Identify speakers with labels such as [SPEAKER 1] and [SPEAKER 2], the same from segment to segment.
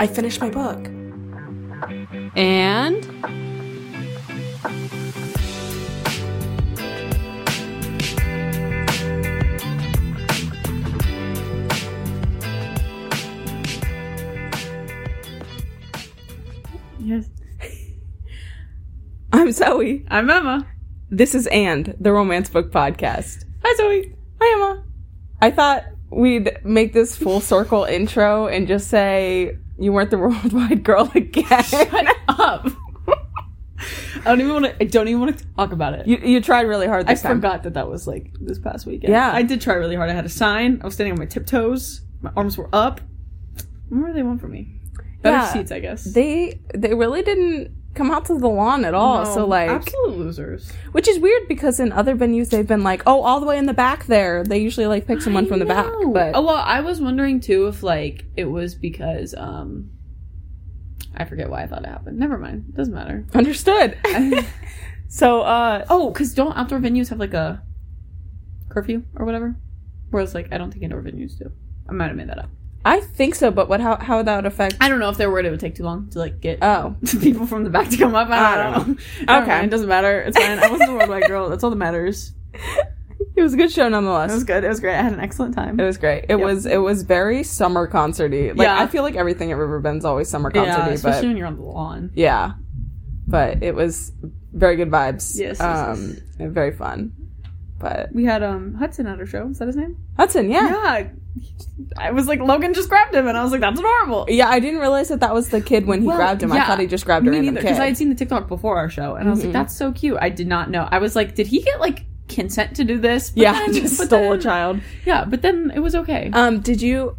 [SPEAKER 1] I finished my book.
[SPEAKER 2] And
[SPEAKER 3] Yes.
[SPEAKER 1] I'm Zoe.
[SPEAKER 3] I'm Emma.
[SPEAKER 1] This is And, the Romance Book Podcast.
[SPEAKER 3] Hi, Zoe.
[SPEAKER 1] Hi, Emma. I thought we'd make this full circle intro and just say, You weren't the worldwide girl again.
[SPEAKER 3] Up. I don't even want to. I don't even want to talk about it.
[SPEAKER 1] you, you tried really hard
[SPEAKER 3] I
[SPEAKER 1] this time.
[SPEAKER 3] forgot that that was like this past weekend.
[SPEAKER 1] Yeah.
[SPEAKER 3] I did try really hard. I had a sign. I was standing on my tiptoes. My arms were up. What were they want from me? Better
[SPEAKER 1] Yeah.
[SPEAKER 3] seats, I guess.
[SPEAKER 1] They, they really didn't come out to the lawn at all.
[SPEAKER 3] No,
[SPEAKER 1] so, like,
[SPEAKER 3] absolute losers.
[SPEAKER 1] which is weird because in other venues they've been like, Oh, all the way in the back there. They usually like pick someone from the back.
[SPEAKER 3] I know.
[SPEAKER 1] But
[SPEAKER 3] oh well, I was wondering too if like it was because um, I forget why I thought it happened. Never mind. It doesn't matter.
[SPEAKER 1] understood. so, uh,
[SPEAKER 3] Oh, because don't outdoor venues have like a curfew or whatever? Whereas, like, I don't think indoor venues do. I might have made that up.
[SPEAKER 1] I think so, but what, how, how would that affect?
[SPEAKER 3] I don't know if they're worried it would take too long to like get
[SPEAKER 1] Oh.
[SPEAKER 3] people from the back to come up. I don't,
[SPEAKER 1] I don't
[SPEAKER 3] know. Never
[SPEAKER 1] Okay.
[SPEAKER 3] mind, it doesn't matter. It's fine. I wasn't a worldwide girl. That's all that matters.
[SPEAKER 1] It was a good show nonetheless.
[SPEAKER 3] It was good. It was great. I had an excellent time.
[SPEAKER 1] It was great. It
[SPEAKER 3] Yep.
[SPEAKER 1] was it was very summer concerty. Like
[SPEAKER 3] Yeah.
[SPEAKER 1] I feel like everything at Riverbend's always summer
[SPEAKER 3] yeah,
[SPEAKER 1] concerty,
[SPEAKER 3] especially
[SPEAKER 1] but
[SPEAKER 3] when you're on the lawn.
[SPEAKER 1] yeah, but it was very good vibes.
[SPEAKER 3] Yes, yes,
[SPEAKER 1] um, and very fun. But
[SPEAKER 3] We had um Hudson at our show. Is that his name?
[SPEAKER 1] Hudson, yeah.
[SPEAKER 3] Yeah. I was like, Logan just grabbed him, and I was like, that's adorable.
[SPEAKER 1] yeah, I didn't realize that that was the kid when he
[SPEAKER 3] Well,
[SPEAKER 1] grabbed him. I
[SPEAKER 3] yeah.
[SPEAKER 1] thought he just grabbed a
[SPEAKER 3] Me
[SPEAKER 1] random
[SPEAKER 3] neither,
[SPEAKER 1] kid.
[SPEAKER 3] because I
[SPEAKER 1] Mm-hmm.
[SPEAKER 3] had seen the TikTok before our show, and I was like, "That's so cute." I did not know. I was like, "Did he get like consent to do this?" But
[SPEAKER 1] yeah,
[SPEAKER 3] then-
[SPEAKER 1] just
[SPEAKER 3] but
[SPEAKER 1] stole a
[SPEAKER 3] then-
[SPEAKER 1] child.
[SPEAKER 3] Yeah, but then it was okay.
[SPEAKER 1] Um, did you?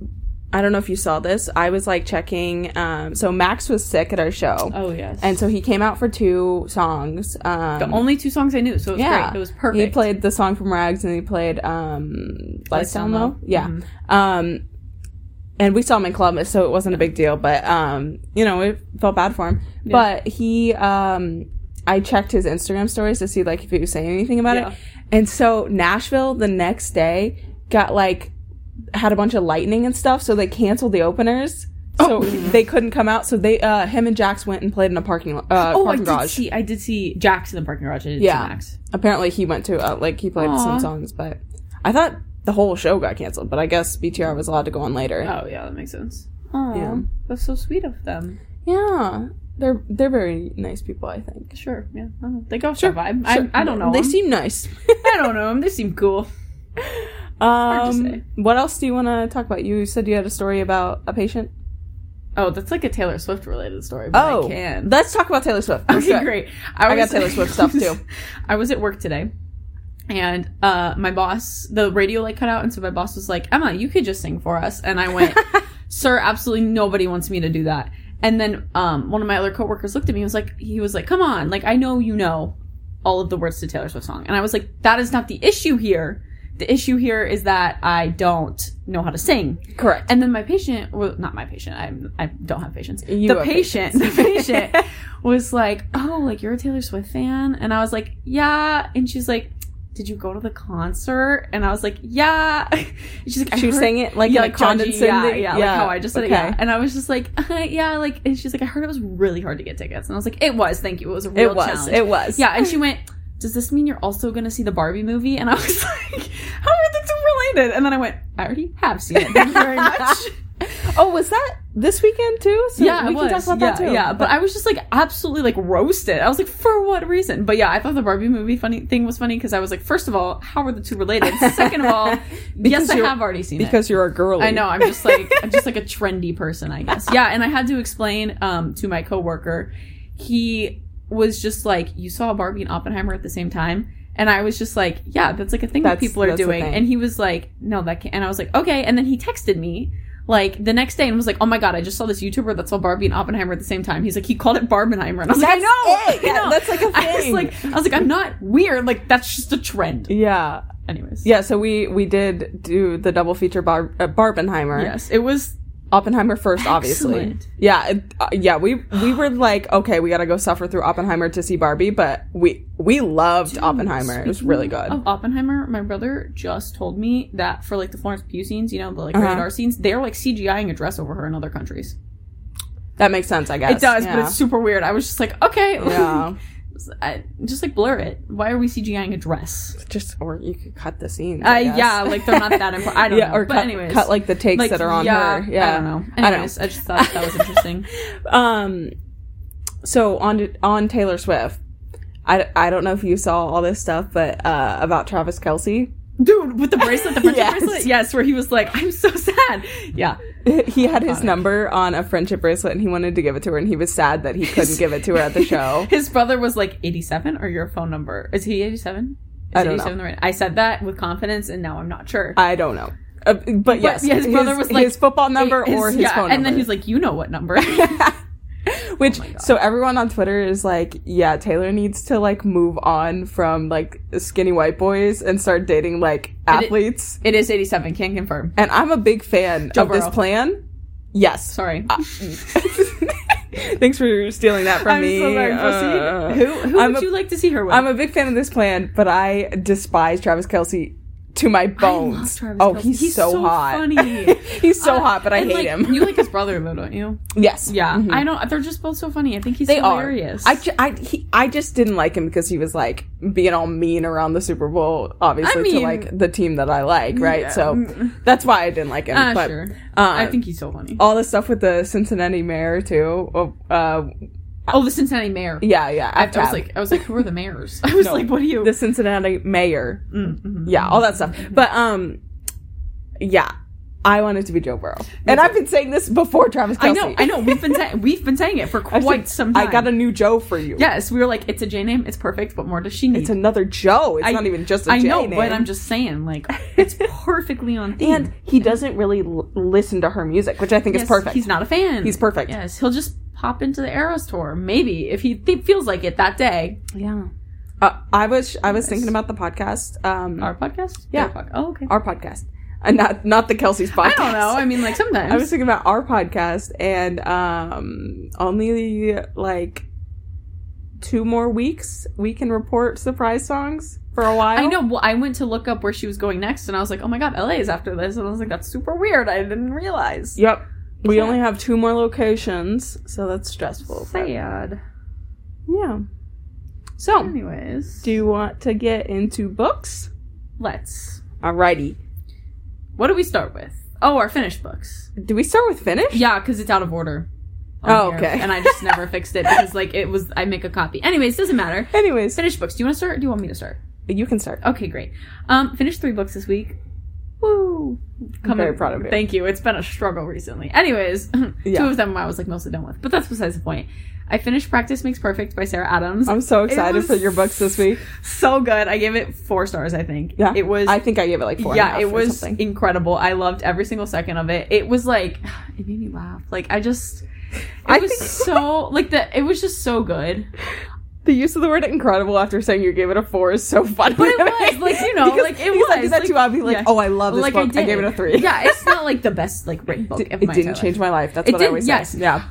[SPEAKER 1] I don't know if you saw this. I was like checking. Um, so Max was sick at our show,
[SPEAKER 3] oh yes,
[SPEAKER 1] and so he came out for two songs. Um,
[SPEAKER 3] the only two songs I knew, so it was great. It was perfect.
[SPEAKER 1] He played the song from Rags and he played um Lights Down
[SPEAKER 3] Down Low.
[SPEAKER 1] Low. Yeah.
[SPEAKER 3] Mm-hmm.
[SPEAKER 1] Um and we saw him in Columbus, so it wasn't a big deal, but um, you know, it felt bad for him. But he um I checked his Instagram stories to see like if he was saying anything about
[SPEAKER 3] Yeah.
[SPEAKER 1] it. And so Nashville the next day got like had a bunch of lightning and stuff, so they canceled the openers.
[SPEAKER 3] Oh.
[SPEAKER 1] So they couldn't come out. So they, uh, him and Jax went and played in a parking lo- uh,
[SPEAKER 3] Oh, I
[SPEAKER 1] parking
[SPEAKER 3] did
[SPEAKER 1] garage.
[SPEAKER 3] see. I did see Jax in the parking garage. I did
[SPEAKER 1] Yeah.
[SPEAKER 3] see Max.
[SPEAKER 1] Apparently, he went to uh, like he played some
[SPEAKER 3] Aw.
[SPEAKER 1] songs, but I thought the whole show got canceled. But I guess BTR was allowed to go on later.
[SPEAKER 3] Oh yeah, that makes sense. Oh,
[SPEAKER 1] Yeah.
[SPEAKER 3] that's so sweet of them.
[SPEAKER 1] Yeah, they're they're very nice people. I think.
[SPEAKER 3] Sure. Yeah, I don't know. they got
[SPEAKER 1] Sure,
[SPEAKER 3] sure. vibe.
[SPEAKER 1] sure.
[SPEAKER 3] I, I don't know.
[SPEAKER 1] They
[SPEAKER 3] them.
[SPEAKER 1] seem nice.
[SPEAKER 3] I don't know them. They seem cool. to say.
[SPEAKER 1] um, what else do you want to talk about? You said you had a story about a patient.
[SPEAKER 3] Oh, that's like a Taylor Swift related story. But
[SPEAKER 1] Oh,
[SPEAKER 3] I can.
[SPEAKER 1] let's talk about Taylor Swift. for
[SPEAKER 3] Okay,
[SPEAKER 1] sure.
[SPEAKER 3] great. I,
[SPEAKER 1] got Taylor Swift stuff, too.
[SPEAKER 3] I was at work today, and uh, my boss, the radio light cut out, and so my boss was like, "Emma, you could just sing for us," and I went, "Sir, absolutely nobody wants me to do that." And then um, one of my other coworkers looked at me and was like, "He was like, come on, like I know you know all of the words to Taylor Swift song," and I was like, "That is not the issue here. The issue here is that I don't know how to sing."
[SPEAKER 1] Correct.
[SPEAKER 3] And then my patient, well, not my patient. I I don't have patients.
[SPEAKER 1] You
[SPEAKER 3] the
[SPEAKER 1] have
[SPEAKER 3] patient, the patient was like, "Oh, like you're a Taylor Swift fan?" And I was like, "Yeah." And she's like, "Did you go to the concert?" And I was like, "Yeah." And she's like, I
[SPEAKER 1] She was
[SPEAKER 3] heard-
[SPEAKER 1] saying it like
[SPEAKER 3] yeah,
[SPEAKER 1] in
[SPEAKER 3] like
[SPEAKER 1] a
[SPEAKER 3] condescending, yeah,
[SPEAKER 1] condescending,
[SPEAKER 3] yeah, like how I just said it,
[SPEAKER 1] okay.
[SPEAKER 3] yeah. And I was just like, "Yeah," like, and she's like, "I heard it was really hard to get tickets," and I was like, "It was, thank you. It was a real
[SPEAKER 1] It was.
[SPEAKER 3] challenge."
[SPEAKER 1] It was.
[SPEAKER 3] Yeah, and she went, Does this mean you're also gonna see the Barbie movie? And I was like, How are the two related? And then I went, I already have seen it. Thank you very much.
[SPEAKER 1] Oh, was that this weekend too? So
[SPEAKER 3] yeah,
[SPEAKER 1] we
[SPEAKER 3] it
[SPEAKER 1] can talk
[SPEAKER 3] was.
[SPEAKER 1] about
[SPEAKER 3] yeah,
[SPEAKER 1] that too.
[SPEAKER 3] Yeah, but I was just like absolutely like roasted. I was like, for what reason? But yeah, I thought the Barbie movie funny thing was funny because I was like, first of all, how are the two related? Second of all,
[SPEAKER 1] Because
[SPEAKER 3] yes, I
[SPEAKER 1] you're-
[SPEAKER 3] have already seen it.
[SPEAKER 1] because you're a girl.
[SPEAKER 3] I know. I'm just like I'm just like a trendy person, I guess. Yeah, and I had to explain um, to my coworker. He was just like, "You saw Barbie and Oppenheimer at the same time," and I was just like, "Yeah, that's like a thing that
[SPEAKER 1] That's-
[SPEAKER 3] people are
[SPEAKER 1] that's a
[SPEAKER 3] doing."
[SPEAKER 1] thing.
[SPEAKER 3] And he was like, "No, that can't." And I was like, "Okay." And then he texted me. Like the next day, and was like, "Oh my god, I just saw this YouTuber that saw Barbie and Oppenheimer at the same time." He's like, he called it Barbenheimer, and I was like, "I
[SPEAKER 1] That's
[SPEAKER 3] know,
[SPEAKER 1] it. Yeah,
[SPEAKER 3] I know.
[SPEAKER 1] that's like a
[SPEAKER 3] I was
[SPEAKER 1] thing.
[SPEAKER 3] like, I was like, I'm not weird. Like that's just a trend.
[SPEAKER 1] Yeah,
[SPEAKER 3] Anyways,
[SPEAKER 1] yeah. So we we did do the double feature bar, uh, Barbenheimer.
[SPEAKER 3] yes, it was
[SPEAKER 1] Oppenheimer first, obviously.
[SPEAKER 3] Excellent.
[SPEAKER 1] Yeah, it- uh, yeah. We we were like, okay, we got to go suffer through Oppenheimer to see Barbie, but we we loved Oppenheimer. It was really good.
[SPEAKER 3] Of Oppenheimer, my brother just told me that for like the Florence Pugh scenes, you know, the like
[SPEAKER 1] Uh-huh.
[SPEAKER 3] radar scenes, they're like CGIing a dress over her in other countries.
[SPEAKER 1] That makes sense, I guess.
[SPEAKER 3] It does,
[SPEAKER 1] yeah.
[SPEAKER 3] but it's super weird. I was just like, okay,
[SPEAKER 1] yeah.
[SPEAKER 3] I, just like blur it. Why are we CGIing a dress?
[SPEAKER 1] Just or you could cut the scenes.
[SPEAKER 3] Uh,
[SPEAKER 1] I guess.
[SPEAKER 3] yeah, like they're not that important. I don't
[SPEAKER 1] yeah,
[SPEAKER 3] know.
[SPEAKER 1] or
[SPEAKER 3] but
[SPEAKER 1] cut,
[SPEAKER 3] anyways,
[SPEAKER 1] cut like the takes that are on her. Yeah,
[SPEAKER 3] I don't know.
[SPEAKER 1] I don't know.
[SPEAKER 3] Anyways, I, just thought that was interesting.
[SPEAKER 1] um so on to- on taylor swift I, I don't know if you saw all this stuff but uh about travis kelsey
[SPEAKER 3] Dude, with the bracelet, the friendship
[SPEAKER 1] Yes.
[SPEAKER 3] bracelet, yes, where he was like, "I'm so sad." Yeah,
[SPEAKER 1] he had his
[SPEAKER 3] Iconic.
[SPEAKER 1] number on a friendship bracelet and he wanted to give it to her and he was sad that he couldn't give it to her at the show
[SPEAKER 3] His brother was like 87, or your phone number is he 87? Is
[SPEAKER 1] I don't know.
[SPEAKER 3] 87 the right? I said that with confidence, and now I'm not sure.
[SPEAKER 1] i don't know uh, but yes
[SPEAKER 3] yeah, his brother was like
[SPEAKER 1] his football number
[SPEAKER 3] Eight-
[SPEAKER 1] or his
[SPEAKER 3] yeah,
[SPEAKER 1] phone
[SPEAKER 3] and then
[SPEAKER 1] number
[SPEAKER 3] he's like, "You know what number?"
[SPEAKER 1] which
[SPEAKER 3] Oh my God.
[SPEAKER 1] so everyone on twitter is like yeah taylor needs to like move on from like skinny white boys and start dating like
[SPEAKER 3] And it-
[SPEAKER 1] athletes
[SPEAKER 3] it is 87. Can confirm.
[SPEAKER 1] and I'm a big fan
[SPEAKER 3] Joe
[SPEAKER 1] of this
[SPEAKER 3] Burrow.
[SPEAKER 1] plan. Yes.
[SPEAKER 3] Sorry.
[SPEAKER 1] Uh, Thanks for stealing that from
[SPEAKER 3] I'm
[SPEAKER 1] me.
[SPEAKER 3] so sorry.
[SPEAKER 1] Uh,
[SPEAKER 3] Proceed. who who
[SPEAKER 1] I'm
[SPEAKER 3] would
[SPEAKER 1] a-
[SPEAKER 3] you like to see her with?
[SPEAKER 1] I'm a big fan of this plan, but I despise Travis Kelsey to my bones.
[SPEAKER 3] Travis
[SPEAKER 1] oh,
[SPEAKER 3] Kelce.
[SPEAKER 1] he's,
[SPEAKER 3] He's
[SPEAKER 1] so,
[SPEAKER 3] so
[SPEAKER 1] hot.
[SPEAKER 3] funny.
[SPEAKER 1] he's so
[SPEAKER 3] Uh,
[SPEAKER 1] hot, but I
[SPEAKER 3] and,
[SPEAKER 1] hate
[SPEAKER 3] like,
[SPEAKER 1] him.
[SPEAKER 3] You like his brother though, don't you? Mm-hmm.
[SPEAKER 1] yes.
[SPEAKER 3] Yeah,
[SPEAKER 1] Mhm.
[SPEAKER 3] I don't. They're just both so funny. I think he's
[SPEAKER 1] They
[SPEAKER 3] hilarious.
[SPEAKER 1] are. I, ju- I, he, I just didn't like him because he was like being all mean around the Super Bowl, obviously, to
[SPEAKER 3] mean-
[SPEAKER 1] like the team that I like, right?
[SPEAKER 3] Yeah.
[SPEAKER 1] So that's why I didn't like him.
[SPEAKER 3] Ah,
[SPEAKER 1] but,
[SPEAKER 3] sure.
[SPEAKER 1] uh,
[SPEAKER 3] I think he's so funny.
[SPEAKER 1] all the stuff with the Cincinnati mayor too. Oh, Uh,
[SPEAKER 3] Oh, the Cincinnati mayor.
[SPEAKER 1] yeah, yeah.
[SPEAKER 3] I, I
[SPEAKER 1] I've
[SPEAKER 3] was like, I was like, who are the mayors? I was
[SPEAKER 1] No.
[SPEAKER 3] like, what do you?
[SPEAKER 1] the Cincinnati mayor.
[SPEAKER 3] Mm, mhm.
[SPEAKER 1] Yeah, all that stuff. But um, yeah, I wanted to be Joe Burrow, and I've been saying this before Travis
[SPEAKER 3] I
[SPEAKER 1] Kelsey.
[SPEAKER 3] know, I know. We've been saying we've been saying it for
[SPEAKER 1] I said,
[SPEAKER 3] quite some time.
[SPEAKER 1] I got a new Joe for you.
[SPEAKER 3] yes. We were like, it's a J name. It's perfect. What more does she need?
[SPEAKER 1] it's another Joe. It's
[SPEAKER 3] I-
[SPEAKER 1] not even just a
[SPEAKER 3] I
[SPEAKER 1] J
[SPEAKER 3] know,
[SPEAKER 1] name.
[SPEAKER 3] but I'm just saying, like, it's perfectly on theme.
[SPEAKER 1] and he doesn't really l- listen to her music, which I think
[SPEAKER 3] Yes,
[SPEAKER 1] is perfect.
[SPEAKER 3] He's not a fan.
[SPEAKER 1] He's perfect.
[SPEAKER 3] Yes, he'll just pop into the Aero store. Maybe if he th- feels like it that day.
[SPEAKER 1] yeah. Uh, I was I was
[SPEAKER 3] Yes.
[SPEAKER 1] thinking about the podcast. Um,
[SPEAKER 3] Our podcast.
[SPEAKER 1] Yeah.
[SPEAKER 3] Their pod- oh, okay.
[SPEAKER 1] our podcast, and not not the Kelsey's podcast.
[SPEAKER 3] I don't know. I mean, like sometimes.
[SPEAKER 1] I was thinking about our podcast and um only like two more weeks we can report surprise songs for a while.
[SPEAKER 3] I know. Well, I went to look up where she was going next, and I was like, "Oh my god, LA is after this," and I was like, "That's super weird. I didn't realize."
[SPEAKER 1] Yep. We
[SPEAKER 3] Yeah.
[SPEAKER 1] only have two more locations, so that's stressful. but-
[SPEAKER 3] Sad.
[SPEAKER 1] yeah. So,
[SPEAKER 3] Anyways,
[SPEAKER 1] Oh. do you want to get into books?
[SPEAKER 3] let's.
[SPEAKER 1] Alrighty.
[SPEAKER 3] What do we start with? Oh, our finished books.
[SPEAKER 1] Do we start with finish?
[SPEAKER 3] Yeah, because it's out of order. on
[SPEAKER 1] Oh,
[SPEAKER 3] here,
[SPEAKER 1] okay.
[SPEAKER 3] And I just never fixed it because like it was. I make a copy. Anyways, doesn't matter.
[SPEAKER 1] Anyways,
[SPEAKER 3] Finished books. Do you want to start? Or do you want me to start?
[SPEAKER 1] you can start.
[SPEAKER 3] Okay, great. Um, finished three books this week. Woo! Come
[SPEAKER 1] very
[SPEAKER 3] on.
[SPEAKER 1] proud of you.
[SPEAKER 3] Thank you. It's been a struggle recently. Anyways,
[SPEAKER 1] Yeah.
[SPEAKER 3] two of them I was like mostly done with, but that's besides the point. I finished Practice Makes Perfect by Sarah Adams.
[SPEAKER 1] I'm so excited
[SPEAKER 3] was-
[SPEAKER 1] for your books this week.
[SPEAKER 3] so good. I gave it four stars. I think.
[SPEAKER 1] Yeah.
[SPEAKER 3] It was.
[SPEAKER 1] I think I gave it like four. and a
[SPEAKER 3] yeah,
[SPEAKER 1] half
[SPEAKER 3] it
[SPEAKER 1] or
[SPEAKER 3] was
[SPEAKER 1] something.
[SPEAKER 3] incredible. I loved every single second of it. It was like it made me laugh. Like I just. It
[SPEAKER 1] I
[SPEAKER 3] was
[SPEAKER 1] think-
[SPEAKER 3] so like the. It was just so good.
[SPEAKER 1] The use of the word incredible after saying you gave it a four is so funny.
[SPEAKER 3] But it
[SPEAKER 1] to me.
[SPEAKER 3] was, like, you know,
[SPEAKER 1] Because-
[SPEAKER 3] like, it
[SPEAKER 1] because I do
[SPEAKER 3] was,
[SPEAKER 1] that
[SPEAKER 3] like-
[SPEAKER 1] too. I'll be like,
[SPEAKER 3] yeah.
[SPEAKER 1] oh, I love this
[SPEAKER 3] like
[SPEAKER 1] book.
[SPEAKER 3] I
[SPEAKER 1] I,
[SPEAKER 3] did.
[SPEAKER 1] gave it a three.
[SPEAKER 3] Yeah, it's not like the best like written book
[SPEAKER 1] It,
[SPEAKER 3] of
[SPEAKER 1] it
[SPEAKER 3] my entire
[SPEAKER 1] didn't
[SPEAKER 3] life.
[SPEAKER 1] change my life. That's
[SPEAKER 3] It
[SPEAKER 1] what I
[SPEAKER 3] did-
[SPEAKER 1] always
[SPEAKER 3] yes.
[SPEAKER 1] say. Yeah.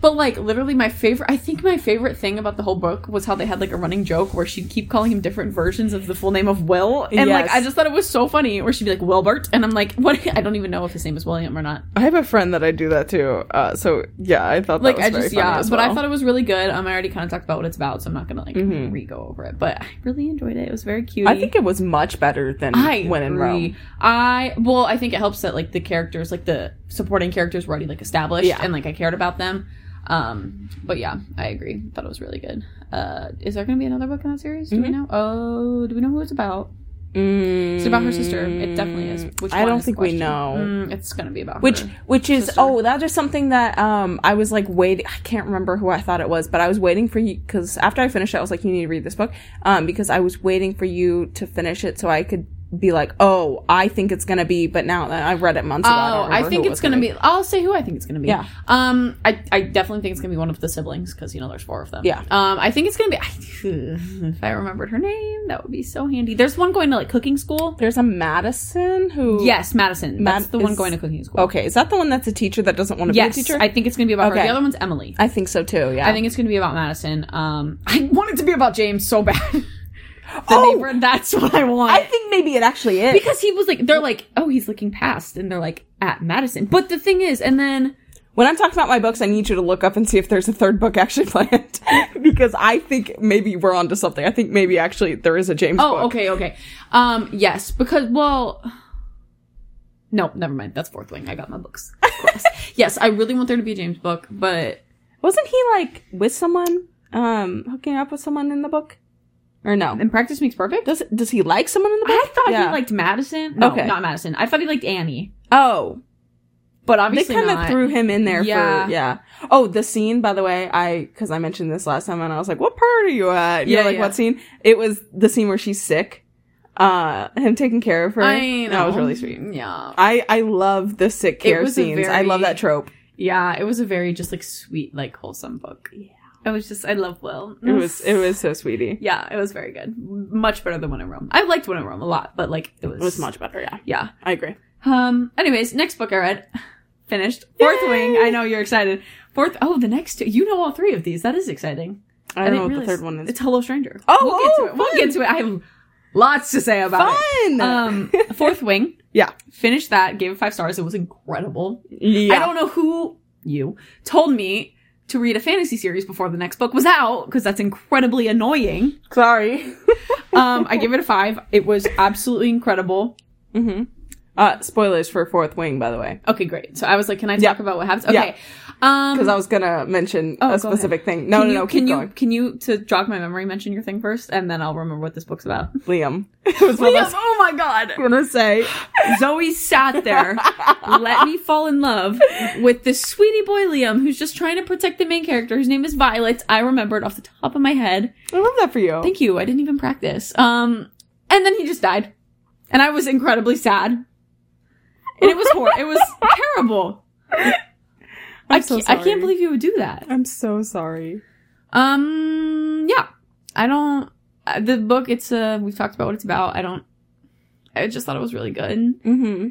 [SPEAKER 3] But like literally my favorite I think my favorite thing about the whole book was how they had like a running joke where she'd keep calling him different versions of the full name of Will. And like
[SPEAKER 1] Yes.
[SPEAKER 3] I just thought it was so funny where she'd be like Wilbert and I'm like, what I don't even know if his name is William or not.
[SPEAKER 1] I have a friend that I do that too. Uh, so yeah, I thought
[SPEAKER 3] Like I just yeah, but I thought it was really good. Um I already kinda talked about what it's about, so I'm not gonna like
[SPEAKER 1] Mhm.
[SPEAKER 3] re go over it. But I really enjoyed it. It was very cute.
[SPEAKER 1] I think it was much better than
[SPEAKER 3] I
[SPEAKER 1] when in
[SPEAKER 3] agree.
[SPEAKER 1] Rome.
[SPEAKER 3] I well, I think it helps that like the characters, like the supporting characters, were already like established,
[SPEAKER 1] Yeah.
[SPEAKER 3] and like I cared about them. Um, but yeah, I agree. Thought it was really good. Uh, is there going to be another book in that series? Do we
[SPEAKER 1] Mhm.
[SPEAKER 3] know? Oh, do we know who it's about? It's about her sister. It definitely is. Which
[SPEAKER 1] Mm, I
[SPEAKER 3] one
[SPEAKER 1] don't
[SPEAKER 3] is the
[SPEAKER 1] think we
[SPEAKER 3] question?
[SPEAKER 1] know.
[SPEAKER 3] Mm, it's going to be about
[SPEAKER 1] Which
[SPEAKER 3] her.
[SPEAKER 1] which is
[SPEAKER 3] Sister.
[SPEAKER 1] oh that is something that um I was like waiting I can't remember who I thought it was but I was waiting for you because after I finished it I was like you need to read this book um because I was waiting for you to finish it so I could be like oh I think it's gonna be but now that I've read it months ago I, don't
[SPEAKER 3] Oh, I,
[SPEAKER 1] remember
[SPEAKER 3] think
[SPEAKER 1] who it
[SPEAKER 3] it's
[SPEAKER 1] was
[SPEAKER 3] gonna be. I'll say who I think it's gonna be.
[SPEAKER 1] Yeah.
[SPEAKER 3] Um, I, I definitely think it's gonna be one of the siblings because you know there's four of them.
[SPEAKER 1] Yeah.
[SPEAKER 3] Um, I think it's gonna be. I, if I remembered her name, that would be so handy. There's one going to like cooking school.
[SPEAKER 1] there's a Madison who
[SPEAKER 3] Yes, Madison.
[SPEAKER 1] Mad-
[SPEAKER 3] that's the one
[SPEAKER 1] is-
[SPEAKER 3] going to cooking school.
[SPEAKER 1] okay is that the one that's a teacher that doesn't want to
[SPEAKER 3] Yes,
[SPEAKER 1] be a teacher
[SPEAKER 3] I think it's gonna be about
[SPEAKER 1] Okay.
[SPEAKER 3] her. The other one's Emily.
[SPEAKER 1] I think so too yeah
[SPEAKER 3] I think it's gonna be about Madison. Um, I want it to be about James so bad. the
[SPEAKER 1] Oh!
[SPEAKER 3] neighbor. That's what I want.
[SPEAKER 1] I think maybe it actually is
[SPEAKER 3] because he was like, they're like, oh, he's looking past, and they're like at Madison. But the thing is, and then
[SPEAKER 1] When I'm talking about my books, I need you to look up and see if there's a third book actually planned because I think maybe we're onto something. I think maybe actually there is a James book.
[SPEAKER 3] Oh, okay, okay. Um, yes, because well, no, never mind. That's fourth wing. I got my books. crossed. yes, I really want there to be a James book, but
[SPEAKER 1] Wasn't he like with someone, um, hooking up with someone in the book? Or no?
[SPEAKER 3] and practice makes perfect.
[SPEAKER 1] Does does he like someone in the book?
[SPEAKER 3] I thought
[SPEAKER 1] Yeah.
[SPEAKER 3] he liked Madison. No,
[SPEAKER 1] Okay.
[SPEAKER 3] not Madison. I thought he liked Annie,
[SPEAKER 1] Oh,
[SPEAKER 3] but
[SPEAKER 1] they
[SPEAKER 3] obviously
[SPEAKER 1] kind of
[SPEAKER 3] not.
[SPEAKER 1] threw him in there
[SPEAKER 3] Yeah.
[SPEAKER 1] for yeah. Oh, the scene by the way, I because I mentioned this last time and I was like, "What part are you at?" And You're
[SPEAKER 3] Yeah,
[SPEAKER 1] like,
[SPEAKER 3] yeah.
[SPEAKER 1] "What scene?" It was the scene where she's sick. Uh, him taking care of her.
[SPEAKER 3] I know.
[SPEAKER 1] That was really sweet.
[SPEAKER 3] Yeah,
[SPEAKER 1] I I love the sick
[SPEAKER 3] It
[SPEAKER 1] care
[SPEAKER 3] was a
[SPEAKER 1] scenes. I love
[SPEAKER 3] very-
[SPEAKER 1] that trope.
[SPEAKER 3] yeah. It was a very just like sweet, like wholesome book. Yeah, it was just I love Will.
[SPEAKER 1] It was it was so sweetie.
[SPEAKER 3] Yeah, it was very good. Much better than When in Rome. I liked When in Rome a lot, but like it was
[SPEAKER 1] It was much better. Yeah,
[SPEAKER 3] Yeah.
[SPEAKER 1] I agree.
[SPEAKER 3] Um. Anyways, next book I read, finished Fourth
[SPEAKER 1] Yay!
[SPEAKER 3] Wing. I know you're excited. Fourth. Oh, the next two. You know all three of these. That is exciting.
[SPEAKER 1] I don't know
[SPEAKER 3] didn't
[SPEAKER 1] what
[SPEAKER 3] realize-
[SPEAKER 1] the third one is.
[SPEAKER 3] It's Hello Stranger.
[SPEAKER 1] Oh,
[SPEAKER 3] we'll get to
[SPEAKER 1] oh,
[SPEAKER 3] it. We'll get to it. I have lots to say about
[SPEAKER 1] Fun.
[SPEAKER 3] it. Um. Fourth Wing.
[SPEAKER 1] Yeah.
[SPEAKER 3] Finished that. Gave it five stars. It was incredible.
[SPEAKER 1] yeah.
[SPEAKER 3] I don't know who you told me to read a fantasy series before the next book was out because that's incredibly annoying.
[SPEAKER 1] Sorry.
[SPEAKER 3] Um. I give it a five. It was absolutely incredible.
[SPEAKER 1] hmm Uh, spoilers for Fourth Wing, by the way.
[SPEAKER 3] Okay, great. So I was like, can I
[SPEAKER 1] Yeah.
[SPEAKER 3] talk about what happens?
[SPEAKER 1] Yeah.
[SPEAKER 3] Okay. Um.
[SPEAKER 1] Because I was gonna mention
[SPEAKER 3] Oh, go
[SPEAKER 1] a
[SPEAKER 3] ahead.
[SPEAKER 1] specific thing. No,
[SPEAKER 3] can
[SPEAKER 1] no,
[SPEAKER 3] you,
[SPEAKER 1] no.
[SPEAKER 3] Can
[SPEAKER 1] keep
[SPEAKER 3] you
[SPEAKER 1] going.
[SPEAKER 3] can you to jog my memory mention your thing first, and then I'll remember what this book's about.
[SPEAKER 1] Liam. It was what I was
[SPEAKER 3] oh my god!
[SPEAKER 1] gonna say.
[SPEAKER 3] Zoe sat there, let me fall in love with this sweetie boy Liam, who's just trying to protect the main character. His name is Violet. I remembered off the top of my head.
[SPEAKER 1] I love that for you.
[SPEAKER 3] Thank you. I didn't even practice. Um, and then he just died, and I was incredibly sad. And it was hor- it was terrible.
[SPEAKER 1] I'm
[SPEAKER 3] I
[SPEAKER 1] so
[SPEAKER 3] ca- I
[SPEAKER 1] sorry.
[SPEAKER 3] can't believe you would do that.
[SPEAKER 1] I'm so sorry.
[SPEAKER 3] Um, yeah. I don't. uh, The book, it's uh, we've talked about what it's about. I don't. I just thought it was really good.
[SPEAKER 1] Mm-hmm.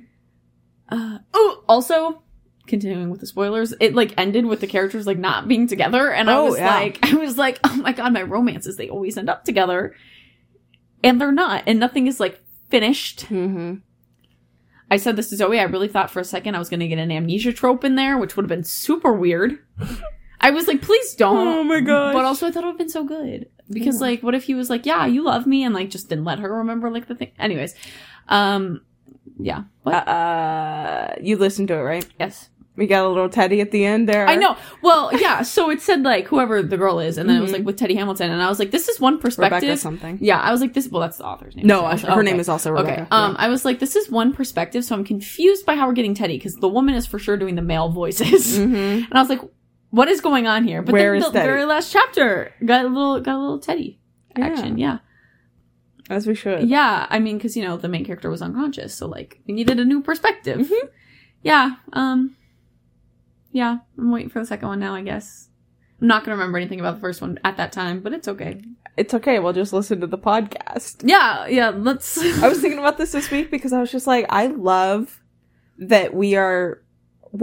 [SPEAKER 3] Uh, oh, also, continuing with the spoilers, it like ended with the characters like not being together, and I
[SPEAKER 1] Oh,
[SPEAKER 3] was
[SPEAKER 1] yeah.
[SPEAKER 3] like, I was like, oh my god, my romances they always end up together, and they're not, and nothing is like finished.
[SPEAKER 1] Mm-hmm.
[SPEAKER 3] I said this to Zoe. I really thought for a second I was gonna get an amnesia trope in there, which would have been super weird. I was like, please don't.
[SPEAKER 1] Oh my gosh.
[SPEAKER 3] But also, I thought it would have been so good because,
[SPEAKER 1] Yeah.
[SPEAKER 3] like, what if he was like, "Yeah, you love me," and like just didn't let her remember like the thing. Anyways, um, yeah,
[SPEAKER 1] Uh,
[SPEAKER 3] what?
[SPEAKER 1] uh, you listened to it, right?
[SPEAKER 3] yes,
[SPEAKER 1] We got a little teddy at the end there.
[SPEAKER 3] I know. Well, yeah. So it said like whoever the girl is, and then it was
[SPEAKER 1] Mhm.
[SPEAKER 3] like with Teddy Hamilton, and I was like, this is one
[SPEAKER 1] Rebecca
[SPEAKER 3] perspective.
[SPEAKER 1] something.
[SPEAKER 3] Yeah, I was like, this. Well, that's the author's name.
[SPEAKER 1] No,
[SPEAKER 3] So I
[SPEAKER 1] I-
[SPEAKER 3] was
[SPEAKER 1] her
[SPEAKER 3] like, okay.
[SPEAKER 1] name is also
[SPEAKER 3] Okay.
[SPEAKER 1] Rebecca.
[SPEAKER 3] Um, I was like, this is one perspective, so I'm confused by how we're getting Teddy because the woman is for sure doing the male voices,
[SPEAKER 1] mm-hmm.
[SPEAKER 3] and I was like, what is going on here? But
[SPEAKER 1] Where
[SPEAKER 3] then
[SPEAKER 1] is
[SPEAKER 3] the
[SPEAKER 1] Teddy?
[SPEAKER 3] very last chapter got a little got a little Teddy
[SPEAKER 1] Yeah.
[SPEAKER 3] action. Yeah.
[SPEAKER 1] as we should.
[SPEAKER 3] Yeah, I mean, because you know the main character was unconscious, so like we needed a new perspective.
[SPEAKER 1] Mhm.
[SPEAKER 3] Yeah, um, yeah. I'm waiting for the second one now. I guess I'm not gonna remember anything about the first one at that time, but it's okay.
[SPEAKER 1] It's okay. We'll just listen to the podcast.
[SPEAKER 3] Yeah, yeah. Let's.
[SPEAKER 1] I was thinking about this this week because I was just like, I love that we are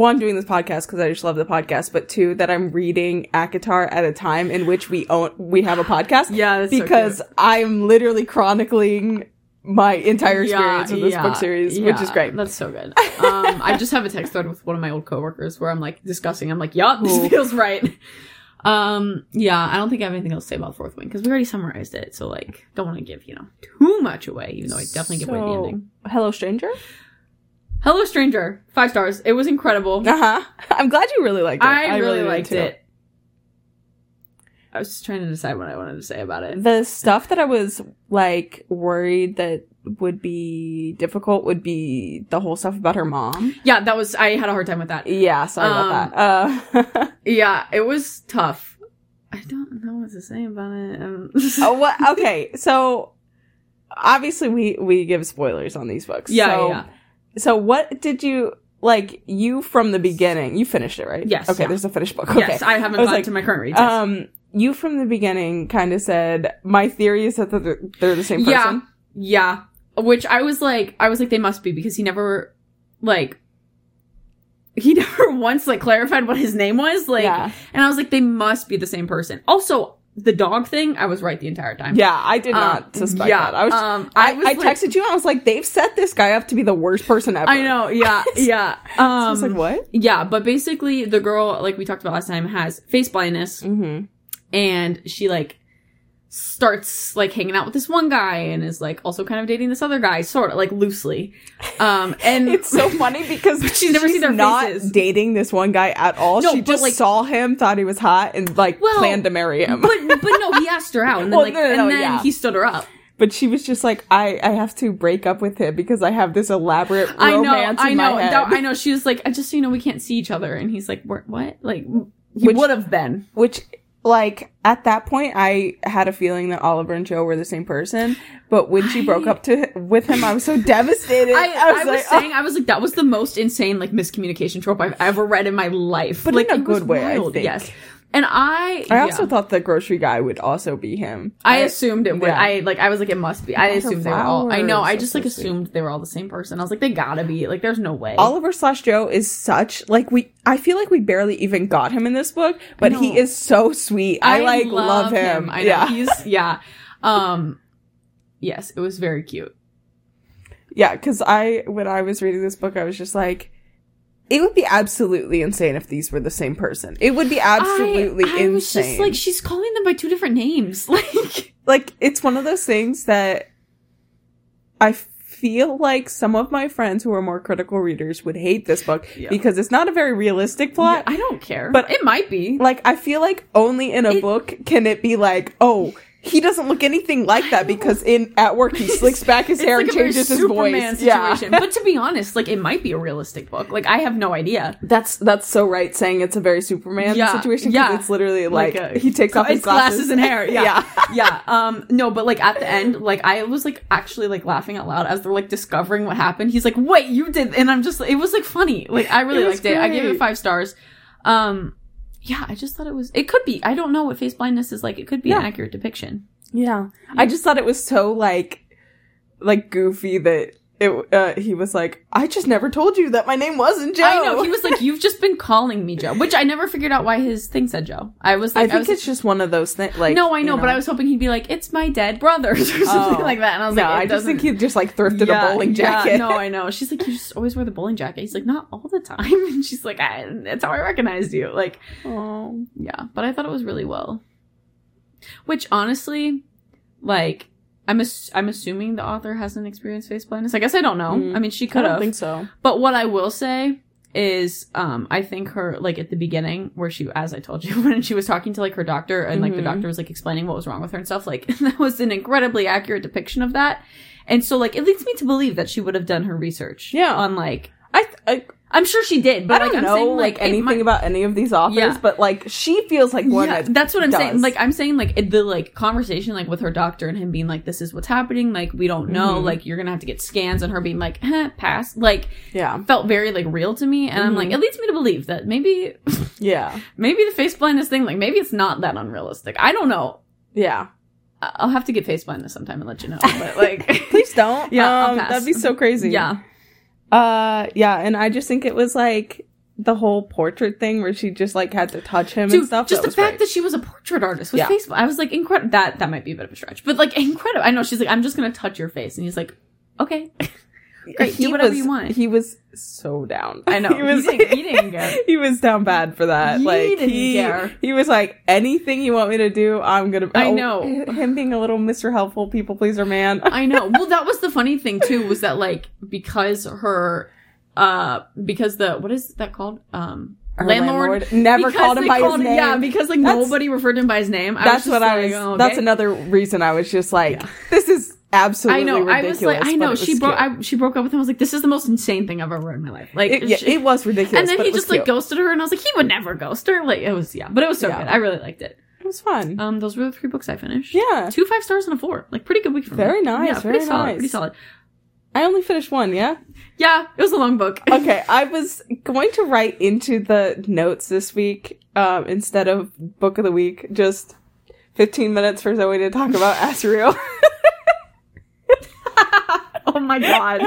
[SPEAKER 1] one doing this podcast because I just love the podcast, but two that I'm reading Akatar at a time in which we own we have a podcast
[SPEAKER 3] yeah, that's so
[SPEAKER 1] because
[SPEAKER 3] cute.
[SPEAKER 1] I'm literally chronicling my entire experience
[SPEAKER 3] Yeah,
[SPEAKER 1] with this
[SPEAKER 3] yeah,
[SPEAKER 1] book series, which is
[SPEAKER 3] yeah,
[SPEAKER 1] great.
[SPEAKER 3] That's so good. Um, I just have a text thread with one of my old coworkers where I'm like discussing. I'm like, yup, this
[SPEAKER 1] Cool.
[SPEAKER 3] feels right. Um, yeah, I don't think I have anything else to say about Fourth Wing because we already summarized it. So like, don't want to give you know too much away, even though I definitely give away the
[SPEAKER 1] So,
[SPEAKER 3] ending.
[SPEAKER 1] Hello, stranger.
[SPEAKER 3] Hello Stranger, five stars. It was incredible.
[SPEAKER 1] Uh huh. I'm glad you really liked it.
[SPEAKER 3] I, really,
[SPEAKER 1] did
[SPEAKER 3] liked
[SPEAKER 1] too.
[SPEAKER 3] it. I was just trying to decide what I wanted to say about it.
[SPEAKER 1] The stuff that I was like worried that would be difficult would be the whole stuff about her mom.
[SPEAKER 3] Yeah, that was I had a hard time with that.
[SPEAKER 1] Yeah, sorry
[SPEAKER 3] Um,
[SPEAKER 1] about that. Uh,
[SPEAKER 3] Yeah, it was tough. I don't know what to say about it. Um,
[SPEAKER 1] Uh, oh, what? Okay, so obviously we we give spoilers on these books.
[SPEAKER 3] yeah,
[SPEAKER 1] so,
[SPEAKER 3] yeah.
[SPEAKER 1] So what did you like? You from the beginning? You finished it, right?
[SPEAKER 3] Yes,
[SPEAKER 1] Okay,
[SPEAKER 3] yeah.
[SPEAKER 1] there's a finished book. Okay.
[SPEAKER 3] Yes, I haven't
[SPEAKER 1] I was
[SPEAKER 3] gotten
[SPEAKER 1] like,
[SPEAKER 3] to my current read. yet.
[SPEAKER 1] um, you from the beginning kind of said my theory is that they're, they're the same person.
[SPEAKER 3] Yeah. yeah, which I was like, I was like, they must be because he never, like, he never once like clarified what his name was. Like,
[SPEAKER 1] yeah.
[SPEAKER 3] And I was like, they must be the same person. Also, the dog thing, I was right the entire time.
[SPEAKER 1] Yeah, I did not
[SPEAKER 3] Um,
[SPEAKER 1] suspect
[SPEAKER 3] yeah,
[SPEAKER 1] that. I was,
[SPEAKER 3] um,
[SPEAKER 1] I,
[SPEAKER 3] I was
[SPEAKER 1] I
[SPEAKER 3] like-
[SPEAKER 1] texted you and I was like, they've set this guy up to be the worst person ever.
[SPEAKER 3] I know. Yeah. Yeah. Um,
[SPEAKER 1] I was like, what?
[SPEAKER 3] Yeah, but basically, the girl, like we talked about last time, has face blindness,
[SPEAKER 1] Mm-hmm.
[SPEAKER 3] and she like starts like hanging out with this one guy, and is like also kind of dating this other guy, sort of like loosely. Um, and
[SPEAKER 1] It's so funny because
[SPEAKER 3] she's never seen their
[SPEAKER 1] not
[SPEAKER 3] faces.
[SPEAKER 1] dating this one guy at all.
[SPEAKER 3] No,
[SPEAKER 1] she
[SPEAKER 3] but,
[SPEAKER 1] just
[SPEAKER 3] like-
[SPEAKER 1] saw him, thought he was hot, and like
[SPEAKER 3] Well,
[SPEAKER 1] planned to marry him.
[SPEAKER 3] but but no, he asked her out, and then
[SPEAKER 1] Well,
[SPEAKER 3] like,
[SPEAKER 1] no, no, no,
[SPEAKER 3] and then
[SPEAKER 1] yeah.
[SPEAKER 3] he stood her up.
[SPEAKER 1] But she was just like, I, I have to break up with him because I have this elaborate
[SPEAKER 3] I know,
[SPEAKER 1] romance
[SPEAKER 3] I
[SPEAKER 1] in
[SPEAKER 3] know,
[SPEAKER 1] my head.
[SPEAKER 3] that- I know. She was like, I just so you know, we can't see each other, and he's like, "We're- what? Like, he
[SPEAKER 1] Which-
[SPEAKER 3] would have been.
[SPEAKER 1] Which, like, at that point, I had a feeling that Oliver and Joe were the same person. But when she broke up to with him, I was so devastated.
[SPEAKER 3] I, I was,
[SPEAKER 1] like, oh.
[SPEAKER 3] saying, I was like, that was the most insane like miscommunication trope I've ever read in my life,
[SPEAKER 1] But
[SPEAKER 3] like
[SPEAKER 1] in a
[SPEAKER 3] it was
[SPEAKER 1] good way, I
[SPEAKER 3] wild,
[SPEAKER 1] think.
[SPEAKER 3] Yes, and I,
[SPEAKER 1] oh. I also
[SPEAKER 3] yeah.
[SPEAKER 1] thought the grocery guy would also be him.
[SPEAKER 3] I assumed it would.
[SPEAKER 1] yeah.
[SPEAKER 3] I like. I was like, it must be. I
[SPEAKER 1] Those are
[SPEAKER 3] assumed they were all. I know.
[SPEAKER 1] flowers.
[SPEAKER 3] I just like
[SPEAKER 1] That's so sweet.
[SPEAKER 3] assumed they were all the same person. I was like, they gotta be. Like, there's no way.
[SPEAKER 1] Oliver slash Joe is such like we. I feel like we barely even got him in this book, but
[SPEAKER 3] know.
[SPEAKER 1] he is so sweet. I, like love, him.
[SPEAKER 3] I know.
[SPEAKER 1] yeah,
[SPEAKER 3] He's yeah. Um, yes, it was very cute.
[SPEAKER 1] yeah. Because I when I was reading this book, I was just like. It would be absolutely insane if these were the same person. It would be absolutely
[SPEAKER 3] I, I
[SPEAKER 1] insane.
[SPEAKER 3] was just like, she's calling them by two different names. Like,
[SPEAKER 1] like it's one of those things that I feel like some of my friends who are more critical readers would hate this book
[SPEAKER 3] Yeah.
[SPEAKER 1] because it's not a very realistic plot.
[SPEAKER 3] I don't care.
[SPEAKER 1] But-
[SPEAKER 3] it might be.
[SPEAKER 1] Like I feel like only in a
[SPEAKER 3] It-
[SPEAKER 1] book can it be like, oh, he doesn't look anything like that because in at work he slicks back his hair and
[SPEAKER 3] a very
[SPEAKER 1] changes his
[SPEAKER 3] Superman
[SPEAKER 1] voice. Yeah.
[SPEAKER 3] situation. but to be honest, like it might be a realistic book. Like I have no idea.
[SPEAKER 1] That's that's so right saying it's a very Superman
[SPEAKER 3] Yeah,
[SPEAKER 1] situation because
[SPEAKER 3] yeah.
[SPEAKER 1] it's literally like,
[SPEAKER 3] a-
[SPEAKER 1] he takes off his
[SPEAKER 3] it's glasses. and hair. Yeah.
[SPEAKER 1] Yeah.
[SPEAKER 3] yeah. Um no, but like at the end, like I was like actually like laughing out loud as they're like discovering what happened. He's like, "Wait, you did." And I'm just it was like funny. Like I really
[SPEAKER 1] It was
[SPEAKER 3] liked it. I gave it
[SPEAKER 1] great.
[SPEAKER 3] 5 stars. Um yeah, I just thought it was it could be. I don't know what face blindness is like. It could be an
[SPEAKER 1] Yeah.
[SPEAKER 3] accurate depiction.
[SPEAKER 1] Yeah. I just thought it was so like like goofy that it uh, he was like, I just never told you that my name wasn't Joe.
[SPEAKER 3] I know. He was like, "You've just been calling me Joe," which I never figured out why his thing said Joe. I was
[SPEAKER 1] I
[SPEAKER 3] like, I,
[SPEAKER 1] think
[SPEAKER 3] was
[SPEAKER 1] it's just one of those things like
[SPEAKER 3] no, I know,
[SPEAKER 1] you
[SPEAKER 3] but I was hoping he'd be like, "It's my dead brothers" or something
[SPEAKER 1] Oh.
[SPEAKER 3] like that, and I was
[SPEAKER 1] No,
[SPEAKER 3] like, it
[SPEAKER 1] I just
[SPEAKER 3] doesn't-
[SPEAKER 1] think he just like thrifted a bowling jacket.
[SPEAKER 3] Yeah, no, I know. She's like, "You just always wear the bowling jacket." He's like, "Not all the time," and she's like, I, "That's how I recognized you." Like,
[SPEAKER 1] Oh.
[SPEAKER 3] yeah, but I thought it was really well. Which honestly, like, I'm ass- I'm assuming the author hasn't experienced face blindness. I guess I don't know.
[SPEAKER 1] Mm.
[SPEAKER 3] I mean, she
[SPEAKER 1] I
[SPEAKER 3] could
[SPEAKER 1] don't
[SPEAKER 3] have.
[SPEAKER 1] think so.
[SPEAKER 3] But what I will say is, um, I think her like at the beginning where she, as I told you, when she was talking to like her doctor and like the
[SPEAKER 1] Mhm.
[SPEAKER 3] doctor was like explaining what was wrong with her and stuff, like that was an incredibly accurate depiction of that. And so like it leads me to believe that she would have done her research.
[SPEAKER 1] Yeah.
[SPEAKER 3] On like,
[SPEAKER 1] I, th- I
[SPEAKER 3] I'm sure she did,
[SPEAKER 1] I
[SPEAKER 3] but
[SPEAKER 1] don't
[SPEAKER 3] like
[SPEAKER 1] know
[SPEAKER 3] I'm saying
[SPEAKER 1] like,
[SPEAKER 3] like,
[SPEAKER 1] anything about any of these authors,
[SPEAKER 3] Yeah.
[SPEAKER 1] but like she feels like one
[SPEAKER 3] yeah,
[SPEAKER 1] that
[SPEAKER 3] that's what I'm saying.
[SPEAKER 1] does.
[SPEAKER 3] Like I'm saying, like it- the like conversation, like with her doctor and him being like, "This is what's happening. Like we don't know.
[SPEAKER 1] Mhm.
[SPEAKER 3] Like you're gonna have to get scans," and her being like, eh, "Pass." Like
[SPEAKER 1] yeah,
[SPEAKER 3] felt very like real to me, and I'm like,
[SPEAKER 1] Mhm.
[SPEAKER 3] it leads me to believe that maybe
[SPEAKER 1] yeah,
[SPEAKER 3] maybe the face blindness thing, like maybe it's not that unrealistic. I don't know.
[SPEAKER 1] yeah.
[SPEAKER 3] I- I'll have to get face blindness sometime and let you know. But like,
[SPEAKER 1] Please don't.
[SPEAKER 3] Yeah, I'll
[SPEAKER 1] um,
[SPEAKER 3] pass.
[SPEAKER 1] that'd be so crazy.
[SPEAKER 3] yeah,
[SPEAKER 1] Uh, yeah, and I just think it was like the whole portrait thing where she just like had to touch him and
[SPEAKER 3] dude,
[SPEAKER 1] stuff. that
[SPEAKER 3] just the
[SPEAKER 1] was
[SPEAKER 3] fact
[SPEAKER 1] great.
[SPEAKER 3] that she was a portrait artist with
[SPEAKER 1] Yeah.
[SPEAKER 3] face. I was like, incredible. That that might be a bit of a stretch, but like incredible. I know she's like, I'm just gonna touch your face, and he's like, okay. great, do whatever
[SPEAKER 1] was,
[SPEAKER 3] you want.
[SPEAKER 1] He was so down.
[SPEAKER 3] I know.
[SPEAKER 1] he was.
[SPEAKER 3] He didn't- he didn't care.
[SPEAKER 1] he was down bad for that.
[SPEAKER 3] He
[SPEAKER 1] like
[SPEAKER 3] didn't
[SPEAKER 1] he,
[SPEAKER 3] care.
[SPEAKER 1] he was like anything you want me to do, I'm gonna.
[SPEAKER 3] I
[SPEAKER 1] Oh,
[SPEAKER 3] know.
[SPEAKER 1] him being a little Mr. Helpful people pleaser man.
[SPEAKER 3] I know. Well, that was the funny thing too was that like because her, uh, because the what is that called? Um,
[SPEAKER 1] Her landlord never
[SPEAKER 3] because
[SPEAKER 1] called him
[SPEAKER 3] they
[SPEAKER 1] by his name.
[SPEAKER 3] Yeah, because like
[SPEAKER 1] That's-
[SPEAKER 3] nobody referred to him by his name. I
[SPEAKER 1] that's
[SPEAKER 3] was just
[SPEAKER 1] what I
[SPEAKER 3] like,
[SPEAKER 1] was.
[SPEAKER 3] oh, okay.
[SPEAKER 1] That's another reason I was just like, this is absolutely
[SPEAKER 3] I know.
[SPEAKER 1] ridiculous.
[SPEAKER 3] I was like, I
[SPEAKER 1] but
[SPEAKER 3] know.
[SPEAKER 1] it
[SPEAKER 3] She
[SPEAKER 1] was
[SPEAKER 3] broke.
[SPEAKER 1] cute.
[SPEAKER 3] I, she broke up with him. I was like, this is the most insane thing I've ever read in my life. Like,
[SPEAKER 1] It, yeah,
[SPEAKER 3] she-
[SPEAKER 1] it was ridiculous.
[SPEAKER 3] and then
[SPEAKER 1] but
[SPEAKER 3] he
[SPEAKER 1] it was
[SPEAKER 3] just like
[SPEAKER 1] cute.
[SPEAKER 3] ghosted her, and I was like, he would never ghost her. Like, it was yeah, but it was so
[SPEAKER 1] Yeah.
[SPEAKER 3] good. I really liked it.
[SPEAKER 1] It was fun.
[SPEAKER 3] Um, those were the three books I finished.
[SPEAKER 1] Yeah.
[SPEAKER 3] two five stars and a four. Like, pretty good week for me.
[SPEAKER 1] Very nice,
[SPEAKER 3] Yeah, pretty
[SPEAKER 1] very
[SPEAKER 3] solid.
[SPEAKER 1] nice.
[SPEAKER 3] Pretty solid.
[SPEAKER 1] I only finished one. Yeah.
[SPEAKER 3] Yeah, it was a long book.
[SPEAKER 1] okay, I was going to write into the notes this week um, instead of book of the week, just 15 minutes for Zoe to talk about Asriel.
[SPEAKER 3] oh my god.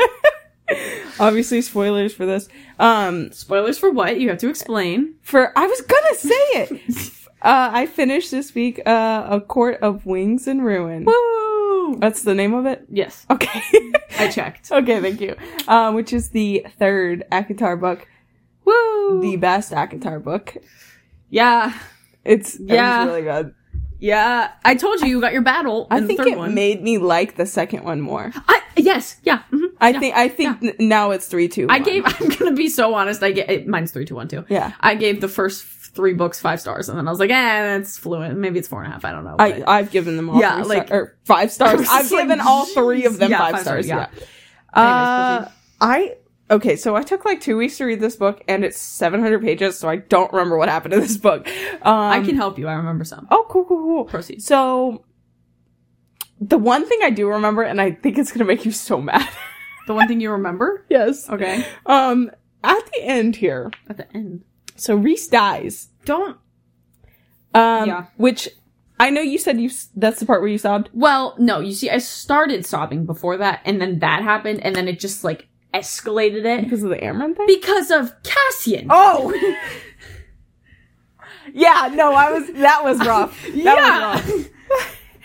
[SPEAKER 1] Obviously, spoilers for this. Um,
[SPEAKER 3] Spoilers for what? You have to explain.
[SPEAKER 1] for I was gonna say it. Uh, I finished this week uh, A Court of Wings and Ruin.
[SPEAKER 3] Woo!
[SPEAKER 1] That's the name of it?
[SPEAKER 3] Yes,
[SPEAKER 1] Okay.
[SPEAKER 3] I checked.
[SPEAKER 1] okay, thank you. Uh, which is the third ACOTAR book,
[SPEAKER 3] Woo!
[SPEAKER 1] the best ACOTAR book.
[SPEAKER 3] yeah,
[SPEAKER 1] It's yeah.
[SPEAKER 3] Yeah.
[SPEAKER 1] really good.
[SPEAKER 3] yeah. I told you you got your battle.
[SPEAKER 1] I
[SPEAKER 3] in
[SPEAKER 1] think
[SPEAKER 3] the third
[SPEAKER 1] it
[SPEAKER 3] one.
[SPEAKER 1] made me like the second one more.
[SPEAKER 3] I, yes, yeah. mhm.
[SPEAKER 1] I think I think n- now it's three two.
[SPEAKER 3] I gave. I'm gonna be so honest. I get it, mine's three, two, one, two.
[SPEAKER 1] Yeah.
[SPEAKER 3] I gave the first three books five stars, and then I was like, eh, that's fluent. Maybe it's four and a half. I don't know.
[SPEAKER 1] I
[SPEAKER 3] but-
[SPEAKER 1] I've given them all
[SPEAKER 3] Yeah,
[SPEAKER 1] three
[SPEAKER 3] like-
[SPEAKER 1] star, or five stars.
[SPEAKER 3] was
[SPEAKER 1] I've
[SPEAKER 3] just like,
[SPEAKER 1] given all three of them
[SPEAKER 3] Yeah,
[SPEAKER 1] five,
[SPEAKER 3] five
[SPEAKER 1] stars.
[SPEAKER 3] stars,
[SPEAKER 1] Yeah.
[SPEAKER 3] yeah. Anyways,
[SPEAKER 1] Uh, I okay. So I took like two weeks to read this book, and it's seven hundred pages. So I don't remember what happened to this book. Um,
[SPEAKER 3] I can help you. I remember some.
[SPEAKER 1] Oh, cool, cool, cool.
[SPEAKER 3] Proceed.
[SPEAKER 1] So the one thing I do remember, and I think it's gonna make you so mad.
[SPEAKER 3] The one thing you remember?
[SPEAKER 1] yes.
[SPEAKER 3] Okay.
[SPEAKER 1] Um, at the end here,
[SPEAKER 3] At the end.
[SPEAKER 1] so Reese dies.
[SPEAKER 3] Don't.
[SPEAKER 1] Um,
[SPEAKER 3] Yeah.
[SPEAKER 1] which I know you said you. s- That's the part where you sobbed.
[SPEAKER 3] Well, no. You see, I started sobbing before that, and then that happened, and then it just like escalated it
[SPEAKER 1] Because of the Amron thing?
[SPEAKER 3] because of Cassian.
[SPEAKER 1] oh! yeah, no, I was, that was rough. That was rough.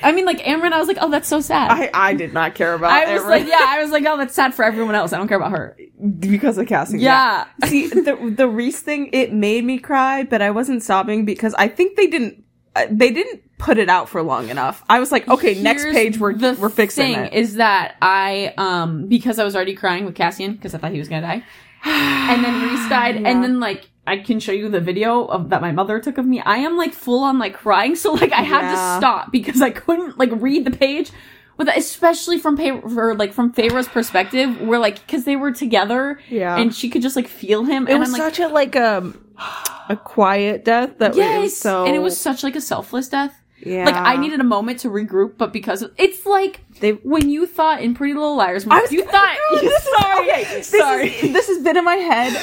[SPEAKER 3] I mean, like Amron, I was like, oh, that's so sad. I,
[SPEAKER 1] I, I did not care about
[SPEAKER 3] was
[SPEAKER 1] Amron.
[SPEAKER 3] like, yeah, I was like, oh, that's sad for everyone else. I don't care about her.
[SPEAKER 1] Because of Cassie.
[SPEAKER 3] Yeah.
[SPEAKER 1] See, the, the Reese thing, it made me cry, but I wasn't sobbing because I think they didn't, uh, they didn't put it out for long enough. I was like, okay, next
[SPEAKER 3] Here's
[SPEAKER 1] page, we're,
[SPEAKER 3] the
[SPEAKER 1] we're fixing
[SPEAKER 3] thing
[SPEAKER 1] it.
[SPEAKER 3] is that I um because I was already crying with Cassian because I thought he was gonna die, and then Reese died,
[SPEAKER 1] Yeah.
[SPEAKER 3] and then like I can show you the video of that my mother took of me. I am like full on like crying, so like I had
[SPEAKER 1] Yeah.
[SPEAKER 3] to stop because I couldn't like read the page. With especially from Pe- or like from Feyre's perspective, where like because they were together,
[SPEAKER 1] Yeah.
[SPEAKER 3] and she could just like feel him,
[SPEAKER 1] it
[SPEAKER 3] and
[SPEAKER 1] was
[SPEAKER 3] I'm like,
[SPEAKER 1] such a, like, um, a quiet death that we- it
[SPEAKER 3] yes,
[SPEAKER 1] was so,
[SPEAKER 3] and it was such like a selfless death.
[SPEAKER 1] yeah.
[SPEAKER 3] Like I needed a moment to regroup, but because of, it's like
[SPEAKER 1] They-
[SPEAKER 3] they when you thought in Pretty Little Liars,
[SPEAKER 1] I was
[SPEAKER 3] you
[SPEAKER 1] gonna
[SPEAKER 3] thought
[SPEAKER 1] go with this.
[SPEAKER 3] sorry,
[SPEAKER 1] Okay, this is-
[SPEAKER 3] sorry.
[SPEAKER 1] this has been in my head.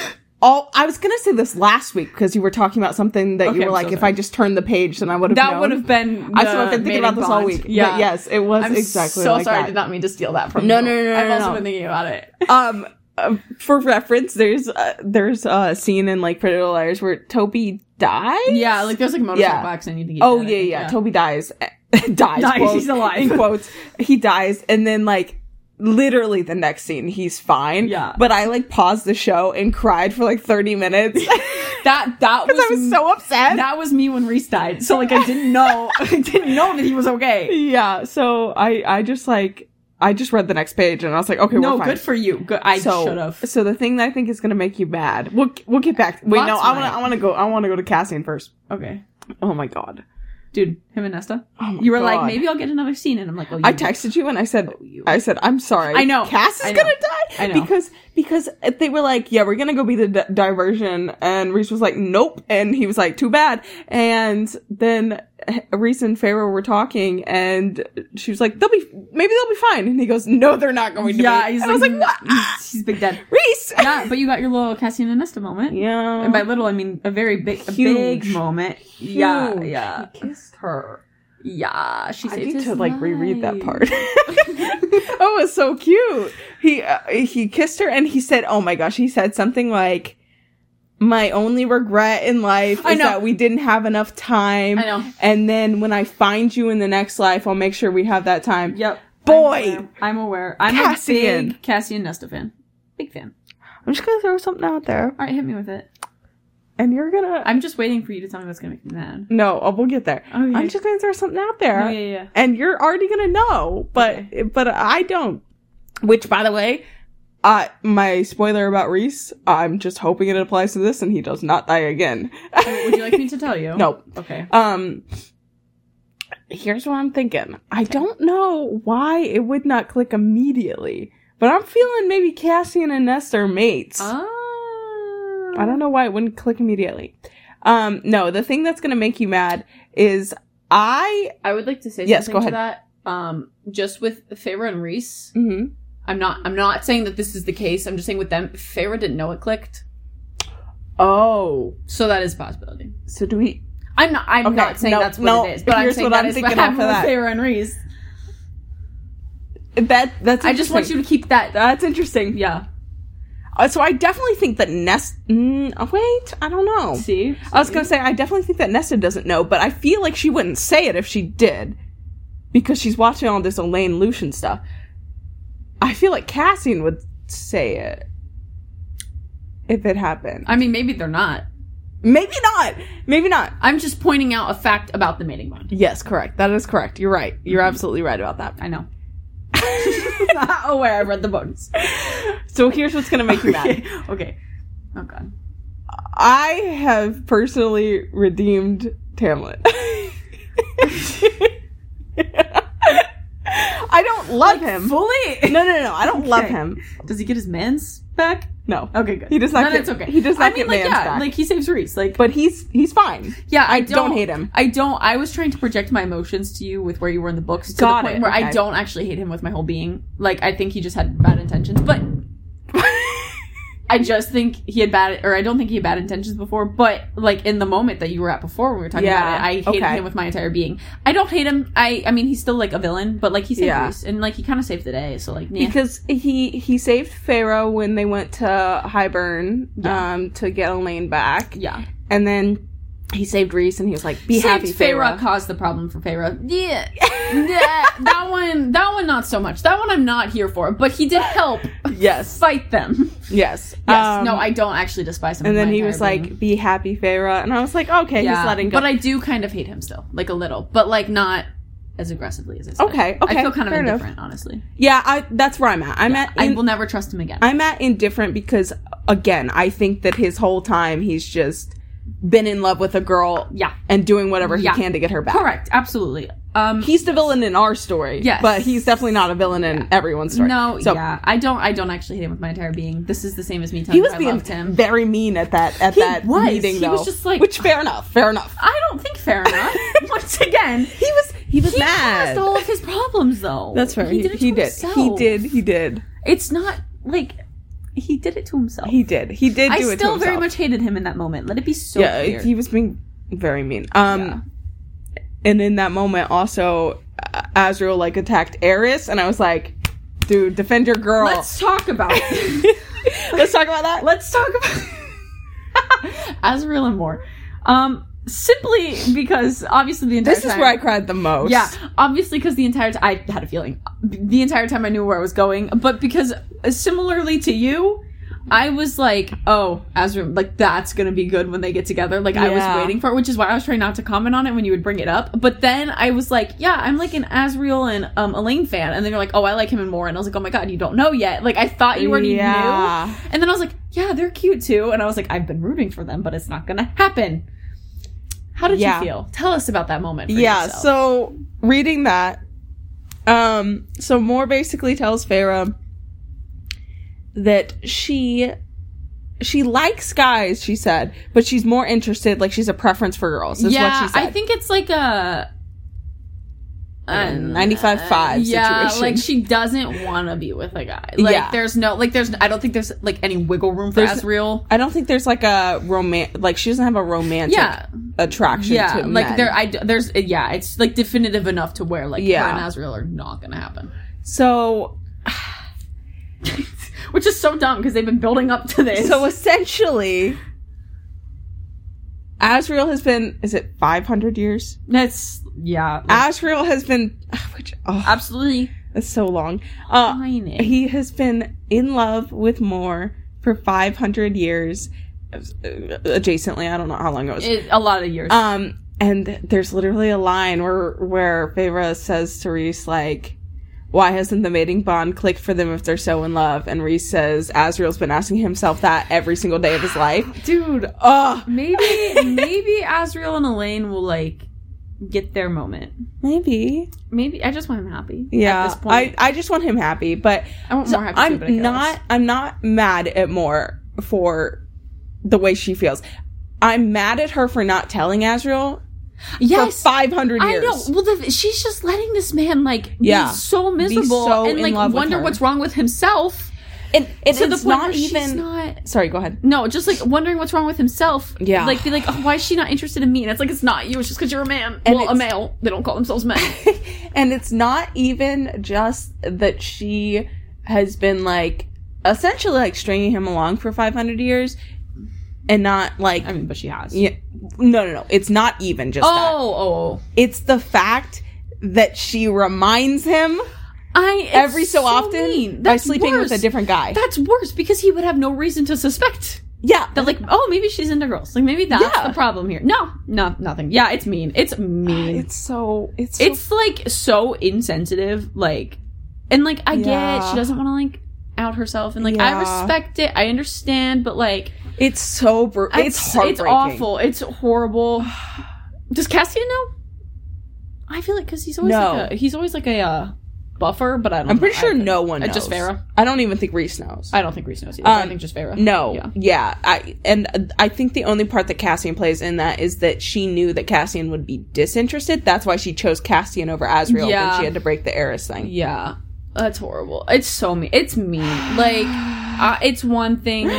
[SPEAKER 1] All I was gonna say this last week because you were talking about something that
[SPEAKER 3] Okay,
[SPEAKER 1] you were
[SPEAKER 3] I'm
[SPEAKER 1] like,
[SPEAKER 3] so
[SPEAKER 1] if
[SPEAKER 3] sorry.
[SPEAKER 1] I just turned the page, then I would have.
[SPEAKER 3] that would have been.
[SPEAKER 1] I
[SPEAKER 3] the
[SPEAKER 1] still have been thinking
[SPEAKER 3] mating
[SPEAKER 1] about this all
[SPEAKER 3] bond.
[SPEAKER 1] week.
[SPEAKER 3] Yeah,
[SPEAKER 1] Yeah. But yes, it was
[SPEAKER 3] I'm
[SPEAKER 1] exactly
[SPEAKER 3] so
[SPEAKER 1] like
[SPEAKER 3] sorry. I
[SPEAKER 1] that.
[SPEAKER 3] did not mean to steal that from
[SPEAKER 1] No,
[SPEAKER 3] you.
[SPEAKER 1] no, no, no,
[SPEAKER 3] I've
[SPEAKER 1] no,
[SPEAKER 3] also
[SPEAKER 1] no.
[SPEAKER 3] been thinking about it.
[SPEAKER 1] um uh, for reference there's uh, there's a scene in like pretty little liars where toby dies
[SPEAKER 3] Yeah, like there's like motorcycle
[SPEAKER 1] Yeah.
[SPEAKER 3] accident. You think?
[SPEAKER 1] oh yeah yeah, toby dies dies,
[SPEAKER 3] Dies,
[SPEAKER 1] quote,
[SPEAKER 3] he's alive.
[SPEAKER 1] in quotes he dies and then like literally the next scene he's fine
[SPEAKER 3] Yeah.
[SPEAKER 1] but i like paused the show and cried for like 30 minutes because
[SPEAKER 3] That that was,
[SPEAKER 1] i was so upset
[SPEAKER 3] that was me when Reese died. So like I didn't know I didn't know that he was okay.
[SPEAKER 1] yeah so i i just like i just read the next page and i was like okay
[SPEAKER 3] No,
[SPEAKER 1] we're fine.
[SPEAKER 3] good for you. Good. I
[SPEAKER 1] so,
[SPEAKER 3] should have.
[SPEAKER 1] so the thing that I think is gonna make you mad. We'll we'll get back. Wait, no,
[SPEAKER 3] Lots
[SPEAKER 1] I wanna
[SPEAKER 3] might.
[SPEAKER 1] I wanna go I wanna go to Cassian first.
[SPEAKER 3] Okay,
[SPEAKER 1] Oh my god.
[SPEAKER 3] dude, him and Nesta.
[SPEAKER 1] Oh my
[SPEAKER 3] you were
[SPEAKER 1] God.
[SPEAKER 3] like, maybe I'll get another scene, and I'm like, well, you
[SPEAKER 1] I texted you and I said
[SPEAKER 3] Oh, you.
[SPEAKER 1] I said I'm sorry.
[SPEAKER 3] I know.
[SPEAKER 1] Cass is
[SPEAKER 3] I know.
[SPEAKER 1] gonna die
[SPEAKER 3] I know.
[SPEAKER 1] because because they were like yeah we're gonna go be the di- diversion and Reese was like nope and he was like too bad and then H- Reese and Pharaoh were talking and she was like they'll be maybe they'll be fine and he goes no they're not going to
[SPEAKER 3] yeah,
[SPEAKER 1] be
[SPEAKER 3] he's
[SPEAKER 1] and I was like
[SPEAKER 3] "Mm,
[SPEAKER 1] what
[SPEAKER 3] He's big dead.
[SPEAKER 1] Reese
[SPEAKER 3] Yeah, but you got your little Cassian and Nesta moment.
[SPEAKER 1] yeah
[SPEAKER 3] And by little, I mean a very big, a
[SPEAKER 1] Huge.
[SPEAKER 3] big moment. Yeah,
[SPEAKER 1] Huge.
[SPEAKER 3] yeah,
[SPEAKER 1] He kissed her.
[SPEAKER 3] yeah. She
[SPEAKER 1] I
[SPEAKER 3] saved
[SPEAKER 1] need
[SPEAKER 3] his
[SPEAKER 1] to like reread that
[SPEAKER 3] life.
[SPEAKER 1] part. oh, it's so cute. He uh, he kissed her and he said, "Oh my gosh," he said something like, "My only regret in life
[SPEAKER 3] I
[SPEAKER 1] is
[SPEAKER 3] know.
[SPEAKER 1] that we didn't have enough time."
[SPEAKER 3] I know.
[SPEAKER 1] And then when I find you in the next life, I'll make sure we have that time.
[SPEAKER 3] Yep.
[SPEAKER 1] Boy!
[SPEAKER 3] I'm aware. I'm, aware. I'm
[SPEAKER 1] Cassian.
[SPEAKER 3] a big Cassian Nesta fan. Big fan.
[SPEAKER 1] I'm just gonna throw something out there,
[SPEAKER 3] All right, hit me with it.
[SPEAKER 1] and you're gonna.
[SPEAKER 3] I'm just waiting for you to tell me that's gonna make me mad.
[SPEAKER 1] no, oh, we'll get there.
[SPEAKER 3] Okay.
[SPEAKER 1] I'm just gonna throw something out there.
[SPEAKER 3] Oh yeah, yeah.
[SPEAKER 1] and you're already gonna know, but but I don't. Which, by the way, uh, my spoiler about Reese, I'm just hoping it applies to this, and he does not die again.
[SPEAKER 3] Oh, Would you like me to tell you?
[SPEAKER 1] Nope.
[SPEAKER 3] Okay.
[SPEAKER 1] Um, here's what I'm thinking. I don't know why it would not click immediately, but I'm feeling maybe Cassian and Nest are mates.
[SPEAKER 3] Oh.
[SPEAKER 1] I don't know why it wouldn't click immediately. Um, no, the thing that's gonna make you mad is I.
[SPEAKER 3] I would like to say
[SPEAKER 1] Yes,
[SPEAKER 3] something
[SPEAKER 1] go
[SPEAKER 3] to that. Um, just with Feyre and Reese.
[SPEAKER 1] mhm.
[SPEAKER 3] I'm not. I'm not saying that this is the case. I'm just saying with them, Feyre didn't know it clicked,
[SPEAKER 1] Oh,
[SPEAKER 3] so that is a possibility.
[SPEAKER 1] so do we?
[SPEAKER 3] I'm not. I'm
[SPEAKER 1] Okay,
[SPEAKER 3] not saying
[SPEAKER 1] no,
[SPEAKER 3] that's what
[SPEAKER 1] no,
[SPEAKER 3] it is, but I'm
[SPEAKER 1] here's
[SPEAKER 3] saying
[SPEAKER 1] what
[SPEAKER 3] that
[SPEAKER 1] I'm
[SPEAKER 3] is
[SPEAKER 1] thinking
[SPEAKER 3] what
[SPEAKER 1] off
[SPEAKER 3] happened
[SPEAKER 1] of that.
[SPEAKER 3] with Feyre and Reese.
[SPEAKER 1] That that's.
[SPEAKER 3] I just want
[SPEAKER 1] interesting.
[SPEAKER 3] you to keep that.
[SPEAKER 1] That's interesting.
[SPEAKER 3] Yeah.
[SPEAKER 1] Uh, So I definitely think that Nest. Mm, oh, wait, I don't know.
[SPEAKER 3] See?
[SPEAKER 1] I was gonna say I definitely think that Nesta doesn't know, but I feel like she wouldn't say it if she did, because she's watching all this Elaine Lucian stuff. I feel like Cassian would say it if it happened.
[SPEAKER 3] I mean, maybe they're not.
[SPEAKER 1] Maybe not. Maybe not.
[SPEAKER 3] I'm just pointing out a fact about the mating bond.
[SPEAKER 1] Yes, correct. That is correct. You're right. You're absolutely right about
[SPEAKER 3] I know.
[SPEAKER 1] that.
[SPEAKER 3] not aware I read the books.
[SPEAKER 1] so here's what's gonna make you mad.
[SPEAKER 3] Okay. okay. Oh god.
[SPEAKER 1] I have personally redeemed Tamlin. I don't love him.
[SPEAKER 3] Fully.
[SPEAKER 1] No, no, no. I don't love
[SPEAKER 3] Okay.
[SPEAKER 1] him.
[SPEAKER 3] Does he get his mans back?
[SPEAKER 1] No.
[SPEAKER 3] Okay, good.
[SPEAKER 1] He does not
[SPEAKER 3] Then
[SPEAKER 1] get-
[SPEAKER 3] it's okay.
[SPEAKER 1] he does not
[SPEAKER 3] I mean,
[SPEAKER 1] get
[SPEAKER 3] like,
[SPEAKER 1] mans
[SPEAKER 3] yeah,
[SPEAKER 1] back.
[SPEAKER 3] Like he saves Reese. Like
[SPEAKER 1] But he's he's fine.
[SPEAKER 3] yeah, I
[SPEAKER 1] don't
[SPEAKER 3] don't,
[SPEAKER 1] hate him.
[SPEAKER 3] I don't. I was trying to project my emotions to you with where you were in the books to
[SPEAKER 1] Got
[SPEAKER 3] the point
[SPEAKER 1] it,
[SPEAKER 3] where
[SPEAKER 1] okay.
[SPEAKER 3] I don't actually hate him with my whole being. Like I think he just had bad intentions, but I just think he had bad, or I don't think he had bad intentions before. But like in the moment that you were at before, when we were talking
[SPEAKER 1] Yeah,
[SPEAKER 3] about it, I hated
[SPEAKER 1] okay.
[SPEAKER 3] him with my entire being. I don't hate him. I I mean, he's still like a villain, but like he saved
[SPEAKER 1] Yeah.
[SPEAKER 3] Reese, and like he kind of saved the day. So like, nah.
[SPEAKER 1] because he he saved Pharaoh when they went to Highburn
[SPEAKER 3] Yeah.
[SPEAKER 1] um to get Elaine back.
[SPEAKER 3] yeah.
[SPEAKER 1] And then he saved Reese and he was like, Be happy, Pharaoh.
[SPEAKER 3] Feyre caused the problem for Feyre. Yeah. yeah. That one that one not so much. That one I'm not here for, but he did help
[SPEAKER 1] Yes.
[SPEAKER 3] fight them.
[SPEAKER 1] Yes.
[SPEAKER 3] Yes.
[SPEAKER 1] Um,
[SPEAKER 3] no, I don't actually despise him.
[SPEAKER 1] and
[SPEAKER 3] with
[SPEAKER 1] then
[SPEAKER 3] my
[SPEAKER 1] he
[SPEAKER 3] entire
[SPEAKER 1] was like,
[SPEAKER 3] being.
[SPEAKER 1] Be happy, Pharaoh. And I was like, Okay, he's letting go.
[SPEAKER 3] But I do kind of hate him still, like a little, but like not as aggressively as I said.
[SPEAKER 1] Okay, okay,
[SPEAKER 3] I feel kind of
[SPEAKER 1] fair enough.
[SPEAKER 3] indifferent, honestly.
[SPEAKER 1] yeah, I that's where I'm at. I'm at
[SPEAKER 3] I
[SPEAKER 1] in-
[SPEAKER 3] will never trust him again.
[SPEAKER 1] I'm at indifferent because again, I think that his whole time he's just been in love with a girl
[SPEAKER 3] yeah.
[SPEAKER 1] and doing whatever he
[SPEAKER 3] Yeah.
[SPEAKER 1] can to get her back.
[SPEAKER 3] Correct. Absolutely. Um
[SPEAKER 1] He's the villain in our story.
[SPEAKER 3] Yes.
[SPEAKER 1] But he's definitely not a villain in everyone's story.
[SPEAKER 3] no,
[SPEAKER 1] So
[SPEAKER 3] yeah. I don't I don't actually hate him with my entire being. This is the same as me telling
[SPEAKER 1] he
[SPEAKER 3] you
[SPEAKER 1] was
[SPEAKER 3] I
[SPEAKER 1] being
[SPEAKER 3] loved him.
[SPEAKER 1] very mean at that at
[SPEAKER 3] He
[SPEAKER 1] that
[SPEAKER 3] was.
[SPEAKER 1] meeting
[SPEAKER 3] He
[SPEAKER 1] though.
[SPEAKER 3] was just like- "Ah."
[SPEAKER 1] Which fair enough, fair enough.
[SPEAKER 3] I don't think fair enough. Once again,
[SPEAKER 1] He was he was
[SPEAKER 3] he
[SPEAKER 1] mad.
[SPEAKER 3] caused all of his problems though.
[SPEAKER 1] That's right.
[SPEAKER 3] He did it to
[SPEAKER 1] he did.
[SPEAKER 3] himself.
[SPEAKER 1] He did. He did.
[SPEAKER 3] It's not like he did it to himself.
[SPEAKER 1] He did. He did
[SPEAKER 3] I
[SPEAKER 1] do it to
[SPEAKER 3] still very
[SPEAKER 1] himself.
[SPEAKER 3] much hated him in that moment. Let it be so
[SPEAKER 1] yeah,
[SPEAKER 3] clear.
[SPEAKER 1] he was being very mean. Um,
[SPEAKER 3] Yeah.
[SPEAKER 1] and in that moment, also, A- Azrael like attacked Eris, and I was like, "Dude, defend your girl."
[SPEAKER 3] Let's talk about it.
[SPEAKER 1] Let's talk about that.
[SPEAKER 3] Let's talk about Azrael and more. Um, simply because obviously the entire
[SPEAKER 1] this is
[SPEAKER 3] time-
[SPEAKER 1] where I cried the most.
[SPEAKER 3] Yeah, obviously, because the entire time I had a feeling the entire time I knew where I was going, but because uh, similarly to you, I was like, oh, Azra, like that's gonna be good when they get together. Like I
[SPEAKER 1] Yeah.
[SPEAKER 3] was waiting for it, which is why I was trying not to comment on it when you would bring it up. But then I was like, yeah, I'm like an Azriel and um, Elaine fan, and then you're like, oh, I like him and more, and I was like, oh my god, you don't know yet. Like I thought you already
[SPEAKER 1] Yeah.
[SPEAKER 3] knew, and then I was like, yeah, they're cute too, and I was like, I've been rooting for them, but it's not gonna happen. How did
[SPEAKER 1] Yeah.
[SPEAKER 3] you feel? Tell us about that moment. For
[SPEAKER 1] yeah.
[SPEAKER 3] yourself.
[SPEAKER 1] So reading that, um, so Moore basically tells Farah that she she likes guys. She said, but she's more interested. Like she's a preference for girls. Is
[SPEAKER 3] yeah,
[SPEAKER 1] what she said.
[SPEAKER 3] I think it's like a.
[SPEAKER 1] Like a
[SPEAKER 3] uh,
[SPEAKER 1] 95-5
[SPEAKER 3] yeah,
[SPEAKER 1] situation.
[SPEAKER 3] like she doesn't want to be with a guy. Like
[SPEAKER 1] Yeah.
[SPEAKER 3] there's no, like there's, I don't think there's like any wiggle room for
[SPEAKER 1] There's-
[SPEAKER 3] Asriel.
[SPEAKER 1] I don't think there's like a romance. Like she doesn't have a romantic
[SPEAKER 3] Yeah,
[SPEAKER 1] attraction.
[SPEAKER 3] yeah,
[SPEAKER 1] to
[SPEAKER 3] like
[SPEAKER 1] men.
[SPEAKER 3] there, I d- there's, yeah, it's like definitive enough to where like
[SPEAKER 1] Yeah.
[SPEAKER 3] her and Asriel are not gonna happen,
[SPEAKER 1] So
[SPEAKER 3] which is so dumb because they've been building up to this.
[SPEAKER 1] so essentially, Asriel has been. Is it 500 years?
[SPEAKER 3] that's yeah, like,
[SPEAKER 1] Asriel has been. Which oh,
[SPEAKER 3] absolutely
[SPEAKER 1] that's so long. Uh,
[SPEAKER 3] fine.
[SPEAKER 1] he has been in love with Moore for 500 years, uh, adjacently. I don't know how long it was.
[SPEAKER 3] It- a lot of years.
[SPEAKER 1] Um, and there's literally a line where where Feyre says to Reese like, "Why hasn't the mating bond clicked for them if they're so in love?" And Reese says, "Azriel's been asking himself that every single day of his life."
[SPEAKER 3] dude,
[SPEAKER 1] Ugh,
[SPEAKER 3] maybe maybe Asriel and Elaine will like get their moment.
[SPEAKER 1] maybe.
[SPEAKER 3] Maybe I just want him happy.
[SPEAKER 1] Yeah,
[SPEAKER 3] At this point.
[SPEAKER 1] I I just want him happy, but
[SPEAKER 3] I, want
[SPEAKER 1] so
[SPEAKER 3] more happy.
[SPEAKER 1] I'm
[SPEAKER 3] but I guess.
[SPEAKER 1] not I'm not mad at Moore for the way she feels. I'm mad at her for not telling Azriel
[SPEAKER 3] Yes.
[SPEAKER 1] for 500
[SPEAKER 3] I
[SPEAKER 1] years.
[SPEAKER 3] know. Well, the, she's just letting this man like
[SPEAKER 1] Yeah.
[SPEAKER 3] be so miserable
[SPEAKER 1] so
[SPEAKER 3] and
[SPEAKER 1] in
[SPEAKER 3] like
[SPEAKER 1] love with
[SPEAKER 3] wonder
[SPEAKER 1] her.
[SPEAKER 3] what's wrong with himself.
[SPEAKER 1] And, and
[SPEAKER 3] to the
[SPEAKER 1] it's
[SPEAKER 3] point
[SPEAKER 1] not
[SPEAKER 3] where she's
[SPEAKER 1] even
[SPEAKER 3] not.
[SPEAKER 1] Sorry, go ahead.
[SPEAKER 3] No, just like wondering what's wrong with himself.
[SPEAKER 1] Yeah.
[SPEAKER 3] Like, be like, oh, why is she not interested in me? And it's like, it's not you. It's just because you're a man.
[SPEAKER 1] And
[SPEAKER 3] well, a
[SPEAKER 1] it's-
[SPEAKER 3] male. They don't call themselves men.
[SPEAKER 1] and it's not even just that she has been like essentially like stringing him along for 500 years and not like
[SPEAKER 3] I mean, but she has.
[SPEAKER 1] yeah, no no no it's not even just that
[SPEAKER 3] Oh, oh, oh.
[SPEAKER 1] it's the fact that she reminds him
[SPEAKER 3] I it's
[SPEAKER 1] every so, often
[SPEAKER 3] mean.
[SPEAKER 1] by
[SPEAKER 3] That's
[SPEAKER 1] sleeping
[SPEAKER 3] worse.
[SPEAKER 1] with a different guy
[SPEAKER 3] That's worse because he would have no reason to suspect
[SPEAKER 1] yeah
[SPEAKER 3] that, like, oh, maybe she's into girls. Like, maybe that's
[SPEAKER 1] Yeah.
[SPEAKER 3] the problem here. No, no, nothing. Yeah, it's mean. It's mean.
[SPEAKER 1] it's so it's so
[SPEAKER 3] it's like so insensitive like and like i get
[SPEAKER 1] Yeah.
[SPEAKER 3] she doesn't want to like out herself and like i
[SPEAKER 1] Yeah.
[SPEAKER 3] respect it i understand but like
[SPEAKER 1] It's so brutal. It's,
[SPEAKER 3] it's
[SPEAKER 1] heartbreaking.
[SPEAKER 3] awful it's horrible does cassian know i feel like because he's always
[SPEAKER 1] No.
[SPEAKER 3] like a, he's always like a uh, buffer but i don't
[SPEAKER 1] I'm pretty
[SPEAKER 3] know.
[SPEAKER 1] sure
[SPEAKER 3] I,
[SPEAKER 1] no one
[SPEAKER 3] uh,
[SPEAKER 1] knows.
[SPEAKER 3] just Farah.
[SPEAKER 1] I don't even think Reese knows.
[SPEAKER 3] i don't think reese knows either i
[SPEAKER 1] Um,
[SPEAKER 3] think just Farah.
[SPEAKER 1] no.
[SPEAKER 3] yeah.
[SPEAKER 1] Yeah. I and uh, I think the only part that Cassian plays in that is that she knew that Cassian would be disinterested. That's why she chose Cassian over Azrael
[SPEAKER 3] Yeah.
[SPEAKER 1] when she had to break the Eris thing.
[SPEAKER 3] Yeah, that's horrible. It's so mean. It's mean. Like, I, it's one thing.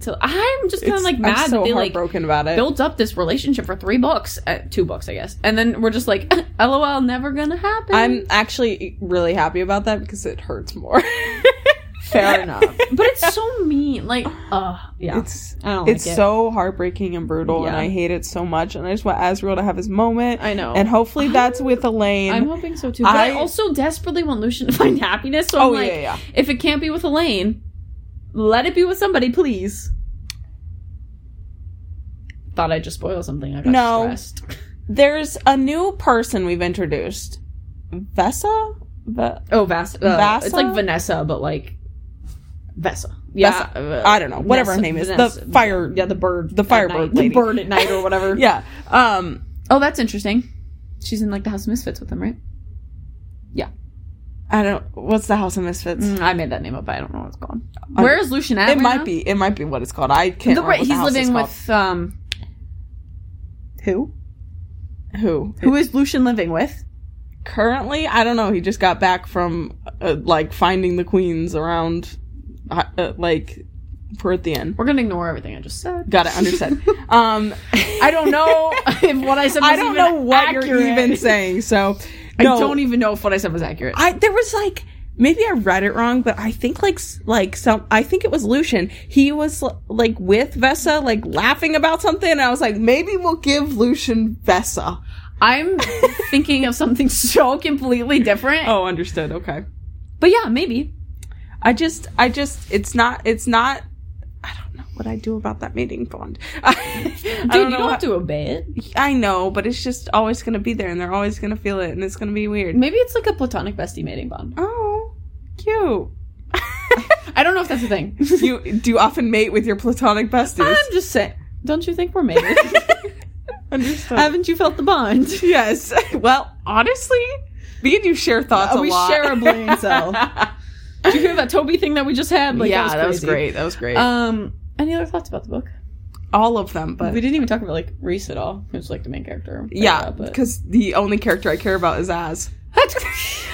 [SPEAKER 3] To, I'm just kind of
[SPEAKER 1] It's-
[SPEAKER 3] like mad
[SPEAKER 1] I'm so
[SPEAKER 3] that they like
[SPEAKER 1] heartbroken about it.
[SPEAKER 3] built up this relationship for three books, uh, two books, I guess, and then we're just like, lol, never gonna happen.
[SPEAKER 1] I'm actually really happy about that because it hurts more.
[SPEAKER 3] fair enough, but it's so mean. Like, uh, yeah,
[SPEAKER 1] It's
[SPEAKER 3] I don't
[SPEAKER 1] it's
[SPEAKER 3] like it.
[SPEAKER 1] so heartbreaking and brutal, and
[SPEAKER 3] Yeah.
[SPEAKER 1] I hate it so much. And I just want Azrael to have his moment.
[SPEAKER 3] I know.
[SPEAKER 1] and hopefully that's with Elaine.
[SPEAKER 3] I'm hoping so too. But I,
[SPEAKER 1] I-
[SPEAKER 3] also desperately want Lucian to find happiness. So
[SPEAKER 1] Oh,
[SPEAKER 3] I'm like,
[SPEAKER 1] yeah, yeah.
[SPEAKER 3] if it can't be with Elaine, let it be with somebody, please. Thought I'd just spoil something. I got
[SPEAKER 1] No.
[SPEAKER 3] stressed.
[SPEAKER 1] There's a new person we've introduced. Vesa? Ve-
[SPEAKER 3] Oh, Vas. Uh,
[SPEAKER 1] Vasa?
[SPEAKER 3] It's like Vanessa, but like Vesa. Yeah,
[SPEAKER 1] Vesa.
[SPEAKER 3] uh,
[SPEAKER 1] I don't know. Whatever her
[SPEAKER 3] Vanessa-
[SPEAKER 1] name is.
[SPEAKER 3] Vanessa.
[SPEAKER 1] The fire.
[SPEAKER 3] Yeah, the bird.
[SPEAKER 1] the
[SPEAKER 3] at
[SPEAKER 1] firebird
[SPEAKER 3] night.
[SPEAKER 1] lady.
[SPEAKER 3] The bird at night or whatever.
[SPEAKER 1] Yeah. Um,
[SPEAKER 3] Oh, that's interesting. She's in like the House of Misfits with them, right?
[SPEAKER 1] I don't. What's the House of Misfits?
[SPEAKER 3] Mm, I made that name up. I don't know what it's called.
[SPEAKER 1] I-
[SPEAKER 3] Where is Lucian at?
[SPEAKER 1] It
[SPEAKER 3] right
[SPEAKER 1] might
[SPEAKER 3] now?
[SPEAKER 1] be. It might be what it's called. I can't.
[SPEAKER 3] The-
[SPEAKER 1] remember what the
[SPEAKER 3] he's
[SPEAKER 1] house is
[SPEAKER 3] living
[SPEAKER 1] called.
[SPEAKER 3] with um. Who?
[SPEAKER 1] who?
[SPEAKER 3] Who is Lucian living with?
[SPEAKER 1] Currently, I don't know. He just got back from uh, like finding the queens around, uh, uh, like Perithian.
[SPEAKER 3] We're gonna ignore everything I just said.
[SPEAKER 1] Got it. Understood. um,
[SPEAKER 3] I don't know if what I said. Was
[SPEAKER 1] I don't
[SPEAKER 3] even
[SPEAKER 1] know what you're
[SPEAKER 3] accurate.
[SPEAKER 1] even saying. So
[SPEAKER 3] I
[SPEAKER 1] no.
[SPEAKER 3] don't even know if what I said was accurate.
[SPEAKER 1] I there was like maybe I read it wrong, but I think like s- like some I think it was Lucian. He was l- like with Vesa, like laughing about something. And I was like, maybe we'll give Lucian Vesa.
[SPEAKER 3] I'm thinking of something so completely different.
[SPEAKER 1] Oh, understood. Okay.
[SPEAKER 3] But yeah, maybe.
[SPEAKER 1] I just I just it's not it's not. I don't know what I do about that mating bond. I, I
[SPEAKER 3] Dude,
[SPEAKER 1] don't
[SPEAKER 3] you
[SPEAKER 1] know.
[SPEAKER 3] don't
[SPEAKER 1] how-
[SPEAKER 3] have to obey it.
[SPEAKER 1] I know, but it's just always gonna be there, and they're always gonna feel it, and it's gonna be weird.
[SPEAKER 3] Maybe it's like a platonic bestie mating bond.
[SPEAKER 1] Oh, cute.
[SPEAKER 3] I don't know if that's a thing.
[SPEAKER 1] you do you often mate with your platonic besties.
[SPEAKER 3] I'm just saying. Don't you think we're mating?
[SPEAKER 1] Understood.
[SPEAKER 3] Haven't you felt the bond?
[SPEAKER 1] Yes. Oh. Well, honestly, me and you share thoughts
[SPEAKER 3] Uh,
[SPEAKER 1] a
[SPEAKER 3] we
[SPEAKER 1] lot.
[SPEAKER 3] share a brain cell. Did you hear that Toby thing that we just had? Like,
[SPEAKER 1] yeah, that was,
[SPEAKER 3] crazy.
[SPEAKER 1] great. That was great.
[SPEAKER 3] Um, any other thoughts about the book?
[SPEAKER 1] All of them, but
[SPEAKER 3] we didn't even talk about like Reese at all, who's like the main character.
[SPEAKER 1] yeah,
[SPEAKER 3] but
[SPEAKER 1] because the only character I care about is Az.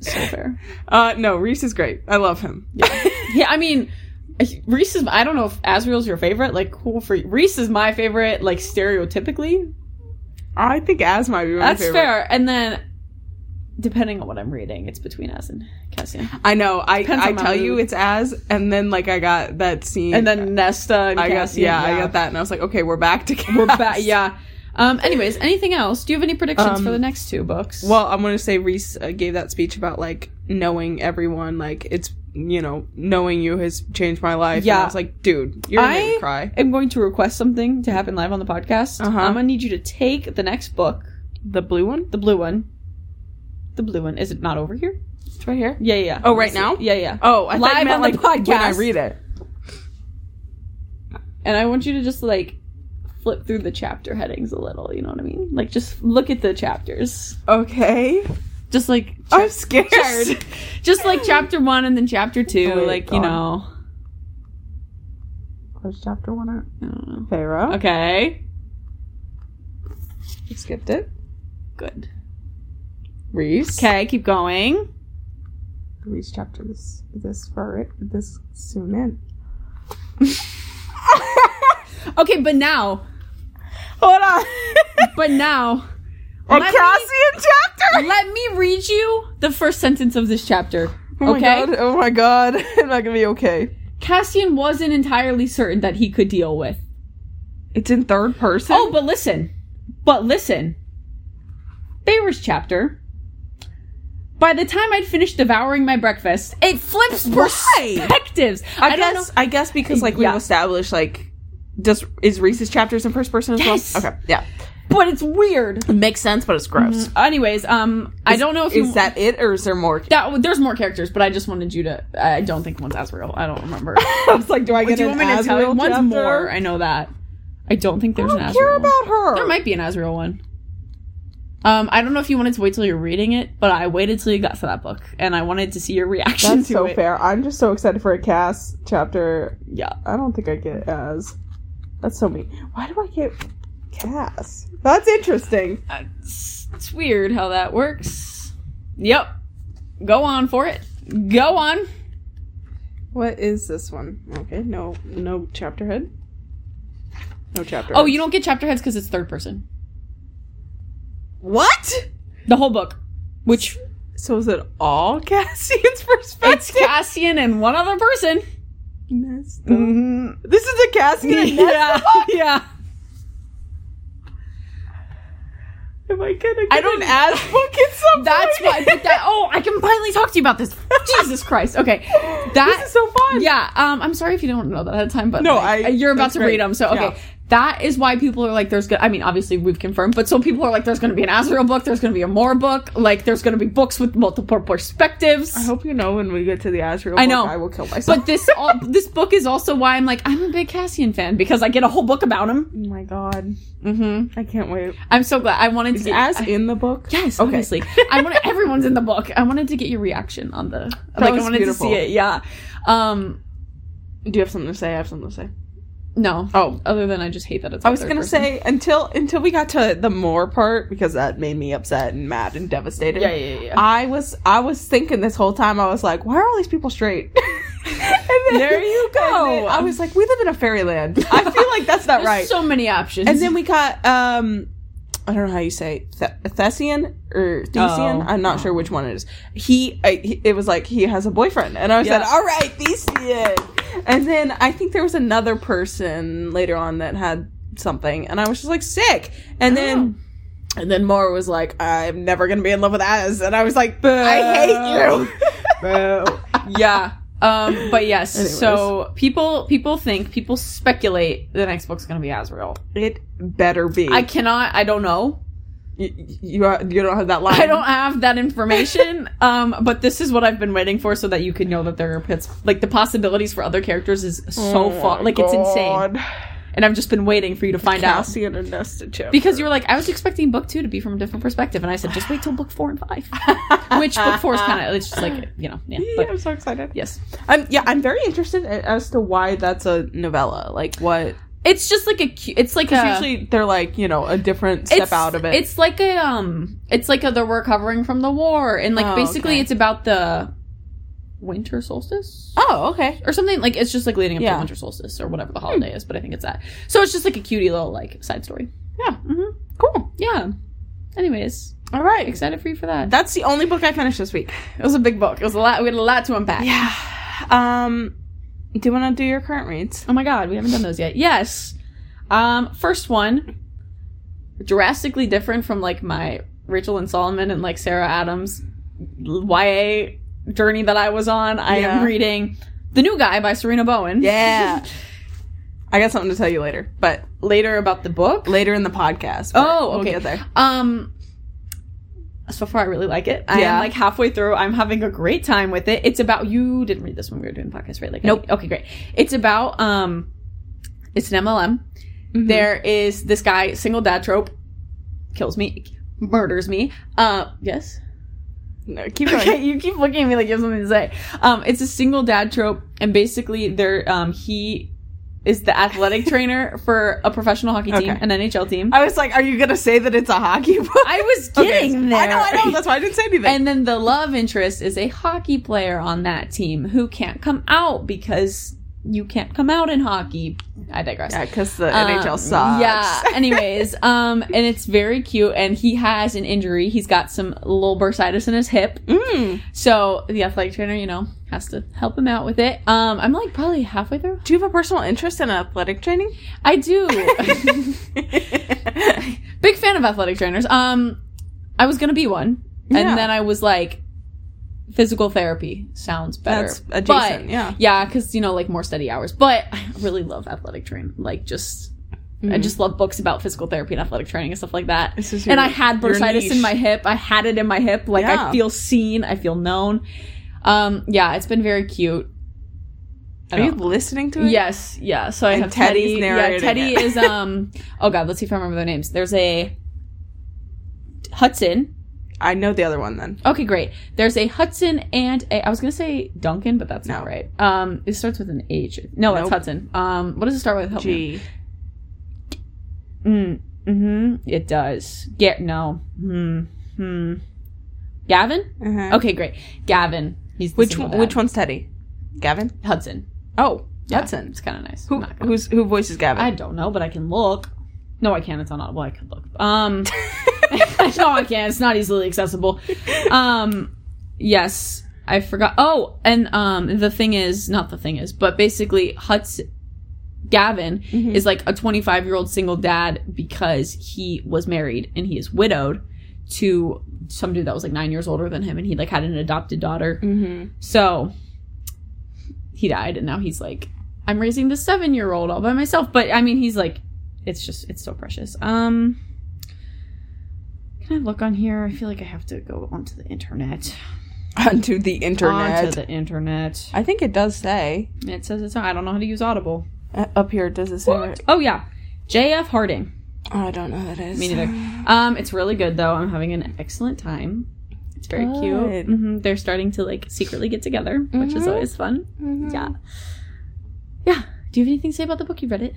[SPEAKER 3] so fair.
[SPEAKER 1] uh, no, Reese is great. I love him.
[SPEAKER 3] Yeah, I mean, Reese is. I don't know if Asriel's your favorite. Like, cool for Reese is my favorite. Like stereotypically,
[SPEAKER 1] I think Az might be my
[SPEAKER 3] that's
[SPEAKER 1] favorite.
[SPEAKER 3] fair. And then, depending on what I'm reading, it's between us and Cassian.
[SPEAKER 1] I know. I
[SPEAKER 3] Depends on
[SPEAKER 1] I
[SPEAKER 3] my
[SPEAKER 1] tell you
[SPEAKER 3] mood.
[SPEAKER 1] it's Az, and then like I got that scene,
[SPEAKER 3] And then Nesta and
[SPEAKER 1] I got
[SPEAKER 3] Cassian.
[SPEAKER 1] yeah, I got that, and I was like, okay, we're back to
[SPEAKER 3] We're
[SPEAKER 1] Cass.
[SPEAKER 3] back. Yeah. Um. Anyways, anything else? Do you have any predictions
[SPEAKER 1] Um,
[SPEAKER 3] for the next two books?
[SPEAKER 1] Well, I'm gonna say Reese uh, gave that speech about like knowing everyone, like it's you know knowing you has changed my life. and
[SPEAKER 3] Yeah.
[SPEAKER 1] I was like, dude, you're gonna make
[SPEAKER 3] I-
[SPEAKER 1] me cry.
[SPEAKER 3] I'm going to request something to happen live on the podcast.
[SPEAKER 1] Uh-huh.
[SPEAKER 3] I'm gonna need you to take the next book,
[SPEAKER 1] The blue one,
[SPEAKER 3] the blue one. The blue one. Is it not over here?
[SPEAKER 1] it's right here.
[SPEAKER 3] Yeah, yeah. yeah.
[SPEAKER 1] Oh, right
[SPEAKER 3] Let's see.
[SPEAKER 1] now?
[SPEAKER 3] Yeah, yeah.
[SPEAKER 1] Oh, I thought
[SPEAKER 3] Live
[SPEAKER 1] you meant,
[SPEAKER 3] on the
[SPEAKER 1] like, When I
[SPEAKER 3] podcast.
[SPEAKER 1] read it.
[SPEAKER 3] And I want you to just like flip through the chapter headings a little. You know what I mean? Like just look at the chapters.
[SPEAKER 1] Okay,
[SPEAKER 3] Just like
[SPEAKER 1] I'm scared.
[SPEAKER 3] chapter, just like chapter one and then chapter two.
[SPEAKER 1] Wait,
[SPEAKER 3] like you
[SPEAKER 1] go
[SPEAKER 3] know.
[SPEAKER 1] Close chapter one.
[SPEAKER 3] I don't know.
[SPEAKER 1] Pharaoh.
[SPEAKER 3] Okay.
[SPEAKER 1] Okay. Skipped it.
[SPEAKER 3] Good.
[SPEAKER 1] Reese.
[SPEAKER 3] Okay, keep going.
[SPEAKER 1] Reese chapter this this far it this soon in.
[SPEAKER 3] Okay, but now,
[SPEAKER 1] Hold on.
[SPEAKER 3] but now,
[SPEAKER 1] A
[SPEAKER 3] Let me-
[SPEAKER 1] Cassian chapter.
[SPEAKER 3] let me read you the first sentence of this chapter.
[SPEAKER 1] Oh
[SPEAKER 3] okay?
[SPEAKER 1] My God. Oh my god. I'm not gonna be okay.
[SPEAKER 3] Cassian wasn't entirely certain that he could deal with.
[SPEAKER 1] It's in third person.
[SPEAKER 3] Oh, but listen. But listen. Bayor's chapter. By the time I'd finished devouring my breakfast, it flips
[SPEAKER 1] Why?
[SPEAKER 3] perspectives.
[SPEAKER 1] I,
[SPEAKER 3] don't
[SPEAKER 1] guess
[SPEAKER 3] know-
[SPEAKER 1] I guess because like
[SPEAKER 3] Yeah.
[SPEAKER 1] we've established like does is Reese's chapters in first person as
[SPEAKER 3] Yes.
[SPEAKER 1] well? Okay. Yeah.
[SPEAKER 3] but it's weird.
[SPEAKER 1] It makes sense, but it's gross.
[SPEAKER 3] Anyways, um, I don't know if
[SPEAKER 1] is
[SPEAKER 3] you,
[SPEAKER 1] that it or is there more?
[SPEAKER 3] that there's more characters, but I just wanted you to. I don't think one's Asriel. I don't remember.
[SPEAKER 1] I was like, do I get
[SPEAKER 3] Do you
[SPEAKER 1] an
[SPEAKER 3] want me to tell you?
[SPEAKER 1] Asriel
[SPEAKER 3] One's
[SPEAKER 1] chapter?
[SPEAKER 3] more. I know that. I don't think
[SPEAKER 1] I
[SPEAKER 3] there's
[SPEAKER 1] don't
[SPEAKER 3] an Asriel.
[SPEAKER 1] care
[SPEAKER 3] one.
[SPEAKER 1] about her.
[SPEAKER 3] There might be an Asriel one. Um, I don't know if you wanted to wait till you're reading it, but I waited till you got to that book, and I wanted to see your reaction
[SPEAKER 1] That's
[SPEAKER 3] to
[SPEAKER 1] so
[SPEAKER 3] it.
[SPEAKER 1] fair. I'm just so excited for a Cass chapter.
[SPEAKER 3] Yeah,
[SPEAKER 1] I don't think I get as. That's so mean. Why do I get Cass? That's interesting.
[SPEAKER 3] Uh, it's, it's weird how that works. Yep, go on for it. Go on.
[SPEAKER 1] What is this one? Okay, no, no chapter head. No chapter.
[SPEAKER 3] Oh, you don't get chapter heads because it's third person.
[SPEAKER 1] what?
[SPEAKER 3] The whole book, which
[SPEAKER 1] So is it all Cassian's
[SPEAKER 3] it's
[SPEAKER 1] perspective?
[SPEAKER 3] Cassian and one other person.
[SPEAKER 1] Nesta. This is a Cassian. and Nesta?
[SPEAKER 3] Yeah, yeah.
[SPEAKER 1] Am I gonna get
[SPEAKER 3] I
[SPEAKER 1] an
[SPEAKER 3] don't-
[SPEAKER 1] ass book at some
[SPEAKER 3] That's why.
[SPEAKER 1] point?
[SPEAKER 3] But that, oh, I can finally talk to you about this. Jesus Christ. Okay, that
[SPEAKER 1] this is so fun.
[SPEAKER 3] Yeah, um, I'm sorry if you don't know that at the time, but
[SPEAKER 1] No,
[SPEAKER 3] like,
[SPEAKER 1] I-
[SPEAKER 3] you're about
[SPEAKER 1] that's
[SPEAKER 3] to
[SPEAKER 1] great.
[SPEAKER 3] read them, so okay.
[SPEAKER 1] Yeah.
[SPEAKER 3] That is why people are like, there's gonna. I mean, obviously we've confirmed, but so people are like, there's gonna be an Azrael book, there's gonna be a Moore book, like there's gonna be books with multiple perspectives.
[SPEAKER 1] I hope you know when we get to the Azrael.
[SPEAKER 3] I
[SPEAKER 1] book,
[SPEAKER 3] know.
[SPEAKER 1] I will kill myself.
[SPEAKER 3] but this all, this book is also why I'm like, I'm a big Cassian fan because I get a whole book about him.
[SPEAKER 1] oh my god,
[SPEAKER 3] Mm-hmm.
[SPEAKER 1] I can't wait.
[SPEAKER 3] I'm so glad. I wanted to
[SPEAKER 1] Is
[SPEAKER 3] get
[SPEAKER 1] As
[SPEAKER 3] I-
[SPEAKER 1] in the book?
[SPEAKER 3] Yes,
[SPEAKER 1] Okay.
[SPEAKER 3] obviously. I wanted everyone's in the book. I wanted to get your reaction on the like I
[SPEAKER 1] was
[SPEAKER 3] wanted
[SPEAKER 1] beautiful.
[SPEAKER 3] to see it. Yeah. Um
[SPEAKER 1] Do you have something to say? I have something to say.
[SPEAKER 3] no.
[SPEAKER 1] Oh.
[SPEAKER 3] Other than I just hate that it's
[SPEAKER 1] I
[SPEAKER 3] all
[SPEAKER 1] was
[SPEAKER 3] third
[SPEAKER 1] gonna
[SPEAKER 3] person.
[SPEAKER 1] say until until we got to the more part because that made me upset and mad and devastated.
[SPEAKER 3] Yeah, yeah, yeah, yeah.
[SPEAKER 1] I was I was thinking this whole time I was like, why are all these people straight? and then,
[SPEAKER 3] There you go.
[SPEAKER 1] and then I was like, we live in a fairyland. I feel like that's not
[SPEAKER 3] There's
[SPEAKER 1] right.
[SPEAKER 3] So many options.
[SPEAKER 1] and then we got um I don't know how you say Th- Thessian or Thessian.
[SPEAKER 3] Oh.
[SPEAKER 1] I'm not sure which one it is. He, I, he, it was like he has a boyfriend, and I said,
[SPEAKER 3] Yeah.
[SPEAKER 1] "All right, Thessian." And then I think there was another person later on that had something, and I was just like sick. And
[SPEAKER 3] Oh.
[SPEAKER 1] then, and then Mara was like, "I'm never gonna be in love with Az," and I was like, "I hate you."
[SPEAKER 3] yeah. Um, but yes,
[SPEAKER 1] Anyways.
[SPEAKER 3] so people people think people speculate the next book's gonna be Azrael.
[SPEAKER 1] it better be.
[SPEAKER 3] I cannot. I don't know.
[SPEAKER 1] you, you, are, you don't have that line.
[SPEAKER 3] I don't have that information. um, but this is what I've been waiting for, so that you can know that there are pits. Like the possibilities for other characters is
[SPEAKER 1] Oh
[SPEAKER 3] so far. Like it's insane, and I've just been waiting for you to find out.
[SPEAKER 1] Cassian and Nesta chapter.
[SPEAKER 3] Because you were like, I was expecting book two to be from a different perspective, and I said, just wait till book four and five. Which book four is kind of it's just like you know, yeah.
[SPEAKER 1] Yeah,
[SPEAKER 3] But
[SPEAKER 1] I'm so excited.
[SPEAKER 3] yes,
[SPEAKER 1] I'm yeah, I'm very interested a- as to why that's a novella. Like what?
[SPEAKER 3] it's just like a. cu- It's like a,
[SPEAKER 1] Because usually they're like you know a different step out of it.
[SPEAKER 3] It's like a um, it's like a, they're recovering from the war, and like
[SPEAKER 1] Oh,
[SPEAKER 3] basically
[SPEAKER 1] okay.
[SPEAKER 3] it's about the winter solstice
[SPEAKER 1] oh okay.
[SPEAKER 3] or something. Like it's just like leading up
[SPEAKER 1] Yeah.
[SPEAKER 3] to winter solstice or whatever the holiday is, but I think it's that. So it's just like a cutie little like side story.
[SPEAKER 1] Yeah.
[SPEAKER 3] Mhm.
[SPEAKER 1] Cool.
[SPEAKER 3] Yeah. Anyways,
[SPEAKER 1] All right.
[SPEAKER 3] excited for you for that.
[SPEAKER 1] That's the only book I finished this week.
[SPEAKER 3] It was a big book. It was a lot. We had a lot to unpack.
[SPEAKER 1] Yeah. Um. Do you want to do your current reads?
[SPEAKER 3] Oh my god, we haven't done those yet. Yes. Um, first one, drastically different from like my Rachel and Solomon and like Sarah Adams YA journey that I was on. I
[SPEAKER 1] Yeah.
[SPEAKER 3] am reading The New Guy by Serena Bowen.
[SPEAKER 1] Yeah. I got something to tell you later, but
[SPEAKER 3] Later about the book.
[SPEAKER 1] later in the podcast. but
[SPEAKER 3] Oh, okay.
[SPEAKER 1] We'll get there.
[SPEAKER 3] Um so far I really like it. I
[SPEAKER 1] Yeah.
[SPEAKER 3] am like halfway through. I'm having a great time with it. It's about you didn't read this when we were doing the podcast, right? Like I-
[SPEAKER 1] Nope.
[SPEAKER 3] okay, great. It's about um it's an MLM. Mm-hmm. There is this guy, single dad trope, kills me, murders me. Uh, yes.
[SPEAKER 1] No, keep going.
[SPEAKER 3] Okay, you keep looking at me like you have something to say. Um, it's a single dad trope, and basically, there, um, he is the athletic trainer for a professional hockey team,
[SPEAKER 1] Okay.
[SPEAKER 3] an NHL team.
[SPEAKER 1] I was like, are you gonna say that it's a hockey book?
[SPEAKER 3] I was
[SPEAKER 1] Okay.
[SPEAKER 3] getting there.
[SPEAKER 1] I know. I know. That's why I didn't say anything.
[SPEAKER 3] And then the love interest is a hockey player on that team who can't come out because you can't come out in hockey. I digress.
[SPEAKER 1] Yeah, because the
[SPEAKER 3] Um,
[SPEAKER 1] NHL sucks.
[SPEAKER 3] Yeah. Anyways, um, and it's very cute. And he has an injury. He's got some little bursitis in his hip.
[SPEAKER 1] Mm.
[SPEAKER 3] So the athletic trainer, you know, has to help him out with it. Um, I'm like probably halfway through.
[SPEAKER 1] Do you have a personal interest in athletic training?
[SPEAKER 3] I do. Big fan of athletic trainers. Um, I was gonna be one, and
[SPEAKER 1] Yeah.
[SPEAKER 3] then I was like, physical therapy sounds better.
[SPEAKER 1] That's adjacent,
[SPEAKER 3] But-
[SPEAKER 1] yeah.
[SPEAKER 3] yeah, because you know, like more study hours. But I really love athletic training. Like, just
[SPEAKER 1] Mm-hmm.
[SPEAKER 3] I just love books about physical therapy and athletic training and stuff like that.
[SPEAKER 1] Mm. This is
[SPEAKER 3] and
[SPEAKER 1] your-
[SPEAKER 3] I had
[SPEAKER 1] your
[SPEAKER 3] bursitis in
[SPEAKER 1] niche.
[SPEAKER 3] my hip. I had it in my hip. Like, I
[SPEAKER 1] Yeah.
[SPEAKER 3] feel seen. I feel known. Um, yeah, it's been very cute. I
[SPEAKER 1] Are you
[SPEAKER 3] don't-
[SPEAKER 1] listening to it?
[SPEAKER 3] Yes, yeah. So I
[SPEAKER 1] And
[SPEAKER 3] have
[SPEAKER 1] Teddy's
[SPEAKER 3] Teddy. Yeah,
[SPEAKER 1] narrating
[SPEAKER 3] Teddy
[SPEAKER 1] it.
[SPEAKER 3] is um. Oh God, let's see if I remember their names. There's a Hudson.
[SPEAKER 1] I know the other one then.
[SPEAKER 3] Okay, great. There's a Hudson and a. I was gonna say Duncan, but that's not
[SPEAKER 1] No.
[SPEAKER 3] right. Um, it starts with an H. No, it's
[SPEAKER 1] Nope.
[SPEAKER 3] Hudson. Um, what does it start with? Help me.
[SPEAKER 1] Gee.
[SPEAKER 3] Mm, mm-hmm. It does. Get no. Hmm. Hmm. Gavin.
[SPEAKER 1] Uh-huh.
[SPEAKER 3] Okay, great. Gavin. He's the
[SPEAKER 1] Which
[SPEAKER 3] single
[SPEAKER 1] one,
[SPEAKER 3] dad.
[SPEAKER 1] which one's Teddy? Gavin.
[SPEAKER 3] Hudson.
[SPEAKER 1] Oh,
[SPEAKER 3] Yeah,
[SPEAKER 1] Hudson.
[SPEAKER 3] It's kind of nice.
[SPEAKER 1] Who
[SPEAKER 3] I'm not gonna-
[SPEAKER 1] who's who voices Gavin?
[SPEAKER 3] I don't know, but I can look. No, I can't. It's on Audible. I can look. Um, no, I can't. It's not easily accessible. Um, yes, I forgot. Oh, and um, the thing is, not the thing is, but basically, Huts Gavin
[SPEAKER 1] Mhm.
[SPEAKER 3] is like a 25 year old single dad because he was married and he is widowed to some dude that was like nine years older than him, and he like had an adopted daughter.
[SPEAKER 1] mm-hmm.
[SPEAKER 3] So he died, and now he's like, I'm raising the seven year old all by myself. But I mean, he's like, it's just, it's so precious. Um, can I look on here? I feel like I have to go onto the internet.
[SPEAKER 1] Onto the internet.
[SPEAKER 3] Onto the internet.
[SPEAKER 1] I think it does say
[SPEAKER 3] It says it's. I don't know how to use Audible.
[SPEAKER 1] uh, up here. Does it say? where-
[SPEAKER 3] Oh yeah, J.F. Harding.
[SPEAKER 1] Oh, I don't know who that is.
[SPEAKER 3] Me neither. Um, it's really good though. I'm having an excellent time. It's very
[SPEAKER 1] Good.
[SPEAKER 3] cute. hmm They're starting to like secretly get together, which is
[SPEAKER 1] Mhm.
[SPEAKER 3] always fun.
[SPEAKER 1] Mhm.
[SPEAKER 3] Yeah. Yeah. Do you have anything to say about the book? You read it?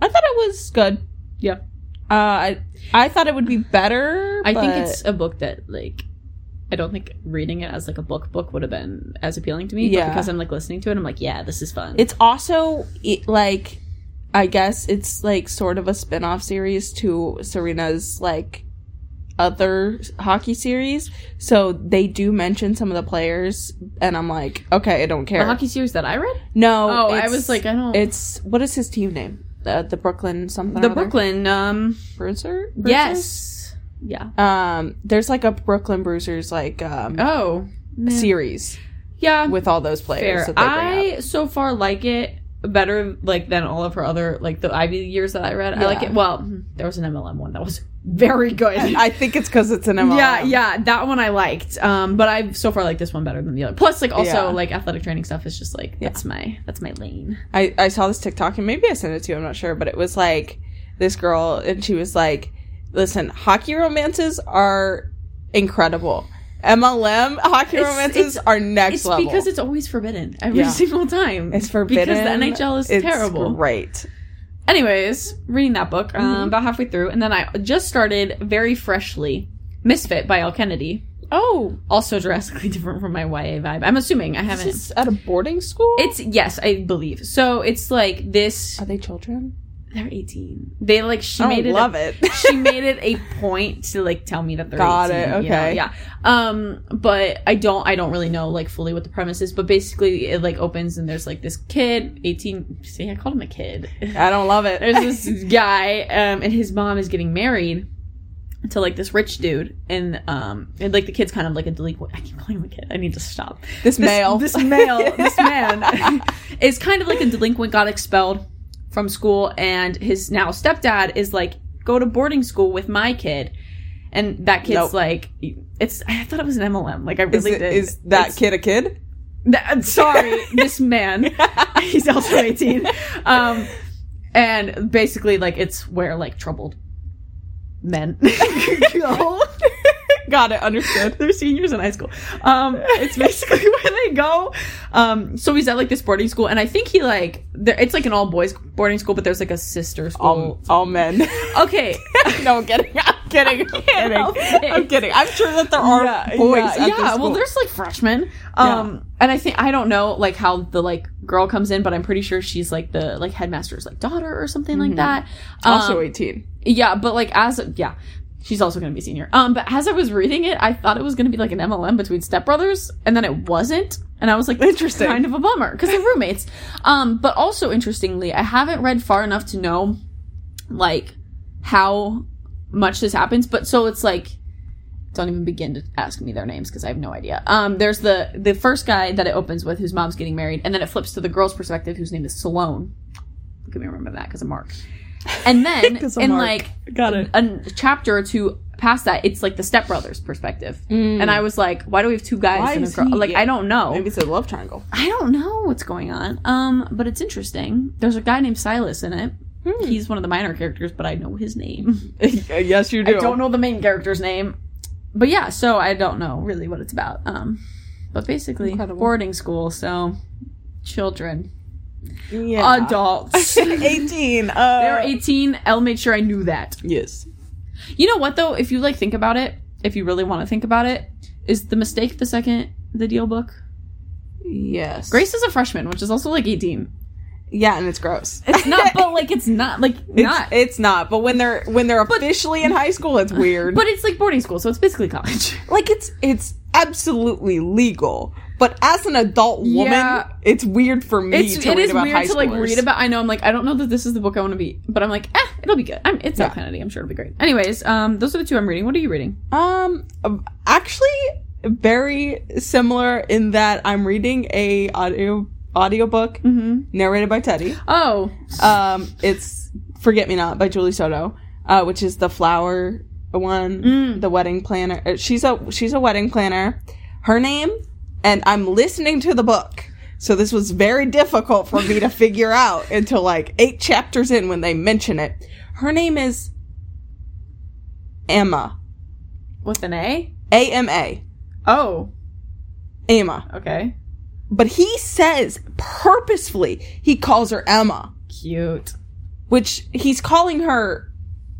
[SPEAKER 1] I thought it was good.
[SPEAKER 3] Yeah.
[SPEAKER 1] Uh, I I thought it would be better.
[SPEAKER 3] I think
[SPEAKER 1] but-
[SPEAKER 3] it's a book that like I don't think reading it as like a book book would have been as appealing to me. But
[SPEAKER 1] Yeah.
[SPEAKER 3] because I'm like listening to it, I'm like, yeah, this is fun.
[SPEAKER 1] It's also it, like, I guess it's like sort of a spin off series to Serena's like other hockey series. So they do mention some of the players, and I'm like, okay, I don't
[SPEAKER 3] the
[SPEAKER 1] care.
[SPEAKER 3] hockey series that I read.
[SPEAKER 1] no,
[SPEAKER 3] Uh-huh. Oh, I
[SPEAKER 1] it's-
[SPEAKER 3] was like, I don't.
[SPEAKER 1] it's what is his team name? Uh, the Brooklyn something.
[SPEAKER 3] the
[SPEAKER 1] or other?
[SPEAKER 3] Brooklyn. Um.
[SPEAKER 1] Bruiser. Bruisers?
[SPEAKER 3] Yes. Yeah.
[SPEAKER 1] Um, there's like a Brooklyn Bruisers like um
[SPEAKER 3] Oh.
[SPEAKER 1] series
[SPEAKER 3] Yeah.
[SPEAKER 1] with all those
[SPEAKER 3] Fair.
[SPEAKER 1] players that they bring up.
[SPEAKER 3] I so far like it better like than all of her other like the Ivy years that I read. I like
[SPEAKER 1] Yeah.
[SPEAKER 3] it. Well, there was an MLM one that was very good.
[SPEAKER 1] I think it's because it's an MLM.
[SPEAKER 3] Yeah, yeah, that one I liked. Um, but I so far like this one better than the other. Plus, like also
[SPEAKER 1] Yeah.
[SPEAKER 3] like athletic training stuff is just like
[SPEAKER 1] Yeah.
[SPEAKER 3] that's my that's my lane.
[SPEAKER 1] I, I saw this TikTok and maybe I sent it to you, I'm not sure, but it was like this girl and she was like, Listen, hockey romances are incredible. MLM hockey
[SPEAKER 3] It's-
[SPEAKER 1] romances
[SPEAKER 3] it's-
[SPEAKER 1] are next
[SPEAKER 3] it's
[SPEAKER 1] level.
[SPEAKER 3] because it's always forbidden every
[SPEAKER 1] Yeah.
[SPEAKER 3] single time.
[SPEAKER 1] it's forbidden.
[SPEAKER 3] because the NHL is
[SPEAKER 1] It's
[SPEAKER 3] terrible.
[SPEAKER 1] Great.
[SPEAKER 3] Anyways, reading that book um,
[SPEAKER 1] Mm-hmm.
[SPEAKER 3] about halfway through, and then I just started very freshly Misfit by L. Kennedy.
[SPEAKER 1] Oh,
[SPEAKER 3] Also drastically different from my YA vibe. I'm assuming I
[SPEAKER 1] this
[SPEAKER 3] haven't.
[SPEAKER 1] is at a boarding school.
[SPEAKER 3] It's yes, I believe. So it's like this.
[SPEAKER 1] are they children?
[SPEAKER 3] They're 18. They like she
[SPEAKER 1] I
[SPEAKER 3] made
[SPEAKER 1] don't
[SPEAKER 3] it. a-
[SPEAKER 1] Oh, love it.
[SPEAKER 3] she made it a point to like tell me that they're
[SPEAKER 1] Got
[SPEAKER 3] 18,
[SPEAKER 1] it,
[SPEAKER 3] you know,
[SPEAKER 1] okay.
[SPEAKER 3] yeah um but i don't i don't really know like fully what the premise is but basically it like opens and there's like this kid 18 see i called him a kid
[SPEAKER 1] I don't love it.
[SPEAKER 3] there's this guy um and his mom is getting married to like this rich dude and um and like the kid's kind of like a delinquent i keep calling him a kid i need to stop
[SPEAKER 1] this,
[SPEAKER 3] this
[SPEAKER 1] male.
[SPEAKER 3] this male, this man is kind of like a delinquent. Got expelled from school, and his now stepdad is like, go to boarding school with my kid, and that kid's
[SPEAKER 1] Nope.
[SPEAKER 3] like, it's. I thought it was an MLM. Like I
[SPEAKER 1] is,
[SPEAKER 3] really
[SPEAKER 1] it-
[SPEAKER 3] did.
[SPEAKER 1] is that
[SPEAKER 3] It's-
[SPEAKER 1] kid a kid?
[SPEAKER 3] that- I'm sorry, this man. He's also 18. Um, and basically, like it's where like troubled men go.
[SPEAKER 1] Got it. Understood.
[SPEAKER 3] They're seniors in high school. Um, it's basically where they go. Um, so he's at like this boarding school, and I think he like there. It's like an all boys boarding school, but there's like a sister school.
[SPEAKER 1] All, all men.
[SPEAKER 3] okay,
[SPEAKER 1] Um. no, I'm kidding. I'm kidding. I'm kidding.
[SPEAKER 3] help it.
[SPEAKER 1] I'm kidding. I'm sure that there are
[SPEAKER 3] yeah,
[SPEAKER 1] boys.
[SPEAKER 3] yeah,
[SPEAKER 1] at
[SPEAKER 3] yeah.
[SPEAKER 1] this
[SPEAKER 3] well
[SPEAKER 1] school.
[SPEAKER 3] there's like freshmen um and i think i don't know like how the like girl comes in but i'm pretty sure she's like the like headmaster's like daughter or something like that um,
[SPEAKER 1] Mm-hmm. also 18.
[SPEAKER 3] yeah but like as yeah she's also going to be senior um but as i was reading it i thought it was going to be like an mlm between stepbrothers and then it wasn't and i was like that's
[SPEAKER 1] Interesting.
[SPEAKER 3] kind of a bummer because they're roommates um but also interestingly i haven't read far enough to know like how much this happens but so it's like don't even begin to ask me their names because I have no idea. Um, there's the the first guy that it opens with, whose mom's getting married, and then it flips to the girl's perspective, whose name is Salone. Look at me remember that because I'm Mark. And then
[SPEAKER 1] 'Cause I'm
[SPEAKER 3] in
[SPEAKER 1] Mark.
[SPEAKER 3] like
[SPEAKER 1] Got it.
[SPEAKER 3] a chapter or two past that, it's like the stepbrothers perspective, and I was like, why do we have two guys
[SPEAKER 1] Hmm. Why
[SPEAKER 3] and a
[SPEAKER 1] is
[SPEAKER 3] girl?
[SPEAKER 1] he-
[SPEAKER 3] Like
[SPEAKER 1] yeah.
[SPEAKER 3] I don't know.
[SPEAKER 1] Maybe it's a love triangle.
[SPEAKER 3] I don't know what's going on. Um, but it's interesting. There's a guy named Silas in it.
[SPEAKER 1] Hmm.
[SPEAKER 3] He's one of the minor characters, but I know his name.
[SPEAKER 1] yes, you
[SPEAKER 3] I
[SPEAKER 1] do.
[SPEAKER 3] don't know the main character's name. But yeah, so I don't know really what it's about. Um, but basically
[SPEAKER 1] Incredible.
[SPEAKER 3] boarding school, so children,
[SPEAKER 1] Yeah.
[SPEAKER 3] adults. they
[SPEAKER 1] 18. Uh,
[SPEAKER 3] were 18. Elle made sure I knew that.
[SPEAKER 1] Yes.
[SPEAKER 3] You know what though? If you like think about it, if you really want to think about it, is the mistake the second the deal book?
[SPEAKER 1] Yes.
[SPEAKER 3] Grace is a freshman, which is also like 18.
[SPEAKER 1] Yeah, and it's gross.
[SPEAKER 3] It's not, but like it's not like
[SPEAKER 1] It's
[SPEAKER 3] not.
[SPEAKER 1] It's not. But when they're when they're officially in high school, it's weird.
[SPEAKER 3] but it's like boarding school, so it's basically college.
[SPEAKER 1] like it's it's absolutely legal. But as an adult woman,
[SPEAKER 3] Yeah.
[SPEAKER 1] it's weird for me
[SPEAKER 3] It's
[SPEAKER 1] to
[SPEAKER 3] it
[SPEAKER 1] read
[SPEAKER 3] is
[SPEAKER 1] about high
[SPEAKER 3] weird to like
[SPEAKER 1] schoolers.
[SPEAKER 3] read about. I know I'm like I don't know that this is the book I want to be, but I'm like eh, it'll be good. I'm, it's
[SPEAKER 1] Yeah.
[SPEAKER 3] not Kennedy. I'm sure it'll be great. Anyways, um, those are the two I'm reading. What are you reading?
[SPEAKER 1] Um, actually, very similar in that I'm reading a audio audiobook
[SPEAKER 3] Mm-hmm.
[SPEAKER 1] narrated by Teddy.
[SPEAKER 3] Oh,
[SPEAKER 1] Um, it's Forget Me Not by Julie Soto, uh, which is the flower one,
[SPEAKER 3] Mm.
[SPEAKER 1] the wedding planner. uh, She's a she's a wedding planner. Her name, and I'm listening to the book. So this was very difficult for me to figure out until like eight chapters in when they mention it. Her name is Emma.
[SPEAKER 3] with an A.
[SPEAKER 1] A M A.
[SPEAKER 3] Oh,
[SPEAKER 1] Emma.
[SPEAKER 3] okay,
[SPEAKER 1] But he says purposefully he calls her Emma,
[SPEAKER 3] cute.
[SPEAKER 1] which he's calling her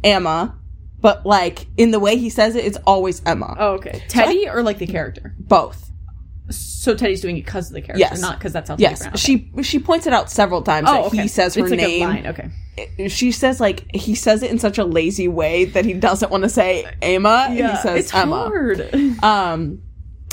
[SPEAKER 1] Emma, but like in the way he says it, it's always Emma.
[SPEAKER 3] Oh, okay, Teddy or like the character.
[SPEAKER 1] Both.
[SPEAKER 3] So Teddy's doing it because of the character,
[SPEAKER 1] Yes.
[SPEAKER 3] not because that's how. Teddy
[SPEAKER 1] Yes,
[SPEAKER 3] Brown- okay.
[SPEAKER 1] she
[SPEAKER 3] Oh,
[SPEAKER 1] she points it out several times that he says her
[SPEAKER 3] it's like
[SPEAKER 1] name.
[SPEAKER 3] A line. Okay.
[SPEAKER 1] She says like he says it in such a lazy way that he doesn't want to say Emma. and he says
[SPEAKER 3] it's
[SPEAKER 1] Emma.
[SPEAKER 3] hard.
[SPEAKER 1] Um,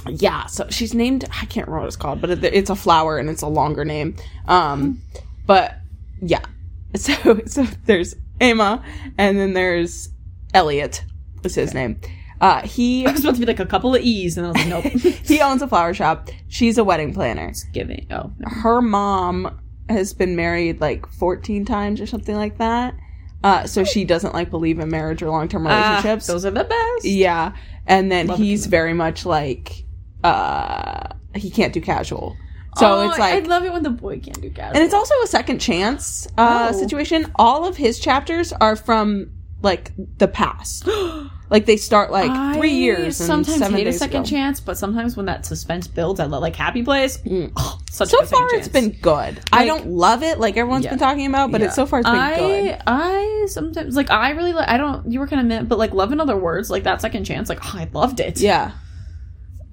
[SPEAKER 1] yeah, so she's named. I can't remember what it's called, but it, it's a flower and it's a longer name. Um, but yeah, so so there's Emma, and then there's Elliot. Is his name? Uh, he
[SPEAKER 3] It was supposed to be like a couple of E's, and I was like, nope.
[SPEAKER 1] he owns a flower shop. She's a wedding planner.
[SPEAKER 3] Giving. Oh, no.
[SPEAKER 1] Her mom has been married like 14 times or something like that. Uh, so she doesn't like believe in marriage or long term
[SPEAKER 3] Ah,
[SPEAKER 1] relationships.
[SPEAKER 3] those are the best.
[SPEAKER 1] Yeah. And then
[SPEAKER 3] Love it.
[SPEAKER 1] he's very much like uh he can't do casual. So
[SPEAKER 3] Oh,
[SPEAKER 1] it's like
[SPEAKER 3] I love it when the boy can't do casual.
[SPEAKER 1] and it's also a second chance uh
[SPEAKER 3] Oh.
[SPEAKER 1] situation. All of his chapters are from like the past. like they start like three years. and
[SPEAKER 3] Sometimes
[SPEAKER 1] seven
[SPEAKER 3] need a
[SPEAKER 1] days
[SPEAKER 3] second
[SPEAKER 1] ago.
[SPEAKER 3] chance, but sometimes when that suspense builds, I love like Happy Place. Oh, such
[SPEAKER 1] Mm. So
[SPEAKER 3] a good second
[SPEAKER 1] far it's
[SPEAKER 3] chance.
[SPEAKER 1] been good. I
[SPEAKER 3] Like-
[SPEAKER 1] don't love it like everyone's
[SPEAKER 3] Yeah.
[SPEAKER 1] been talking about, but
[SPEAKER 3] Yeah.
[SPEAKER 1] it's so far it's been
[SPEAKER 3] I,
[SPEAKER 1] good.
[SPEAKER 3] I sometimes like I really like I don't you were kind of meant, but like Love in Other Words like that second chance like oh, I loved it
[SPEAKER 1] Yeah.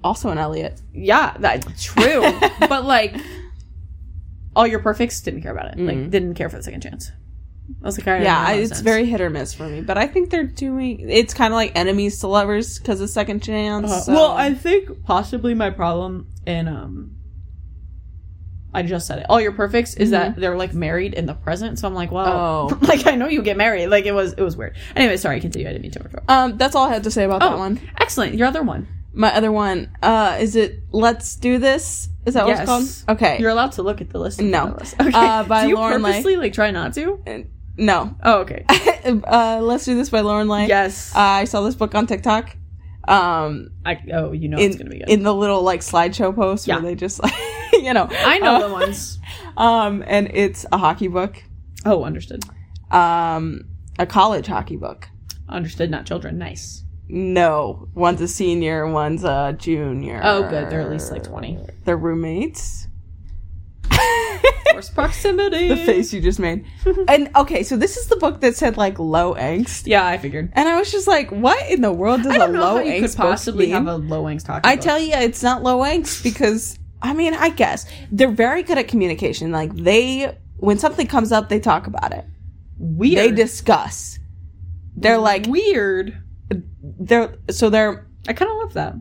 [SPEAKER 1] Also an Elliot.
[SPEAKER 3] yeah that's true but like all your perfects didn't care about it like didn't care for the second chance I was like all right,
[SPEAKER 1] Mm. Yeah,
[SPEAKER 3] that
[SPEAKER 1] I,
[SPEAKER 3] makes
[SPEAKER 1] it's
[SPEAKER 3] sense.
[SPEAKER 1] very hit or miss for me, but I think they're doing. It's kind of like enemies to lovers because of second chance.
[SPEAKER 3] Uh,
[SPEAKER 1] so-
[SPEAKER 3] Well, I think possibly my problem in um I just said it. All your perfects is that they're like married in the present, so I'm like, well,
[SPEAKER 1] Mm-hmm. Oh.
[SPEAKER 3] like I know you get married. Like it was, it was weird. Anyway, sorry, continue. I didn't mean to interrupt.
[SPEAKER 1] um, that's all I had to say about
[SPEAKER 3] Oh.
[SPEAKER 1] that one.
[SPEAKER 3] excellent. Your other one.
[SPEAKER 1] My other one, uh, is it "Let's Do This"? Is that what it's
[SPEAKER 3] Yes.
[SPEAKER 1] called? Okay,
[SPEAKER 3] You're allowed to look at the list.
[SPEAKER 1] No.
[SPEAKER 3] Okay.
[SPEAKER 1] Uh, by
[SPEAKER 3] Do you
[SPEAKER 1] Lauren Lake.
[SPEAKER 3] purposely like try not to?
[SPEAKER 1] Uh, no.
[SPEAKER 3] Oh, okay.
[SPEAKER 1] uh, "Let's Do This" by Lauren Lang.
[SPEAKER 3] yes.
[SPEAKER 1] uh, I saw this book on TikTok. Um,
[SPEAKER 3] I, oh, you know
[SPEAKER 1] in,
[SPEAKER 3] it's gonna be good.
[SPEAKER 1] in the little like slideshow posts
[SPEAKER 3] Yeah.
[SPEAKER 1] where they just like you know
[SPEAKER 3] I know
[SPEAKER 1] uh,
[SPEAKER 3] the ones.
[SPEAKER 1] Um, and it's a hockey book,
[SPEAKER 3] Oh, understood.
[SPEAKER 1] um, a college hockey book.
[SPEAKER 3] Understood. Not children. Nice.
[SPEAKER 1] No, one's a senior, one's a junior.
[SPEAKER 3] Oh, good. They're at least like twenty.
[SPEAKER 1] They're roommates.
[SPEAKER 3] Force proximity.
[SPEAKER 1] the face you just made. And okay, so this is the book that said like low angst.
[SPEAKER 3] Yeah, I figured.
[SPEAKER 1] And I was just like, what in the world does
[SPEAKER 3] I
[SPEAKER 1] a
[SPEAKER 3] don't know
[SPEAKER 1] low
[SPEAKER 3] how you
[SPEAKER 1] angst
[SPEAKER 3] could possibly
[SPEAKER 1] book
[SPEAKER 3] have
[SPEAKER 1] mean?
[SPEAKER 3] a low angst talking.
[SPEAKER 1] I tell you, it's not low angst because I mean, I guess they're very good at communication. Like they, when something comes up, they talk about it.
[SPEAKER 3] weird.
[SPEAKER 1] They discuss. They're like
[SPEAKER 3] weird.
[SPEAKER 1] they're so they're
[SPEAKER 3] I kind of love that.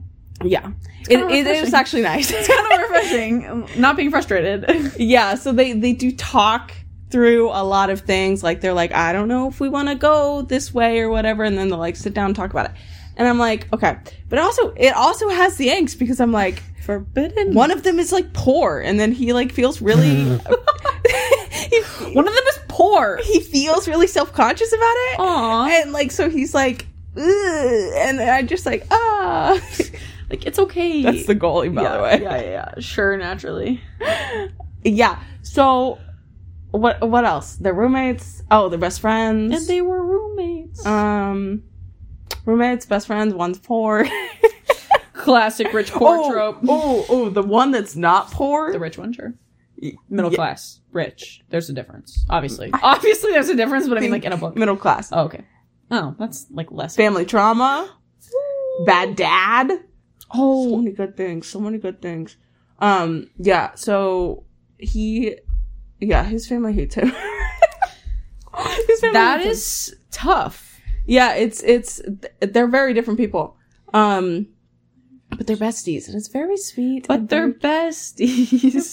[SPEAKER 1] yeah. It,
[SPEAKER 3] kinda
[SPEAKER 1] it is
[SPEAKER 3] refreshing.
[SPEAKER 1] actually nice.
[SPEAKER 3] It's kind of refreshing. Not being frustrated.
[SPEAKER 1] yeah so they they do talk through a lot of things like they're like i don't know if we want to go this way or whatever and then they'll like sit down and talk about it and i'm like okay but also it also has the angst because i'm like
[SPEAKER 3] Forbidden.
[SPEAKER 1] one of them is like poor and then he like feels really he,
[SPEAKER 3] One of them is poor.
[SPEAKER 1] he feels really self-conscious about it
[SPEAKER 3] Aw.
[SPEAKER 1] and like so he's like Ugh, and i just like ah
[SPEAKER 3] Like it's okay.
[SPEAKER 1] that's the goalie by
[SPEAKER 3] yeah,
[SPEAKER 1] the way
[SPEAKER 3] Yeah, yeah, yeah. Sure, naturally.
[SPEAKER 1] yeah so what what else their roommates oh their best friends
[SPEAKER 3] And they were roommates.
[SPEAKER 1] Um, roommates, best friends, one's poor.
[SPEAKER 3] Classic rich poor
[SPEAKER 1] oh,
[SPEAKER 3] trope.
[SPEAKER 1] oh, oh, the one that's not poor.
[SPEAKER 3] The rich one, sure. Middle
[SPEAKER 1] Yeah,
[SPEAKER 3] class, rich. There's a difference, obviously. Obviously, there's a difference, but I mean, like in a book.
[SPEAKER 1] Middle class.
[SPEAKER 3] Oh, okay. Oh, that's like less.
[SPEAKER 1] Family trauma. Bad dad. So
[SPEAKER 3] Oh,
[SPEAKER 1] many good things. So many good things. Um, yeah. So he, yeah, his family hates him. his family
[SPEAKER 3] that
[SPEAKER 1] hates him.
[SPEAKER 3] is tough.
[SPEAKER 1] yeah. It's it's th- they're very different people. Um, but they're besties, and it's very sweet.
[SPEAKER 3] But
[SPEAKER 1] and
[SPEAKER 3] they're
[SPEAKER 1] very
[SPEAKER 3] besties.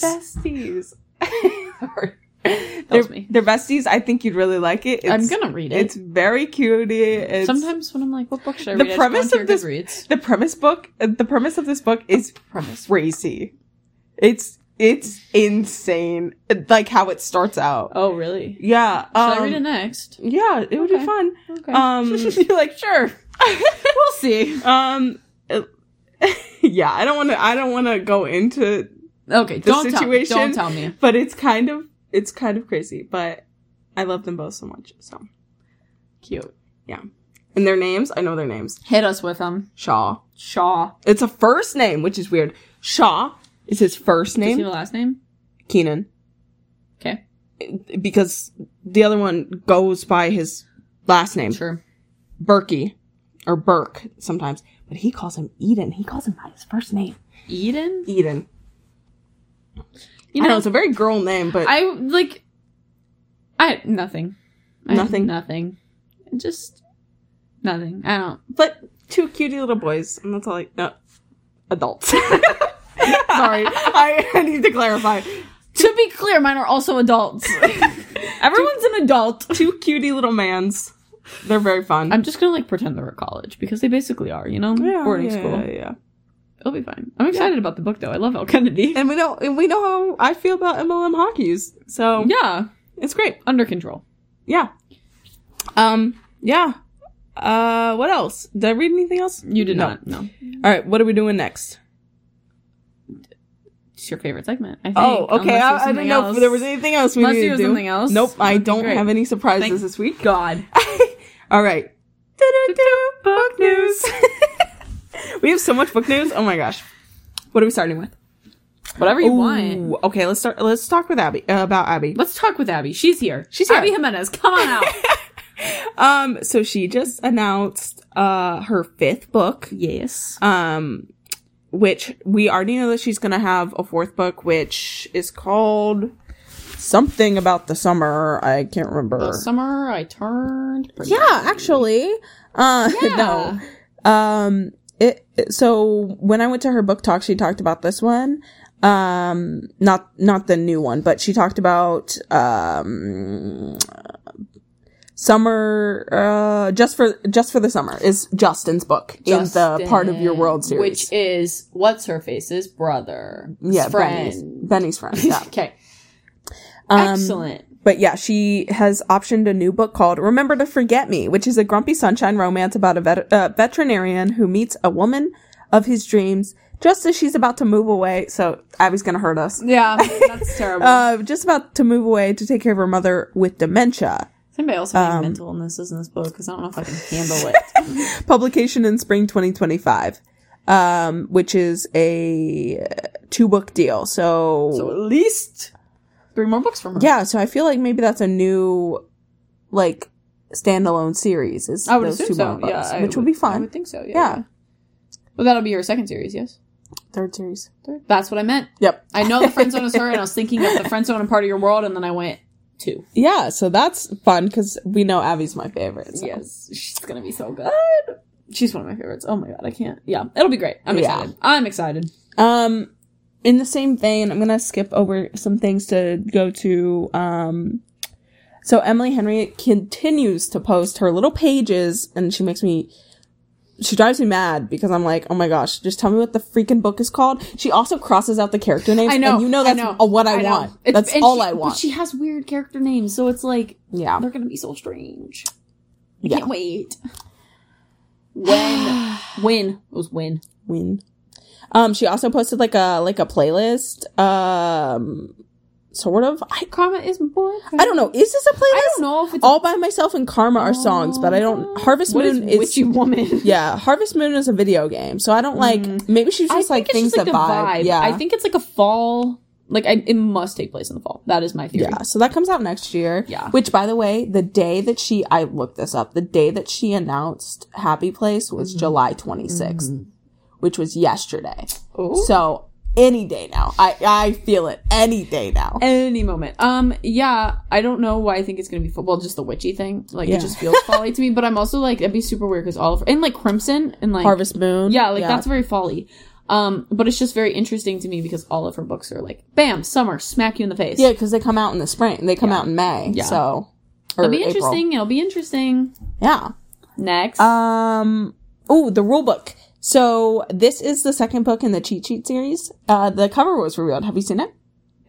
[SPEAKER 1] They're besties.
[SPEAKER 3] Tells
[SPEAKER 1] they're,
[SPEAKER 3] me.
[SPEAKER 1] they're besties. I think you'd really like it. It's,
[SPEAKER 3] I'm gonna read it.
[SPEAKER 1] It's very cutie. It's,
[SPEAKER 3] Sometimes when I'm like, what book should I
[SPEAKER 1] The
[SPEAKER 3] read? I just go
[SPEAKER 1] premise
[SPEAKER 3] into
[SPEAKER 1] of
[SPEAKER 3] your
[SPEAKER 1] this-
[SPEAKER 3] Goodreads.
[SPEAKER 1] the premise book. uh, The premise of this book is
[SPEAKER 3] premise.
[SPEAKER 1] crazy. It's it's insane. Like how it starts out.
[SPEAKER 3] Oh, really?
[SPEAKER 1] Yeah.
[SPEAKER 3] Should
[SPEAKER 1] Um,
[SPEAKER 3] I read it next?
[SPEAKER 1] yeah, it would be
[SPEAKER 3] Okay.
[SPEAKER 1] fun.
[SPEAKER 3] Okay.
[SPEAKER 1] Um, you're like sure.
[SPEAKER 3] we'll see.
[SPEAKER 1] um, uh, yeah. I don't want to. I don't want to go into
[SPEAKER 3] Okay,
[SPEAKER 1] the
[SPEAKER 3] don't
[SPEAKER 1] situation.
[SPEAKER 3] tell. Don't tell me.
[SPEAKER 1] But it's kind of it's kind of crazy. But I love them both so much. So
[SPEAKER 3] Cute.
[SPEAKER 1] and their names. I know their names.
[SPEAKER 3] Hit us with them.
[SPEAKER 1] Shaw.
[SPEAKER 3] Shaw.
[SPEAKER 1] It's a first name, which is weird. Shaw is his first
[SPEAKER 3] Does he
[SPEAKER 1] name.
[SPEAKER 3] have a last name?
[SPEAKER 1] Keenan,
[SPEAKER 3] Okay.
[SPEAKER 1] because the other one goes by his last name,
[SPEAKER 3] Sure.
[SPEAKER 1] Berkey, or Burke sometimes. But he calls him Eden. He calls him by his first name,
[SPEAKER 3] Eden.
[SPEAKER 1] Eden.
[SPEAKER 3] You
[SPEAKER 1] I know it's a very girl name, but
[SPEAKER 3] I like. I nothing. I-
[SPEAKER 1] Nothing?
[SPEAKER 3] nothing. Just nothing. I don't.
[SPEAKER 1] but two cutie little boys, and that's all. I no, adults.
[SPEAKER 3] Sorry.
[SPEAKER 1] I, I need to clarify.
[SPEAKER 3] to be clear, mine are also adults. Everyone's an adult.
[SPEAKER 1] Two cutie little mans. They're very fun.
[SPEAKER 3] I'm just gonna like pretend they're at college because they basically are. You know,
[SPEAKER 1] Yeah,
[SPEAKER 3] boarding
[SPEAKER 1] yeah,
[SPEAKER 3] school.
[SPEAKER 1] yeah, yeah.
[SPEAKER 3] It'll be fine. I'm excited about the book though. I love El Kennedy.
[SPEAKER 1] and we know and we know how I feel about MLM hockeys. So
[SPEAKER 3] yeah,
[SPEAKER 1] it's great.
[SPEAKER 3] under control.
[SPEAKER 1] Yeah. Um. Yeah. Uh. What else? Did I read anything else?
[SPEAKER 3] You did
[SPEAKER 1] No.
[SPEAKER 3] not. No,
[SPEAKER 1] All right. What are we doing next?
[SPEAKER 3] it's your favorite segment. I think.
[SPEAKER 1] Oh, okay. I,
[SPEAKER 3] Unless there's
[SPEAKER 1] I
[SPEAKER 3] something
[SPEAKER 1] didn't know
[SPEAKER 3] else.
[SPEAKER 1] if there was anything else we
[SPEAKER 3] Unless
[SPEAKER 1] needed
[SPEAKER 3] you have
[SPEAKER 1] to do.
[SPEAKER 3] something else.
[SPEAKER 1] Nope. I
[SPEAKER 3] Okay,
[SPEAKER 1] don't
[SPEAKER 3] great.
[SPEAKER 1] have any surprises
[SPEAKER 3] Thank
[SPEAKER 1] this week.
[SPEAKER 3] God.
[SPEAKER 1] All right. book news. we have so much book news. Oh my gosh. What are we starting with?
[SPEAKER 3] Whatever you want.
[SPEAKER 1] Ooh, okay, let's start. Let's talk with Abby uh, about Abby.
[SPEAKER 3] Let's talk with Abby. She's here.
[SPEAKER 1] She's here.
[SPEAKER 3] Abby Jimenez. Come on out.
[SPEAKER 1] Um, so she just announced uh her fifth book,
[SPEAKER 3] yes.
[SPEAKER 1] um, which we already know that she's gonna have a fourth book, which is called something about the summer. I can't remember.
[SPEAKER 3] summer I turned.
[SPEAKER 1] yeah, actually, uh,
[SPEAKER 3] Yeah.
[SPEAKER 1] no, um, it. So when I went to her book talk, she talked about this one. Um, not not the new one, but she talked about um summer uh just for just for the summer is Justin's book in the part of your world series.
[SPEAKER 3] Which is what's her face's brother.
[SPEAKER 1] yeah, Benny's,
[SPEAKER 3] friend.
[SPEAKER 1] Benny's friend. Yeah.
[SPEAKER 3] okay.
[SPEAKER 1] Um,
[SPEAKER 3] Excellent.
[SPEAKER 1] But yeah, she has optioned a new book called Remember to Forget Me, which is a grumpy sunshine romance about a vet- uh, veterinarian who meets a woman of his dreams just as she's about to move away. So Abby's going to hurt us.
[SPEAKER 3] Yeah, that's terrible.
[SPEAKER 1] Uh, just about to move away to take care of her mother with dementia.
[SPEAKER 3] Does anybody else
[SPEAKER 1] um,
[SPEAKER 3] have any mental illnesses in this book? Because I don't know if I can handle it.
[SPEAKER 1] Publication in spring 2025, um, which is a two book deal. So,
[SPEAKER 3] at least three more books from her.
[SPEAKER 1] Yeah, so I feel like maybe that's a new, like, standalone series. Is
[SPEAKER 3] I would
[SPEAKER 1] those
[SPEAKER 3] assume
[SPEAKER 1] two
[SPEAKER 3] so.
[SPEAKER 1] Bond books,
[SPEAKER 3] Yeah, I
[SPEAKER 1] which would, be
[SPEAKER 3] I
[SPEAKER 1] fun.
[SPEAKER 3] would think so. Yeah.
[SPEAKER 1] Yeah.
[SPEAKER 3] Well, that'll be her second series. Yes.
[SPEAKER 1] Third series.
[SPEAKER 3] Third. That's what I meant.
[SPEAKER 1] Yep.
[SPEAKER 3] I know the friend zone is her, and I was thinking of the friend zone and part of your world, and then I went two.
[SPEAKER 1] Yeah, so that's fun because we know Abby's my favorite. so.
[SPEAKER 3] Yes, she's gonna be so good. She's one of my favorites. Oh my god, I can't. Yeah, it'll be great. I'm
[SPEAKER 1] Yeah.
[SPEAKER 3] excited. I'm excited.
[SPEAKER 1] Um, in the same vein, I'm gonna skip over some things to go to. Um, so Emily Henry continues to post her little pages, and she makes me. She drives me mad because I'm like, oh my gosh, just tell me what the freaking book is called. She also crosses out the character names.
[SPEAKER 3] I know.
[SPEAKER 1] And you know that's
[SPEAKER 3] I know,
[SPEAKER 1] what I,
[SPEAKER 3] know.
[SPEAKER 1] want.
[SPEAKER 3] It's-
[SPEAKER 1] that's
[SPEAKER 3] and
[SPEAKER 1] all
[SPEAKER 3] she-
[SPEAKER 1] I want.
[SPEAKER 3] But she has weird character names, so it's like
[SPEAKER 1] yeah.
[SPEAKER 3] they're gonna be so strange. I
[SPEAKER 1] Yeah.
[SPEAKER 3] can't wait. When? when it was when?
[SPEAKER 1] win. Um, she also posted like a like a playlist. Um, sort of. I
[SPEAKER 3] Karma is boy.
[SPEAKER 1] I don't know. Is this a playlist?
[SPEAKER 3] I don't know if it's Oh.
[SPEAKER 1] All by myself and Karma are songs, but I don't. Harvest
[SPEAKER 3] What is
[SPEAKER 1] Moon is.
[SPEAKER 3] witchy woman.
[SPEAKER 1] yeah, Harvest Moon is a video game, so I don't like. Maybe she's
[SPEAKER 3] I
[SPEAKER 1] just like
[SPEAKER 3] think it's
[SPEAKER 1] things that
[SPEAKER 3] just like the
[SPEAKER 1] vibe.
[SPEAKER 3] vibe.
[SPEAKER 1] Yeah,
[SPEAKER 3] I think it's like a fall. Like I, it must take place in the fall. That is my theory.
[SPEAKER 1] Yeah, so that comes out next year.
[SPEAKER 3] Yeah.
[SPEAKER 1] Which, by the way, the day that she, I looked this up, the day that she announced Happy Place was
[SPEAKER 3] Mm-hmm.
[SPEAKER 1] July 26th, which was yesterday.
[SPEAKER 3] Oh.
[SPEAKER 1] So any day now. I, I feel it any day now.
[SPEAKER 3] any moment. Um, yeah, I don't know why I think it's gonna be football. Just the witchy thing, like
[SPEAKER 1] Yeah.
[SPEAKER 3] it just feels folly to me. But I'm also like, it'd be super weird because all of and like Crimson and like
[SPEAKER 1] Harvest Moon.
[SPEAKER 3] yeah, like that's very folly. Um, but it's just very interesting to me because all of her books are like, bam, summer, smack you in the face.
[SPEAKER 1] Yeah, because they come out in the spring. They come out in May.
[SPEAKER 3] Yeah.
[SPEAKER 1] So. or
[SPEAKER 3] it'll be
[SPEAKER 1] April.
[SPEAKER 3] interesting. It'll be interesting.
[SPEAKER 1] Yeah.
[SPEAKER 3] Next,
[SPEAKER 1] Um. Oh, the rule book. So this is the second book in the cheat sheet series. Uh, the cover was revealed. Have you seen it?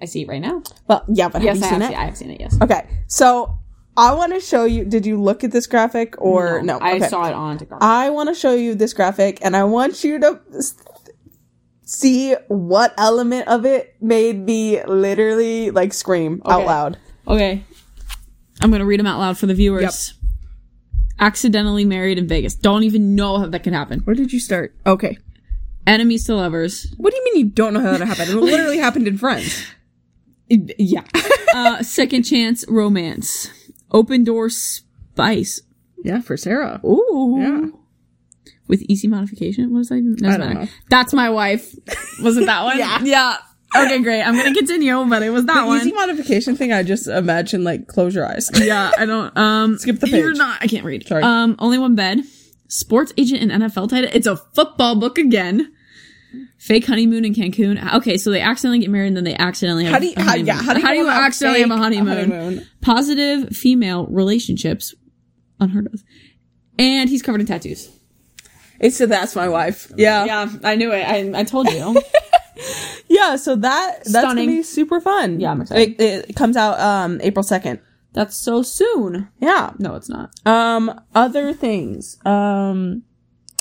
[SPEAKER 3] I see it right now.
[SPEAKER 1] Well, yeah, but
[SPEAKER 3] Yes, I
[SPEAKER 1] have you seen
[SPEAKER 3] have seen,
[SPEAKER 1] it?
[SPEAKER 3] I have seen it. Yes.
[SPEAKER 1] Okay, so I want to show you. Did you look at this graphic or no?
[SPEAKER 3] I
[SPEAKER 1] okay.
[SPEAKER 3] saw it on TikTok.
[SPEAKER 1] I want to show you this graphic, and I want you to s- see what element of it made me literally like scream out
[SPEAKER 3] Okay.
[SPEAKER 1] loud.
[SPEAKER 3] Okay. I'm going to read them out loud for the viewers. Accidentally married in Vegas. Don't even know how that can happen.
[SPEAKER 1] Where did you start? Okay.
[SPEAKER 3] Enemies to lovers.
[SPEAKER 1] What do you mean you don't know how that happened? It literally happened in Friends.
[SPEAKER 3] Yeah. uh, second chance romance. Open door spice.
[SPEAKER 1] Yeah, for Sarah.
[SPEAKER 3] Ooh.
[SPEAKER 1] Yeah.
[SPEAKER 3] With easy modification. What does that even? Doesn't
[SPEAKER 1] I don't
[SPEAKER 3] matter.
[SPEAKER 1] know.
[SPEAKER 3] That's my wife. Was it that one?
[SPEAKER 1] Yeah.
[SPEAKER 3] Yeah. Okay, great. I'm gonna continue, but it was that
[SPEAKER 1] The
[SPEAKER 3] one.
[SPEAKER 1] easy modification thing, I just imagine like close your eyes.
[SPEAKER 3] yeah, I don't. Um,
[SPEAKER 1] Skip the
[SPEAKER 3] You're
[SPEAKER 1] page.
[SPEAKER 3] not. I can't read.
[SPEAKER 1] Sorry.
[SPEAKER 3] Um, only one bed. Sports agent and NFL title. It's a football book again. Fake honeymoon in Cancun. Okay, so they accidentally get married and then they accidentally have
[SPEAKER 1] How do you-
[SPEAKER 3] a
[SPEAKER 1] how-
[SPEAKER 3] honeymoon.
[SPEAKER 1] yeah, how do you go about
[SPEAKER 3] accidentally have a
[SPEAKER 1] fake
[SPEAKER 3] honeymoon?
[SPEAKER 1] honeymoon?
[SPEAKER 3] Positive female relationships, unheard of. And he's covered in tattoos.
[SPEAKER 1] It's so that's my wife. Yeah. yeah,
[SPEAKER 3] I knew it. I, I told you.
[SPEAKER 1] So that that's
[SPEAKER 3] Stunning.
[SPEAKER 1] gonna be super fun.
[SPEAKER 3] Yeah, I'm excited.
[SPEAKER 1] It, it comes out um April second.
[SPEAKER 3] That's so soon.
[SPEAKER 1] Yeah.
[SPEAKER 3] No, it's not.
[SPEAKER 1] Um, other things. Um,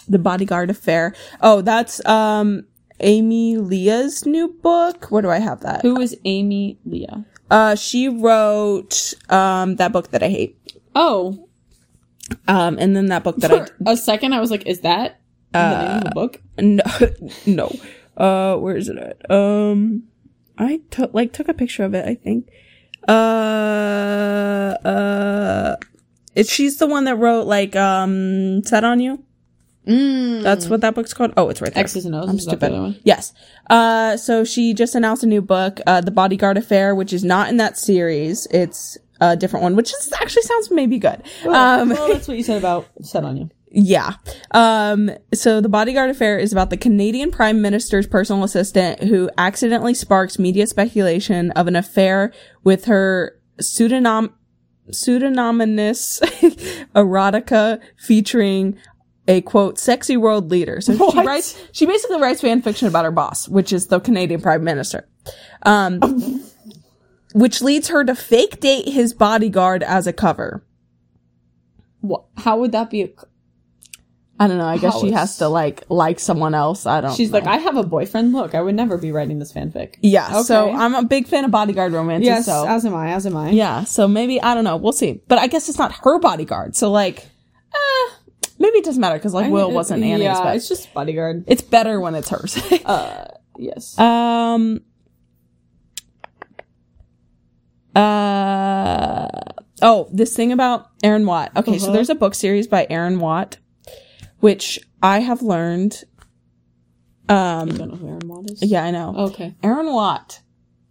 [SPEAKER 1] the Bodyguard Affair. Oh, that's um Amy Leah's new book. Where do I have that?
[SPEAKER 3] Who is Amy Leah?
[SPEAKER 1] Uh, she wrote um that book that I hate.
[SPEAKER 3] Oh,
[SPEAKER 1] Um, and then that book that I
[SPEAKER 3] for a second I Uh, was like, is that the name of the book?
[SPEAKER 1] No, no. Uh, where is it at? Um, I took like took a picture of it. I think. Uh, uh, it, she's the one that wrote like um, "Set on You." Mm. That's what that book's called. Oh, it's right there.
[SPEAKER 3] X's and O's.
[SPEAKER 1] I'm
[SPEAKER 3] is that the
[SPEAKER 1] stupid.
[SPEAKER 3] other one?
[SPEAKER 1] Yes. Uh, so she just announced a new book, uh, "The Bodyguard Affair," which is not in that series. It's a different one, which is actually sounds maybe good. Um,
[SPEAKER 3] well, that's what you said about said on you.
[SPEAKER 1] yeah. Um, so the bodyguard affair is about the Canadian prime minister's personal assistant who accidentally sparks media speculation of an affair with her pseudonym, pseudonymous erotica featuring a quote, sexy world leader. So she
[SPEAKER 3] What?
[SPEAKER 1] writes, she basically writes fan fiction about her boss, which is the Canadian prime minister. Um, which leads her to fake date his bodyguard as a cover.
[SPEAKER 3] What? How would that be? A,
[SPEAKER 1] I don't know. I guess
[SPEAKER 3] How
[SPEAKER 1] she
[SPEAKER 3] is-
[SPEAKER 1] has to like like someone else. I don't.
[SPEAKER 3] she's
[SPEAKER 1] know.
[SPEAKER 3] like, I have a boyfriend. Look, I would never be writing this fanfic.
[SPEAKER 1] yeah. So
[SPEAKER 3] Okay.
[SPEAKER 1] I'm a big fan of bodyguard romances.
[SPEAKER 3] yes,
[SPEAKER 1] So
[SPEAKER 3] as am I. As am I.
[SPEAKER 1] yeah. So maybe I don't know. We'll see. But I guess it's not her bodyguard. So like, eh, maybe it doesn't matter because like Will wasn't Annie's.
[SPEAKER 3] Yeah,
[SPEAKER 1] but
[SPEAKER 3] it's Uh.
[SPEAKER 1] it's,
[SPEAKER 3] just bodyguard.
[SPEAKER 1] better when it's Um, hers.
[SPEAKER 3] Uh, yes.
[SPEAKER 1] um. Uh oh, this thing about Aaron Watt. Okay, so
[SPEAKER 3] Uh-huh.
[SPEAKER 1] there's a book series by Aaron Watt, which I have learned. Um,
[SPEAKER 3] don't know who Aaron Watt is.
[SPEAKER 1] yeah, I know.
[SPEAKER 3] Okay.
[SPEAKER 1] Aaron Watt.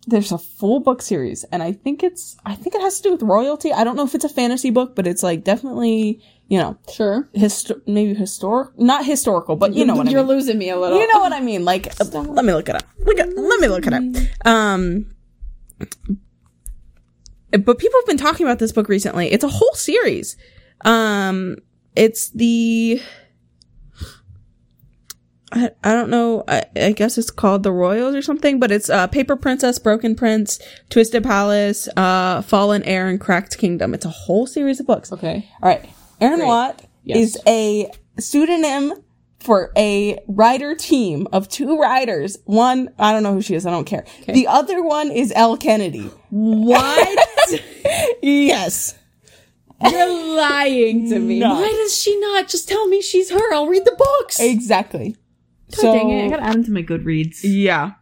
[SPEAKER 1] There's a full book series, and I think it's I think it has to do with royalty. I don't know if it's a fantasy book, but it's like definitely you know
[SPEAKER 3] Sure.
[SPEAKER 1] histo- maybe historic, not historical, but you know what I
[SPEAKER 3] You're
[SPEAKER 1] mean.
[SPEAKER 3] losing me a little.
[SPEAKER 1] You know what I mean? Like, uh, let me look it up. Look at, let me look it up. Um, but people have been talking about this book recently. It's a whole series. Um, it's the, I, I don't know, I, I guess it's called The Royals or something, but it's, uh, Paper Princess, Broken Prince, Twisted Palace, uh, Fallen Heir, and Cracked Kingdom. It's a whole series of books.
[SPEAKER 3] Okay.
[SPEAKER 1] All right. Aaron
[SPEAKER 3] Great.
[SPEAKER 1] Watt
[SPEAKER 3] Yes.
[SPEAKER 1] is a pseudonym for a rider team of two riders. One, I don't know who she is. I don't care. The other one is Elle Kennedy.
[SPEAKER 3] What?
[SPEAKER 1] Yes.
[SPEAKER 3] You're lying to me.
[SPEAKER 1] No.
[SPEAKER 3] Why does she not just tell me she's her? I'll read the books.
[SPEAKER 1] Exactly.
[SPEAKER 3] God dang it! I gotta add them to my Goodreads.
[SPEAKER 1] yeah.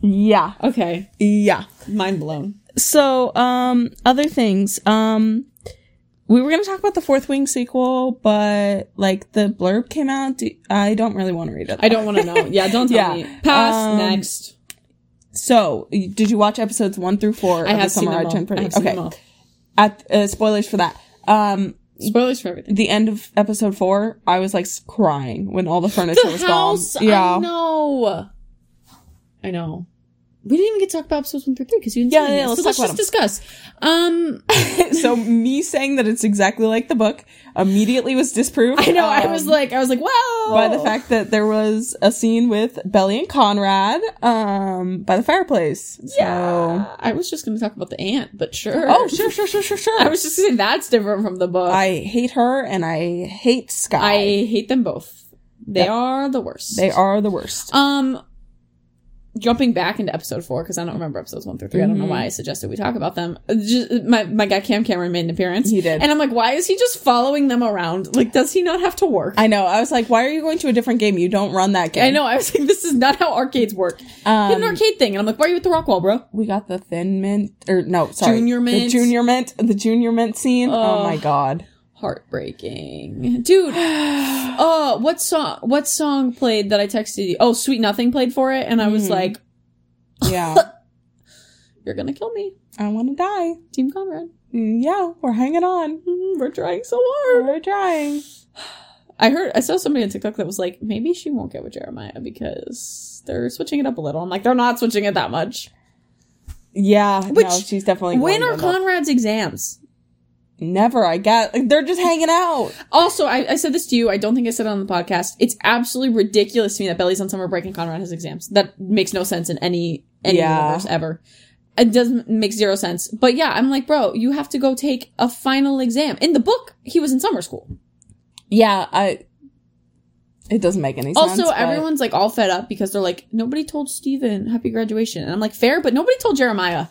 [SPEAKER 1] Yeah.
[SPEAKER 3] Okay.
[SPEAKER 1] Yeah.
[SPEAKER 3] Mind blown.
[SPEAKER 1] So, um, other things. Um, we were going to talk about the Fourth Wing sequel, but like the blurb came out. Do- I don't really want to read it.
[SPEAKER 3] I don't want to know. Yeah, don't tell
[SPEAKER 1] Yeah.
[SPEAKER 3] me. Pass.
[SPEAKER 1] Um,
[SPEAKER 3] next.
[SPEAKER 1] So, y- did you watch episodes one through four
[SPEAKER 3] I
[SPEAKER 1] of
[SPEAKER 3] have
[SPEAKER 1] the Summer
[SPEAKER 3] seen them
[SPEAKER 1] I
[SPEAKER 3] all.
[SPEAKER 1] Turned Pretty?
[SPEAKER 3] I have seen
[SPEAKER 1] okay.
[SPEAKER 3] them all.
[SPEAKER 1] At uh, spoilers for that. Um,
[SPEAKER 3] Spoilers for everything.
[SPEAKER 1] the end of episode four, I was like s- crying when all the furniture was gone. Yeah,
[SPEAKER 3] I know. I know. We didn't even get to talk about episodes one through three because you didn't.
[SPEAKER 1] Yeah,
[SPEAKER 3] tell me
[SPEAKER 1] yeah,
[SPEAKER 3] this.
[SPEAKER 1] let's
[SPEAKER 3] so let's
[SPEAKER 1] talk
[SPEAKER 3] just discuss. Um,
[SPEAKER 1] so me saying that it's exactly like the book immediately was disproved.
[SPEAKER 3] I know. I
[SPEAKER 1] um,
[SPEAKER 3] was like, I was like, oh. wow.
[SPEAKER 1] by the fact that there was a scene with Belly and Conrad um by the fireplace.
[SPEAKER 3] yeah,
[SPEAKER 1] So
[SPEAKER 3] I was just going to talk about the ant, but sure.
[SPEAKER 1] Oh, sure, sure, sure, sure, sure.
[SPEAKER 3] I was just saying that's different from the book. I,
[SPEAKER 1] I hate her and I hate Sky.
[SPEAKER 3] hate them both. They
[SPEAKER 1] Yeah.
[SPEAKER 3] are the worst.
[SPEAKER 1] they are the worst.
[SPEAKER 3] Um, jumping back into episode four because I don't remember episodes one through 3 I don't know
[SPEAKER 1] Mhm.
[SPEAKER 3] why I suggested we talk about them. Uh, Just, my my guy Cam Cameron made an appearance.
[SPEAKER 1] He did.
[SPEAKER 3] and I'm like, why is he just following them around? Like, does he not have to work? I,
[SPEAKER 1] I know. I was like, why are you going to a different game? You don't run that game.
[SPEAKER 3] know. I was like, this is not how arcades work. He had an
[SPEAKER 1] Um,
[SPEAKER 3] arcade thing, and I'm like, why are you at the rock wall, bro?
[SPEAKER 1] we got the thin mint, or no, sorry,
[SPEAKER 3] Junior
[SPEAKER 1] the
[SPEAKER 3] Mint.
[SPEAKER 1] junior mint, the junior mint scene. Oh,
[SPEAKER 3] Ugh.
[SPEAKER 1] my god.
[SPEAKER 3] Heartbreaking, dude. uh, what song? What song played that I texted you? Oh, Sweet Nothing played for it, and I was
[SPEAKER 1] Mhm.
[SPEAKER 3] like,
[SPEAKER 1] Yeah,
[SPEAKER 3] you're gonna kill me,
[SPEAKER 1] I want to die.
[SPEAKER 3] Team Conrad.
[SPEAKER 1] Mm, Yeah, we're hanging on.
[SPEAKER 3] Mm, We're trying so hard.
[SPEAKER 1] We're trying.
[SPEAKER 3] I heard I saw somebody on TikTok that was like, maybe she won't get with Jeremiah because they're switching it up a little. I'm like, they're not switching it that much.
[SPEAKER 1] Yeah, no,
[SPEAKER 3] Which-
[SPEAKER 1] she's definitely.
[SPEAKER 3] when
[SPEAKER 1] going
[SPEAKER 3] are
[SPEAKER 1] to end up-
[SPEAKER 3] Conrad's exams?
[SPEAKER 1] Never. I got. They're just hanging out.
[SPEAKER 3] Also, I, I said this to you. I don't think I said it on the podcast. It's absolutely ridiculous to me that Belly's on summer break and Conrad has exams. That makes no sense in any any
[SPEAKER 1] Yeah.
[SPEAKER 3] universe ever. It doesn't make zero sense. But yeah, I'm like, bro, you have to go take a final exam. In the book, he was in summer school.
[SPEAKER 1] Yeah, I. It doesn't make any sense.
[SPEAKER 3] Also,
[SPEAKER 1] but-
[SPEAKER 3] everyone's like all fed up because they're like, nobody told Steven happy graduation. And I'm like, fair, but nobody told Jeremiah.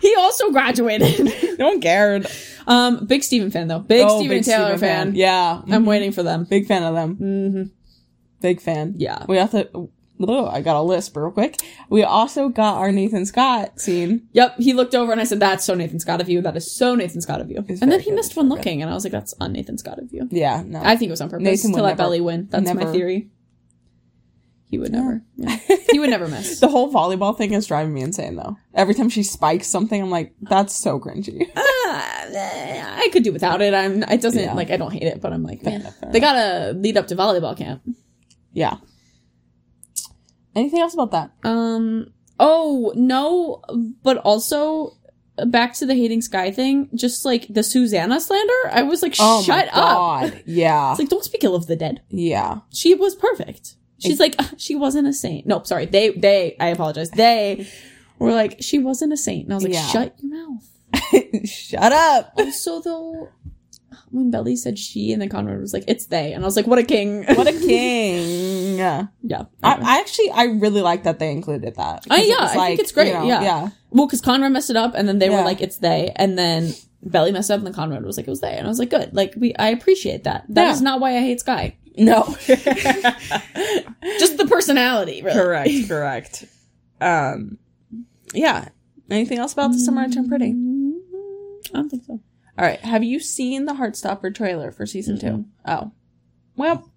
[SPEAKER 3] he also graduated.
[SPEAKER 1] no one cared.
[SPEAKER 3] um, big Steven fan though. Big
[SPEAKER 1] Oh,
[SPEAKER 3] Steven Taylor
[SPEAKER 1] Steven
[SPEAKER 3] fan. Um,
[SPEAKER 1] Yeah, Mm-hmm.
[SPEAKER 3] I'm waiting for them.
[SPEAKER 1] big fan of them.
[SPEAKER 3] hmm
[SPEAKER 1] Big fan.
[SPEAKER 3] Yeah.
[SPEAKER 1] We also, oh, I got a lisp real quick. We also got our Nathan Scott scene.
[SPEAKER 3] Yep. He looked over and I said, "That's so Nathan Scott of you. That is so Nathan Scott of you."
[SPEAKER 1] It's
[SPEAKER 3] and then
[SPEAKER 1] very
[SPEAKER 3] he
[SPEAKER 1] good.
[SPEAKER 3] missed one looking, and I was like, "That's on Nathan Scott of you."
[SPEAKER 1] Yeah, no.
[SPEAKER 3] I think it was on purpose
[SPEAKER 1] Nathan would
[SPEAKER 3] to let
[SPEAKER 1] never-
[SPEAKER 3] Belly win. That's my
[SPEAKER 1] never.
[SPEAKER 3] theory. He would never. Yeah. he would never miss.
[SPEAKER 1] the whole volleyball thing is driving me insane though. Every time she spikes something, I'm like, that's so cringy.
[SPEAKER 3] Ah, eh, I could do without it. I'm. It doesn't
[SPEAKER 1] Yeah.
[SPEAKER 3] like. I don't hate it, but I'm like,
[SPEAKER 1] Fair
[SPEAKER 3] man,
[SPEAKER 1] enough, fair
[SPEAKER 3] they gotta lead up to volleyball camp.
[SPEAKER 1] yeah. Anything else about that?
[SPEAKER 3] Um. Oh no, but also uh, back to the hating Sky thing. Just like the Susanna slander, I was like,
[SPEAKER 1] Oh
[SPEAKER 3] shut
[SPEAKER 1] my
[SPEAKER 3] up.
[SPEAKER 1] god. Yeah.
[SPEAKER 3] It's like don't speak ill of the dead.
[SPEAKER 1] yeah.
[SPEAKER 3] She was perfect. She's like "Uh, she wasn't a saint. No, sorry. They they I apologize. They were like she wasn't a saint, and I was like,
[SPEAKER 1] Yeah.
[SPEAKER 3] shut your mouth.
[SPEAKER 1] Shut up.
[SPEAKER 3] Also though. When Belly said she and then Conrad was like, it's they. And I was like, what a king.
[SPEAKER 1] What a king. I,
[SPEAKER 3] yeah.
[SPEAKER 1] I actually I really like that they included that. 'Cause
[SPEAKER 3] Uh,
[SPEAKER 1] it
[SPEAKER 3] yeah,
[SPEAKER 1] was
[SPEAKER 3] I think it's great, yeah.
[SPEAKER 1] yeah.
[SPEAKER 3] Well, because Conrad messed it up, and then they
[SPEAKER 1] Yeah.
[SPEAKER 3] were like, "It's they," and then Belly messed up, and then Conrad was like, "It was they," and I was like, "Good, like we, I appreciate that. That is
[SPEAKER 1] Yeah.
[SPEAKER 3] not why I hate Sky.
[SPEAKER 1] No.
[SPEAKER 3] Just the personality, really.
[SPEAKER 1] correct, correct. Um yeah. Anything else about the summer I turned pretty?
[SPEAKER 3] Mm-hmm. I don't think so.
[SPEAKER 1] All right. Have you seen the Heartstopper trailer for season two? Oh, well,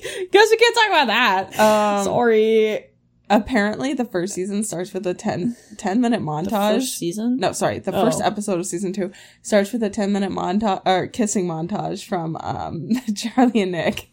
[SPEAKER 1] guess we can't talk about that. Um,
[SPEAKER 3] Sorry.
[SPEAKER 1] Apparently, the first season starts with a 10, 10 minute montage.
[SPEAKER 3] season?
[SPEAKER 1] no, sorry, the first
[SPEAKER 3] Oh.
[SPEAKER 1] episode of season two starts with a ten minute montage or kissing montage from um, Charlie and Nick.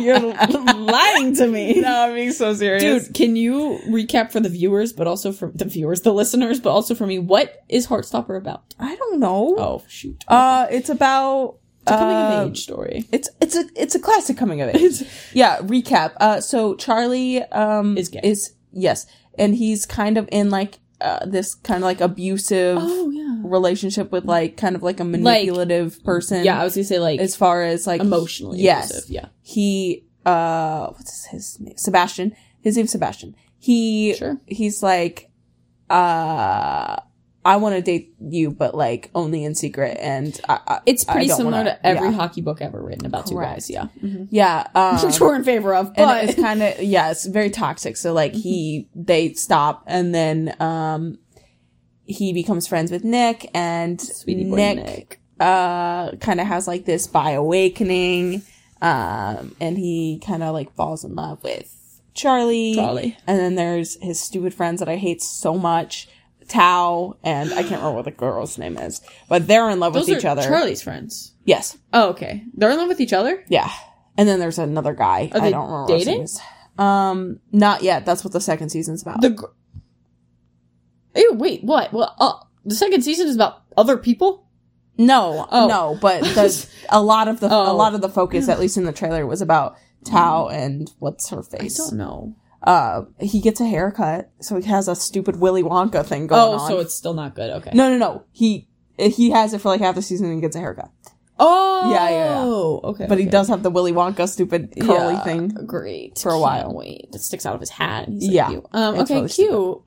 [SPEAKER 3] You're lying to me.
[SPEAKER 1] no, I'm being so serious,
[SPEAKER 3] Dude, can you recap for the viewers, but also for the viewers, the listeners, but also for me, what is Heartstopper about?
[SPEAKER 1] I don't know.
[SPEAKER 3] Oh, shoot.
[SPEAKER 1] Uh, it's about
[SPEAKER 3] it's a coming
[SPEAKER 1] uh,
[SPEAKER 3] of age story.
[SPEAKER 1] It's it's a it's a classic coming of age. yeah, recap. Uh, so Charlie um
[SPEAKER 3] Is gay.
[SPEAKER 1] yes, and he's kind of in like uh this kind of like abusive
[SPEAKER 3] Oh, yeah.
[SPEAKER 1] relationship with like kind of like a manipulative person.
[SPEAKER 3] Yeah, I was going to say, like,
[SPEAKER 1] as far as like
[SPEAKER 3] emotionally.
[SPEAKER 1] yes,
[SPEAKER 3] abusive, Yeah.
[SPEAKER 1] he uh what's his name sebastian his name's sebastian he
[SPEAKER 3] Sure.
[SPEAKER 1] he's like uh i want to date you but like only in secret and i, I
[SPEAKER 3] It's
[SPEAKER 1] I
[SPEAKER 3] pretty
[SPEAKER 1] don't
[SPEAKER 3] similar
[SPEAKER 1] wanna-
[SPEAKER 3] to every
[SPEAKER 1] yeah.
[SPEAKER 3] hockey book ever written about
[SPEAKER 1] Correct.
[SPEAKER 3] two guys. Yeah.
[SPEAKER 1] yeah
[SPEAKER 3] Which
[SPEAKER 1] um
[SPEAKER 3] we're in favor of,
[SPEAKER 1] and
[SPEAKER 3] but. Mm-hmm.
[SPEAKER 1] it's kind of yeah it's very toxic so like he they stop and then um he becomes friends with nick and
[SPEAKER 3] Sweetie boy
[SPEAKER 1] nick,
[SPEAKER 3] Nick.
[SPEAKER 1] uh kind of has like this by awakening um and he kind of like falls in love with charlie
[SPEAKER 3] Charlie.
[SPEAKER 1] and then there's his stupid friends that i hate so much tao and i can't remember what the girl's name is but they're in love
[SPEAKER 3] Those
[SPEAKER 1] with
[SPEAKER 3] are
[SPEAKER 1] each other
[SPEAKER 3] Charlie's friends.
[SPEAKER 1] yes
[SPEAKER 3] Oh, okay. They're in love with each other?
[SPEAKER 1] yeah and then there's another guy
[SPEAKER 3] Are
[SPEAKER 1] i
[SPEAKER 3] they
[SPEAKER 1] don't remember what his
[SPEAKER 3] dating?
[SPEAKER 1] name is. um not yet that's what the second season's about
[SPEAKER 3] The gr- Ew, wait, what? Well, uh, the second season is about other people?
[SPEAKER 1] No,
[SPEAKER 3] Oh.
[SPEAKER 1] no, but the, a lot of the a
[SPEAKER 3] Oh.
[SPEAKER 1] lot of the focus, at least in the trailer, was about Tao and what's her
[SPEAKER 3] I
[SPEAKER 1] face.
[SPEAKER 3] don't know.
[SPEAKER 1] Uh, he gets a haircut, so he has a stupid Willy Wonka thing going
[SPEAKER 3] Oh,
[SPEAKER 1] on.
[SPEAKER 3] so it's still not good. Okay.
[SPEAKER 1] no, no, no. He he has it for like half the season and gets a haircut,
[SPEAKER 3] Oh.
[SPEAKER 1] Yeah, yeah, yeah.
[SPEAKER 3] Okay.
[SPEAKER 1] but he
[SPEAKER 3] okay.
[SPEAKER 1] does have the Willy Wonka stupid curly
[SPEAKER 3] Yeah,
[SPEAKER 1] thing.
[SPEAKER 3] Great.
[SPEAKER 1] for a while.
[SPEAKER 3] Can't wait. That sticks out of his hat. and he's, like,
[SPEAKER 1] Yeah.
[SPEAKER 3] cute. Um.
[SPEAKER 1] It's
[SPEAKER 3] Okay.
[SPEAKER 1] really
[SPEAKER 3] cute.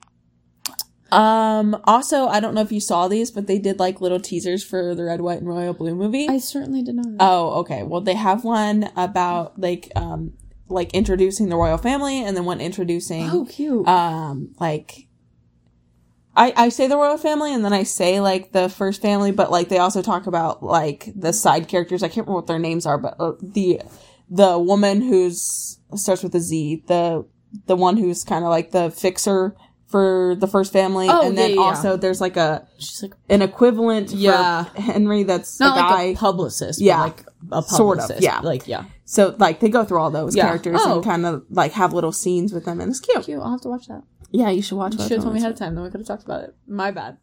[SPEAKER 1] Um. Also, I don't know if you saw these, but they did like little teasers for the Red, White, and Royal Blue movie.
[SPEAKER 3] I certainly did not.
[SPEAKER 1] Oh, okay. Well, they have one about like um like introducing the royal family, and then one introducing
[SPEAKER 3] oh, cute.
[SPEAKER 1] um like I I say the royal family, and then I say like the first family, but like they also talk about like the side characters. I can't remember what their names are, but uh, the the woman who's starts with a Z, the the one who's kind of like the fixer for the first family,
[SPEAKER 3] Oh,
[SPEAKER 1] and then
[SPEAKER 3] yeah, yeah, yeah.
[SPEAKER 1] also there's like a
[SPEAKER 3] She's like
[SPEAKER 1] an equivalent
[SPEAKER 3] Yeah.
[SPEAKER 1] for Henry that's
[SPEAKER 3] not
[SPEAKER 1] a guy.
[SPEAKER 3] like a publicist.
[SPEAKER 1] Yeah.
[SPEAKER 3] But like a publicist.
[SPEAKER 1] Sort of, yeah.
[SPEAKER 3] Like yeah.
[SPEAKER 1] So like they go through all those
[SPEAKER 3] Yeah.
[SPEAKER 1] characters
[SPEAKER 3] Oh.
[SPEAKER 1] and kind of like have little scenes with them, and it's cute.
[SPEAKER 3] Cute. I'll have to watch that.
[SPEAKER 1] Yeah, you should watch.
[SPEAKER 3] You
[SPEAKER 1] What's
[SPEAKER 3] should have told me
[SPEAKER 1] Wrong
[SPEAKER 3] ahead of time. Then we could have talked about it. My bad.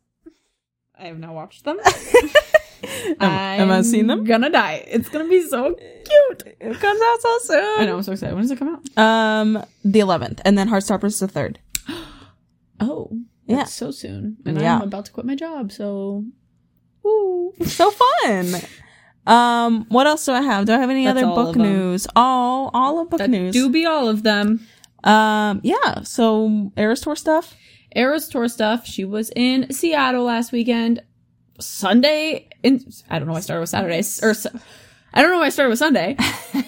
[SPEAKER 3] I have not watched them.
[SPEAKER 1] Am- am I seeing them?
[SPEAKER 3] Gonna die. It's gonna be so
[SPEAKER 1] with Cute. It comes out so soon.
[SPEAKER 3] I know. I'm so excited. When does it come out?
[SPEAKER 1] Um, the eleventh, and then Heartstopper's the third.
[SPEAKER 3] Oh,
[SPEAKER 1] Yeah.
[SPEAKER 3] that's so soon, and
[SPEAKER 1] Yeah.
[SPEAKER 3] I'm about to quit my job. So,
[SPEAKER 1] so fun. Um, what else do I have? Do I have any
[SPEAKER 3] That's
[SPEAKER 1] other
[SPEAKER 3] all
[SPEAKER 1] book
[SPEAKER 3] of 'em.
[SPEAKER 1] news? All, all of book news.
[SPEAKER 3] do be all of them.
[SPEAKER 1] um, yeah. So Aristor stuff.
[SPEAKER 3] Eros tour stuff. She was in Seattle last weekend, Sunday. In I don't know. why I started with Saturday s- or. s- I don't know why I started with Sunday.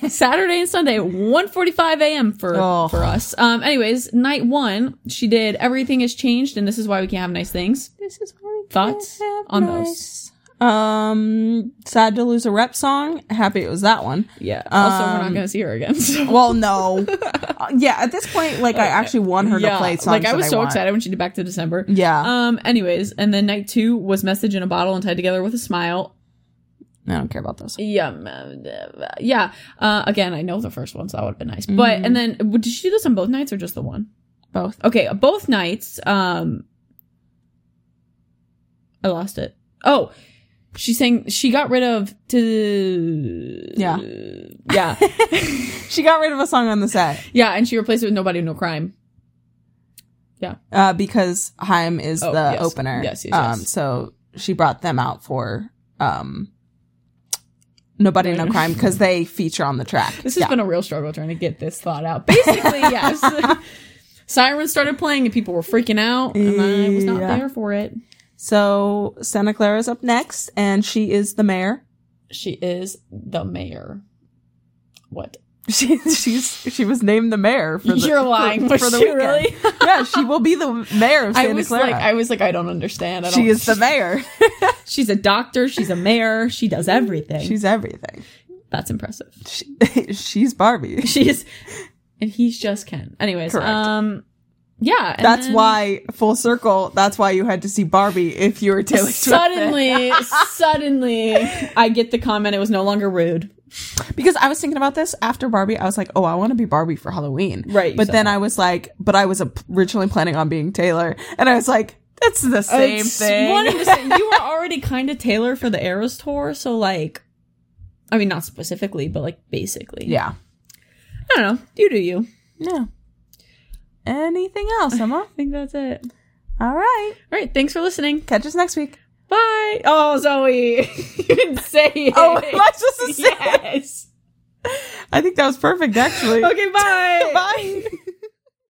[SPEAKER 3] Saturday and Sunday, 1.45 a.m. for
[SPEAKER 1] Oh.
[SPEAKER 3] for us. Um. Anyways, night one, she did Everything Has Changed, and this is why we can't have nice things.
[SPEAKER 1] This is where we
[SPEAKER 3] Thoughts on
[SPEAKER 1] those. Um, sad to lose a rep song. Happy it was that one.
[SPEAKER 3] Yeah. Also, we're not
[SPEAKER 1] Um,
[SPEAKER 3] going to see her again. so-
[SPEAKER 1] Well, no. Uh, yeah, at this point, like I actually want her to play songs.
[SPEAKER 3] Like I
[SPEAKER 1] that
[SPEAKER 3] was so
[SPEAKER 1] want.
[SPEAKER 3] excited when she did Back to December.
[SPEAKER 1] Yeah.
[SPEAKER 3] Um. Anyways, and then night two was Message in a Bottle and Tied Together with a Smile.
[SPEAKER 1] I don't care about those.
[SPEAKER 3] Yum. Yeah. Uh. Again, I know the first one, so that would have been nice. But and then w- did she do this on both nights or just the one?
[SPEAKER 1] Both.
[SPEAKER 3] Okay, uh, both nights. Um. I lost it. Oh. She sang. She got rid of to
[SPEAKER 1] Yeah.
[SPEAKER 3] yeah
[SPEAKER 1] She got rid of a song on the set
[SPEAKER 3] yeah, and she replaced it with Nobody No Crime.
[SPEAKER 1] uh, because Haim is
[SPEAKER 3] Oh,
[SPEAKER 1] the
[SPEAKER 3] yes.
[SPEAKER 1] opener.
[SPEAKER 3] Yes, yes,
[SPEAKER 1] Um,
[SPEAKER 3] yes.
[SPEAKER 1] so she brought them out for um, Nobody No Crime because they feature on the track.
[SPEAKER 3] This has been a real struggle trying to get this thought out. Basically, yes. Sirens started playing and people were freaking out, and I was not
[SPEAKER 1] Yeah.
[SPEAKER 3] there for it.
[SPEAKER 1] So Santa Clara's up next, and she is the mayor.
[SPEAKER 3] She is the mayor. What?
[SPEAKER 1] She she's she was named the mayor for the
[SPEAKER 3] You're lying,
[SPEAKER 1] for,
[SPEAKER 3] was
[SPEAKER 1] for the
[SPEAKER 3] she
[SPEAKER 1] weekend.
[SPEAKER 3] really?
[SPEAKER 1] yeah, she will be the mayor of
[SPEAKER 3] I
[SPEAKER 1] Santa
[SPEAKER 3] was
[SPEAKER 1] Clara.
[SPEAKER 3] like, I was like, oh. I don't understand. I don't,
[SPEAKER 1] she is the mayor.
[SPEAKER 3] She's a doctor. She's a mayor. She does everything.
[SPEAKER 1] she's everything.
[SPEAKER 3] That's impressive.
[SPEAKER 1] She, she's Barbie.
[SPEAKER 3] She is, and he's just Ken. Anyways,
[SPEAKER 1] Correct.
[SPEAKER 3] um, yeah. and
[SPEAKER 1] That's
[SPEAKER 3] then
[SPEAKER 1] why full circle. That's why you had to see Barbie if you were Taylor Swift.
[SPEAKER 3] Suddenly, suddenly, I get the comment. It was no longer rude.
[SPEAKER 1] because I was thinking about this after Barbie. I was like, oh, I want to be Barbie for Halloween.
[SPEAKER 3] Right, you
[SPEAKER 1] But
[SPEAKER 3] said
[SPEAKER 1] then
[SPEAKER 3] that.
[SPEAKER 1] I was like, but I was originally planning on being Taylor, and I was like, that's the same
[SPEAKER 3] It's
[SPEAKER 1] thing.
[SPEAKER 3] one and the same- you were already kind of Taylor for the Eras tour, so like, I mean, not specifically, but like basically.
[SPEAKER 1] yeah.
[SPEAKER 3] I don't know. You do you.
[SPEAKER 1] Yeah. Anything else, Emma?
[SPEAKER 3] I think that's it.
[SPEAKER 1] All right.
[SPEAKER 3] All right. Thanks for listening.
[SPEAKER 1] Catch us next week.
[SPEAKER 3] Bye. Oh, Zoe, you didn't say it.
[SPEAKER 1] Oh, am I supposed to say?
[SPEAKER 3] yes.
[SPEAKER 1] I think that was perfect, actually.
[SPEAKER 3] Okay. Bye.
[SPEAKER 1] Bye.